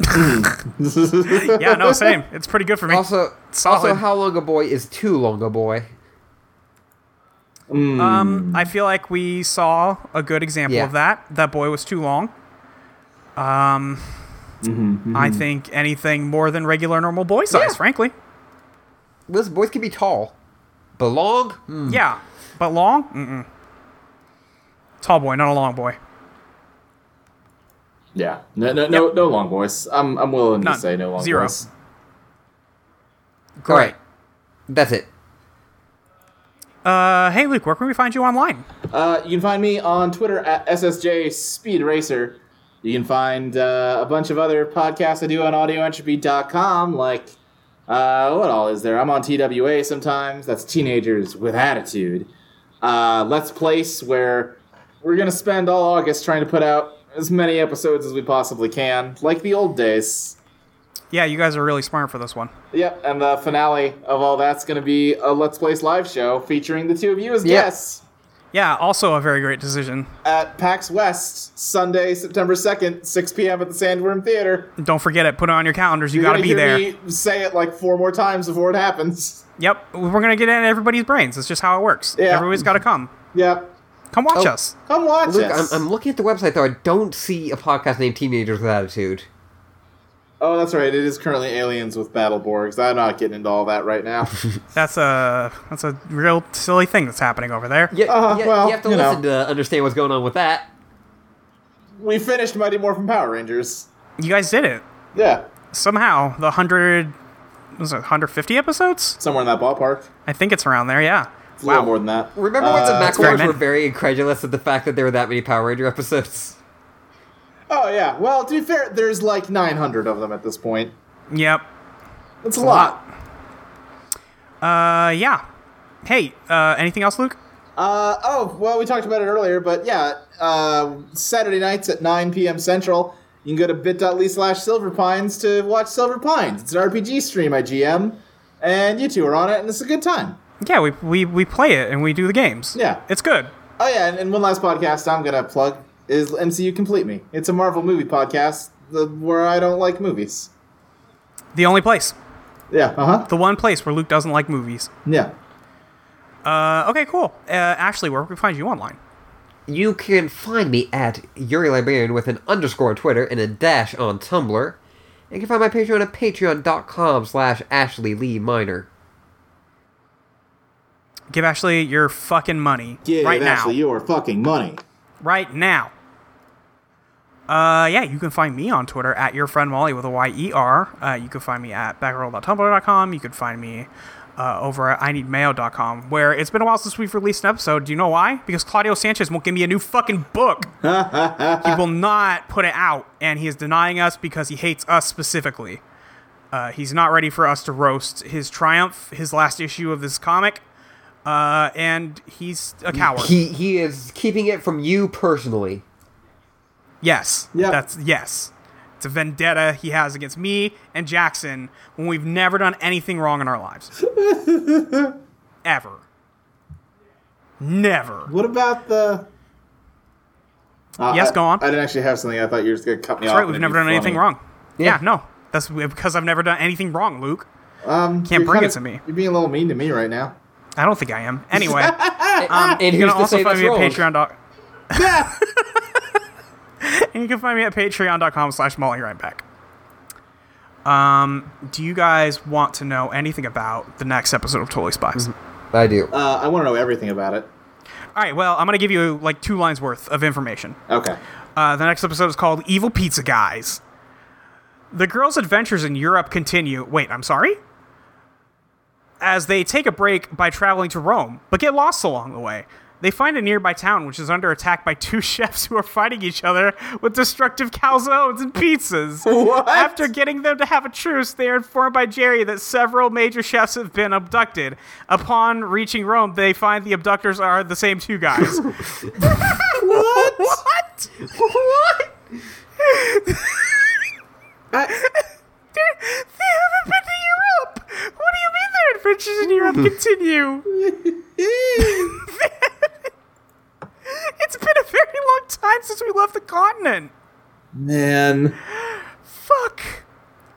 Speaker 3: No. Same. It's pretty good for me.
Speaker 2: Also, also,
Speaker 3: Solid.
Speaker 2: how long a boy is too long a boy?
Speaker 3: um, I feel like we saw a good example
Speaker 2: Yeah.
Speaker 3: of that. That boy was too long. Um,
Speaker 4: Mm-hmm,
Speaker 3: I think anything more than regular normal boy size,
Speaker 2: Yeah.
Speaker 3: frankly.
Speaker 2: Listen, boys can be tall, but long. Hmm.
Speaker 3: Yeah, but long. Mm-mm. Tall boy, not a long boy.
Speaker 4: yeah. No, no, no, no long voice. I'm, I'm willing
Speaker 3: None.
Speaker 4: to say no long
Speaker 3: Zero.
Speaker 4: voice.
Speaker 2: All right, that's it.
Speaker 3: Uh, hey Luke, where can we find you online?
Speaker 4: Uh, you can find me on Twitter at SSJ Speed Racer. You can find uh, a bunch of other podcasts I do on audioentropy.com, like, uh, what all is there? I'm on TWA sometimes. That's Teenagers with Attitude. Uh, Let's Place, where we're going to spend all August trying to put out as many episodes as we possibly can, like the old days.
Speaker 3: Yeah, you guys are really smart for this one.
Speaker 4: Yep, and the finale of all that's going to be a Let's Place live show featuring the two of you as
Speaker 2: Yep.
Speaker 4: guests.
Speaker 3: Yeah, also a very great decision.
Speaker 4: at PAX West, Sunday, September 2nd, 6 p.m. at the Sandworm Theater.
Speaker 3: Don't forget it. Put it on your calendars. You
Speaker 4: You're
Speaker 3: got to
Speaker 4: gonna
Speaker 3: be
Speaker 4: hear
Speaker 3: there.
Speaker 4: Me say it like four more times before it happens.
Speaker 3: Yep, we're gonna get in everybody's brains. It's just how it works.
Speaker 4: Yeah.
Speaker 3: Everybody's got to come.
Speaker 4: Yep.
Speaker 3: Come watch
Speaker 2: Oh.
Speaker 3: us.
Speaker 4: Come watch
Speaker 2: Luke, I'm,
Speaker 4: us.
Speaker 2: I'm looking at the website though. I don't see a podcast named Teenagers with Attitude.
Speaker 4: oh, that's right. It is currently Aliens with Battleborgs. I'm not getting into all that right now.
Speaker 3: That's a that's a real silly thing that's happening over there.
Speaker 2: Yeah,
Speaker 4: Uh,
Speaker 2: yeah,
Speaker 4: well,
Speaker 2: you have to
Speaker 4: you know.
Speaker 2: listen to understand what's going on with that.
Speaker 4: we finished Mighty Morphin Power Rangers.
Speaker 3: You guys did it
Speaker 4: Yeah,
Speaker 3: somehow. The hundred was it 150 episodes?
Speaker 4: somewhere in that ballpark.
Speaker 3: I think it's around there. Yeah.
Speaker 4: It's a little more than that.
Speaker 2: Remember when the
Speaker 4: Uh,
Speaker 2: Macworlds
Speaker 3: experiment.
Speaker 2: were very incredulous at the fact that there were that many Power Ranger episodes?
Speaker 4: Oh, yeah. Well, to be fair, there's like 900 of them at this point.
Speaker 3: Yep.
Speaker 4: That's a lot.
Speaker 3: Uh, yeah. Hey, uh, anything else, Luke?
Speaker 4: Uh, oh, well, we talked about it earlier, but yeah, uh, Saturday nights at 9 p.m. Central, you can go to bit.ly slash silverpines to watch Silver Pines. It's an RPG stream I GM, and you two are on it, and it's a good time.
Speaker 3: Yeah, we, we, we play it and we do the games.
Speaker 4: Yeah.
Speaker 3: It's good.
Speaker 4: Oh, yeah, and, and one last podcast I'm going to plug is MCU Complete Me. It's a Marvel movie podcast the, where I don't like movies.
Speaker 3: The only place.
Speaker 4: Yeah, uh huh.
Speaker 3: The one place where Luke doesn't like movies.
Speaker 4: Yeah.
Speaker 3: Uh, okay, cool. Uh, Ashley, where can we find you online?
Speaker 2: You can find me at Yuri Librarian with an underscore on Twitter and a dash on Tumblr. And you can find my Patreon at patreon.com slash Ashley Lee Minor.
Speaker 3: Give Ashley your fucking money right now.
Speaker 4: your fucking money.
Speaker 3: right now. Uh, yeah, you can find me on Twitter at your friend Molly with a Y E R. Uh, you can find me at backroll.tumblr.com. You can find me uh, over at ineedmail.com, where it's been a while since we've released an episode. Do you know why? Because Claudio Sanchez won't give me a new fucking book. he will not put it out, and he is denying us because he hates us specifically. Uh, he's not ready for us to roast his triumph, his last issue of this comic, uh, and he's a coward.
Speaker 2: He he is keeping it from you personally.
Speaker 3: Yes.
Speaker 4: Yep.
Speaker 3: That's yes. It's a vendetta he has against me and Jackson when we've never done anything wrong in our lives. Ever. Never.
Speaker 4: What about the. Uh,
Speaker 3: Yes,
Speaker 4: I-
Speaker 3: go on.
Speaker 4: I didn't actually have something. I thought you were just going to cut me
Speaker 3: That's
Speaker 4: off.
Speaker 3: right,
Speaker 4: and
Speaker 3: we've
Speaker 4: it'd
Speaker 3: never
Speaker 4: be
Speaker 3: done anything
Speaker 4: funny.
Speaker 3: wrong.
Speaker 2: Yeah.
Speaker 3: Yeah, no. That's because I've never done anything wrong, Luke.
Speaker 4: Um,
Speaker 3: Can't
Speaker 4: you're
Speaker 3: bring it
Speaker 4: kinda-
Speaker 3: to me.
Speaker 4: You're being a little mean to me right now.
Speaker 3: I don't think I am. Anyway,
Speaker 2: and
Speaker 3: Ah, you
Speaker 2: who's
Speaker 3: can
Speaker 2: to
Speaker 3: also
Speaker 2: say
Speaker 3: find
Speaker 2: that's
Speaker 3: me at
Speaker 2: wrong?
Speaker 3: Patreon. Doc- and you can find me at patreon.com slash molly right back. Um, do you guys want to know anything about the next episode of Totally Spies?
Speaker 2: I do.
Speaker 4: Uh, I want to know everything about it.
Speaker 3: All right, well, I'm going to give you like two lines worth of information.
Speaker 4: Okay.
Speaker 3: Uh, the next episode is called Evil Pizza Guys. The girls' adventures in Europe continue. Wait, I'm sorry? as they take a break by traveling to Rome, but get lost along the way. They find a nearby town which is under attack by two chefs who are fighting each other with destructive calzones and pizzas.
Speaker 4: What?
Speaker 3: After getting them to have a truce, they are informed by Jerry that several major chefs have been abducted. Upon reaching Rome, they find the abductors are the same two guys.
Speaker 5: What?
Speaker 3: what? What?
Speaker 5: I,
Speaker 3: They haven't been to Europe. What do you mean their adventures in Europe continue? It's been a very long time since we left the continent.
Speaker 5: man.
Speaker 3: Fuck.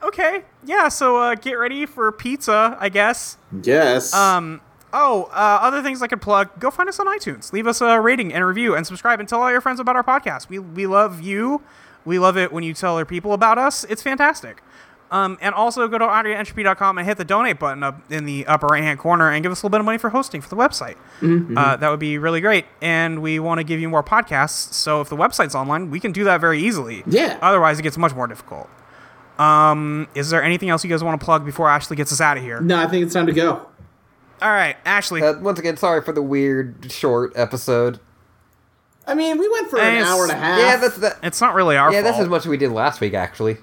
Speaker 3: Okay. Yeah. So uh, get ready for pizza, I guess.
Speaker 4: Yes.
Speaker 3: Um. Oh, uh, other things I could plug. Go find us on iTunes. Leave us a rating and review, and subscribe, and tell all your friends about our podcast. We we love you. We love it when you tell other people about us. It's fantastic. Um, and also go to audioentropy.com and hit the donate button up in the upper right hand corner and give us a little bit of money for hosting for the website.
Speaker 5: Mm-hmm.
Speaker 3: Uh, that would be really great. And we want to give you more podcasts. So if the website's online, we can do that very easily.
Speaker 5: Yeah.
Speaker 3: Otherwise, it gets much more difficult. Um, is there anything else you guys want to plug before Ashley gets us out of here?
Speaker 5: No, I think it's time to go.
Speaker 3: All right, Ashley.
Speaker 2: Uh, once again, sorry for the weird short episode.
Speaker 5: I mean, we went for an
Speaker 3: Nice.
Speaker 5: hour and a half.
Speaker 2: Yeah, that's that.
Speaker 3: It's not really our
Speaker 2: Yeah,
Speaker 3: fault.
Speaker 2: that's as much as we did last week, actually.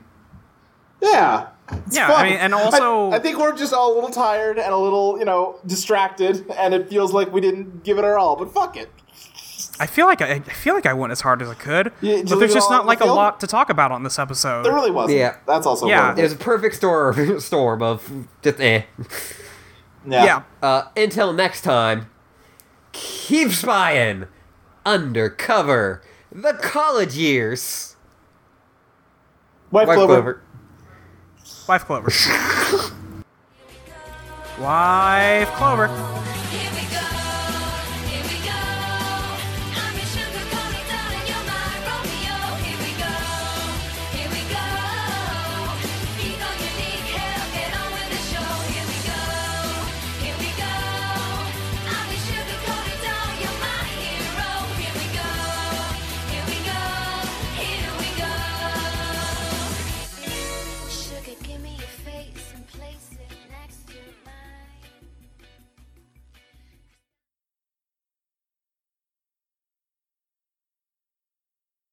Speaker 4: yeah. It's
Speaker 3: yeah, I
Speaker 4: fun.
Speaker 3: mean, and also-
Speaker 4: I, I think we're just all a little tired and a little, you know, distracted, and it feels like we didn't give it our all. But fuck it.
Speaker 3: I feel like I, I feel like I went as hard as I could,
Speaker 4: Yeah, did you
Speaker 3: but
Speaker 4: leave
Speaker 3: there's
Speaker 4: it
Speaker 3: just
Speaker 4: all
Speaker 3: not
Speaker 4: on
Speaker 3: like
Speaker 4: the
Speaker 3: a
Speaker 4: field?
Speaker 3: lot to talk about on this episode.
Speaker 4: There really wasn't.
Speaker 2: Yeah.
Speaker 4: That's also
Speaker 3: Yeah.
Speaker 4: one
Speaker 2: It
Speaker 4: of the-
Speaker 2: was a perfect storm, storm of just eh.
Speaker 4: yeah.
Speaker 3: yeah.
Speaker 2: Uh, until next time, keep spying, undercover, the college years.
Speaker 4: White,
Speaker 2: Black
Speaker 4: Clover.
Speaker 2: Clover.
Speaker 3: Life Clover. Life Clover.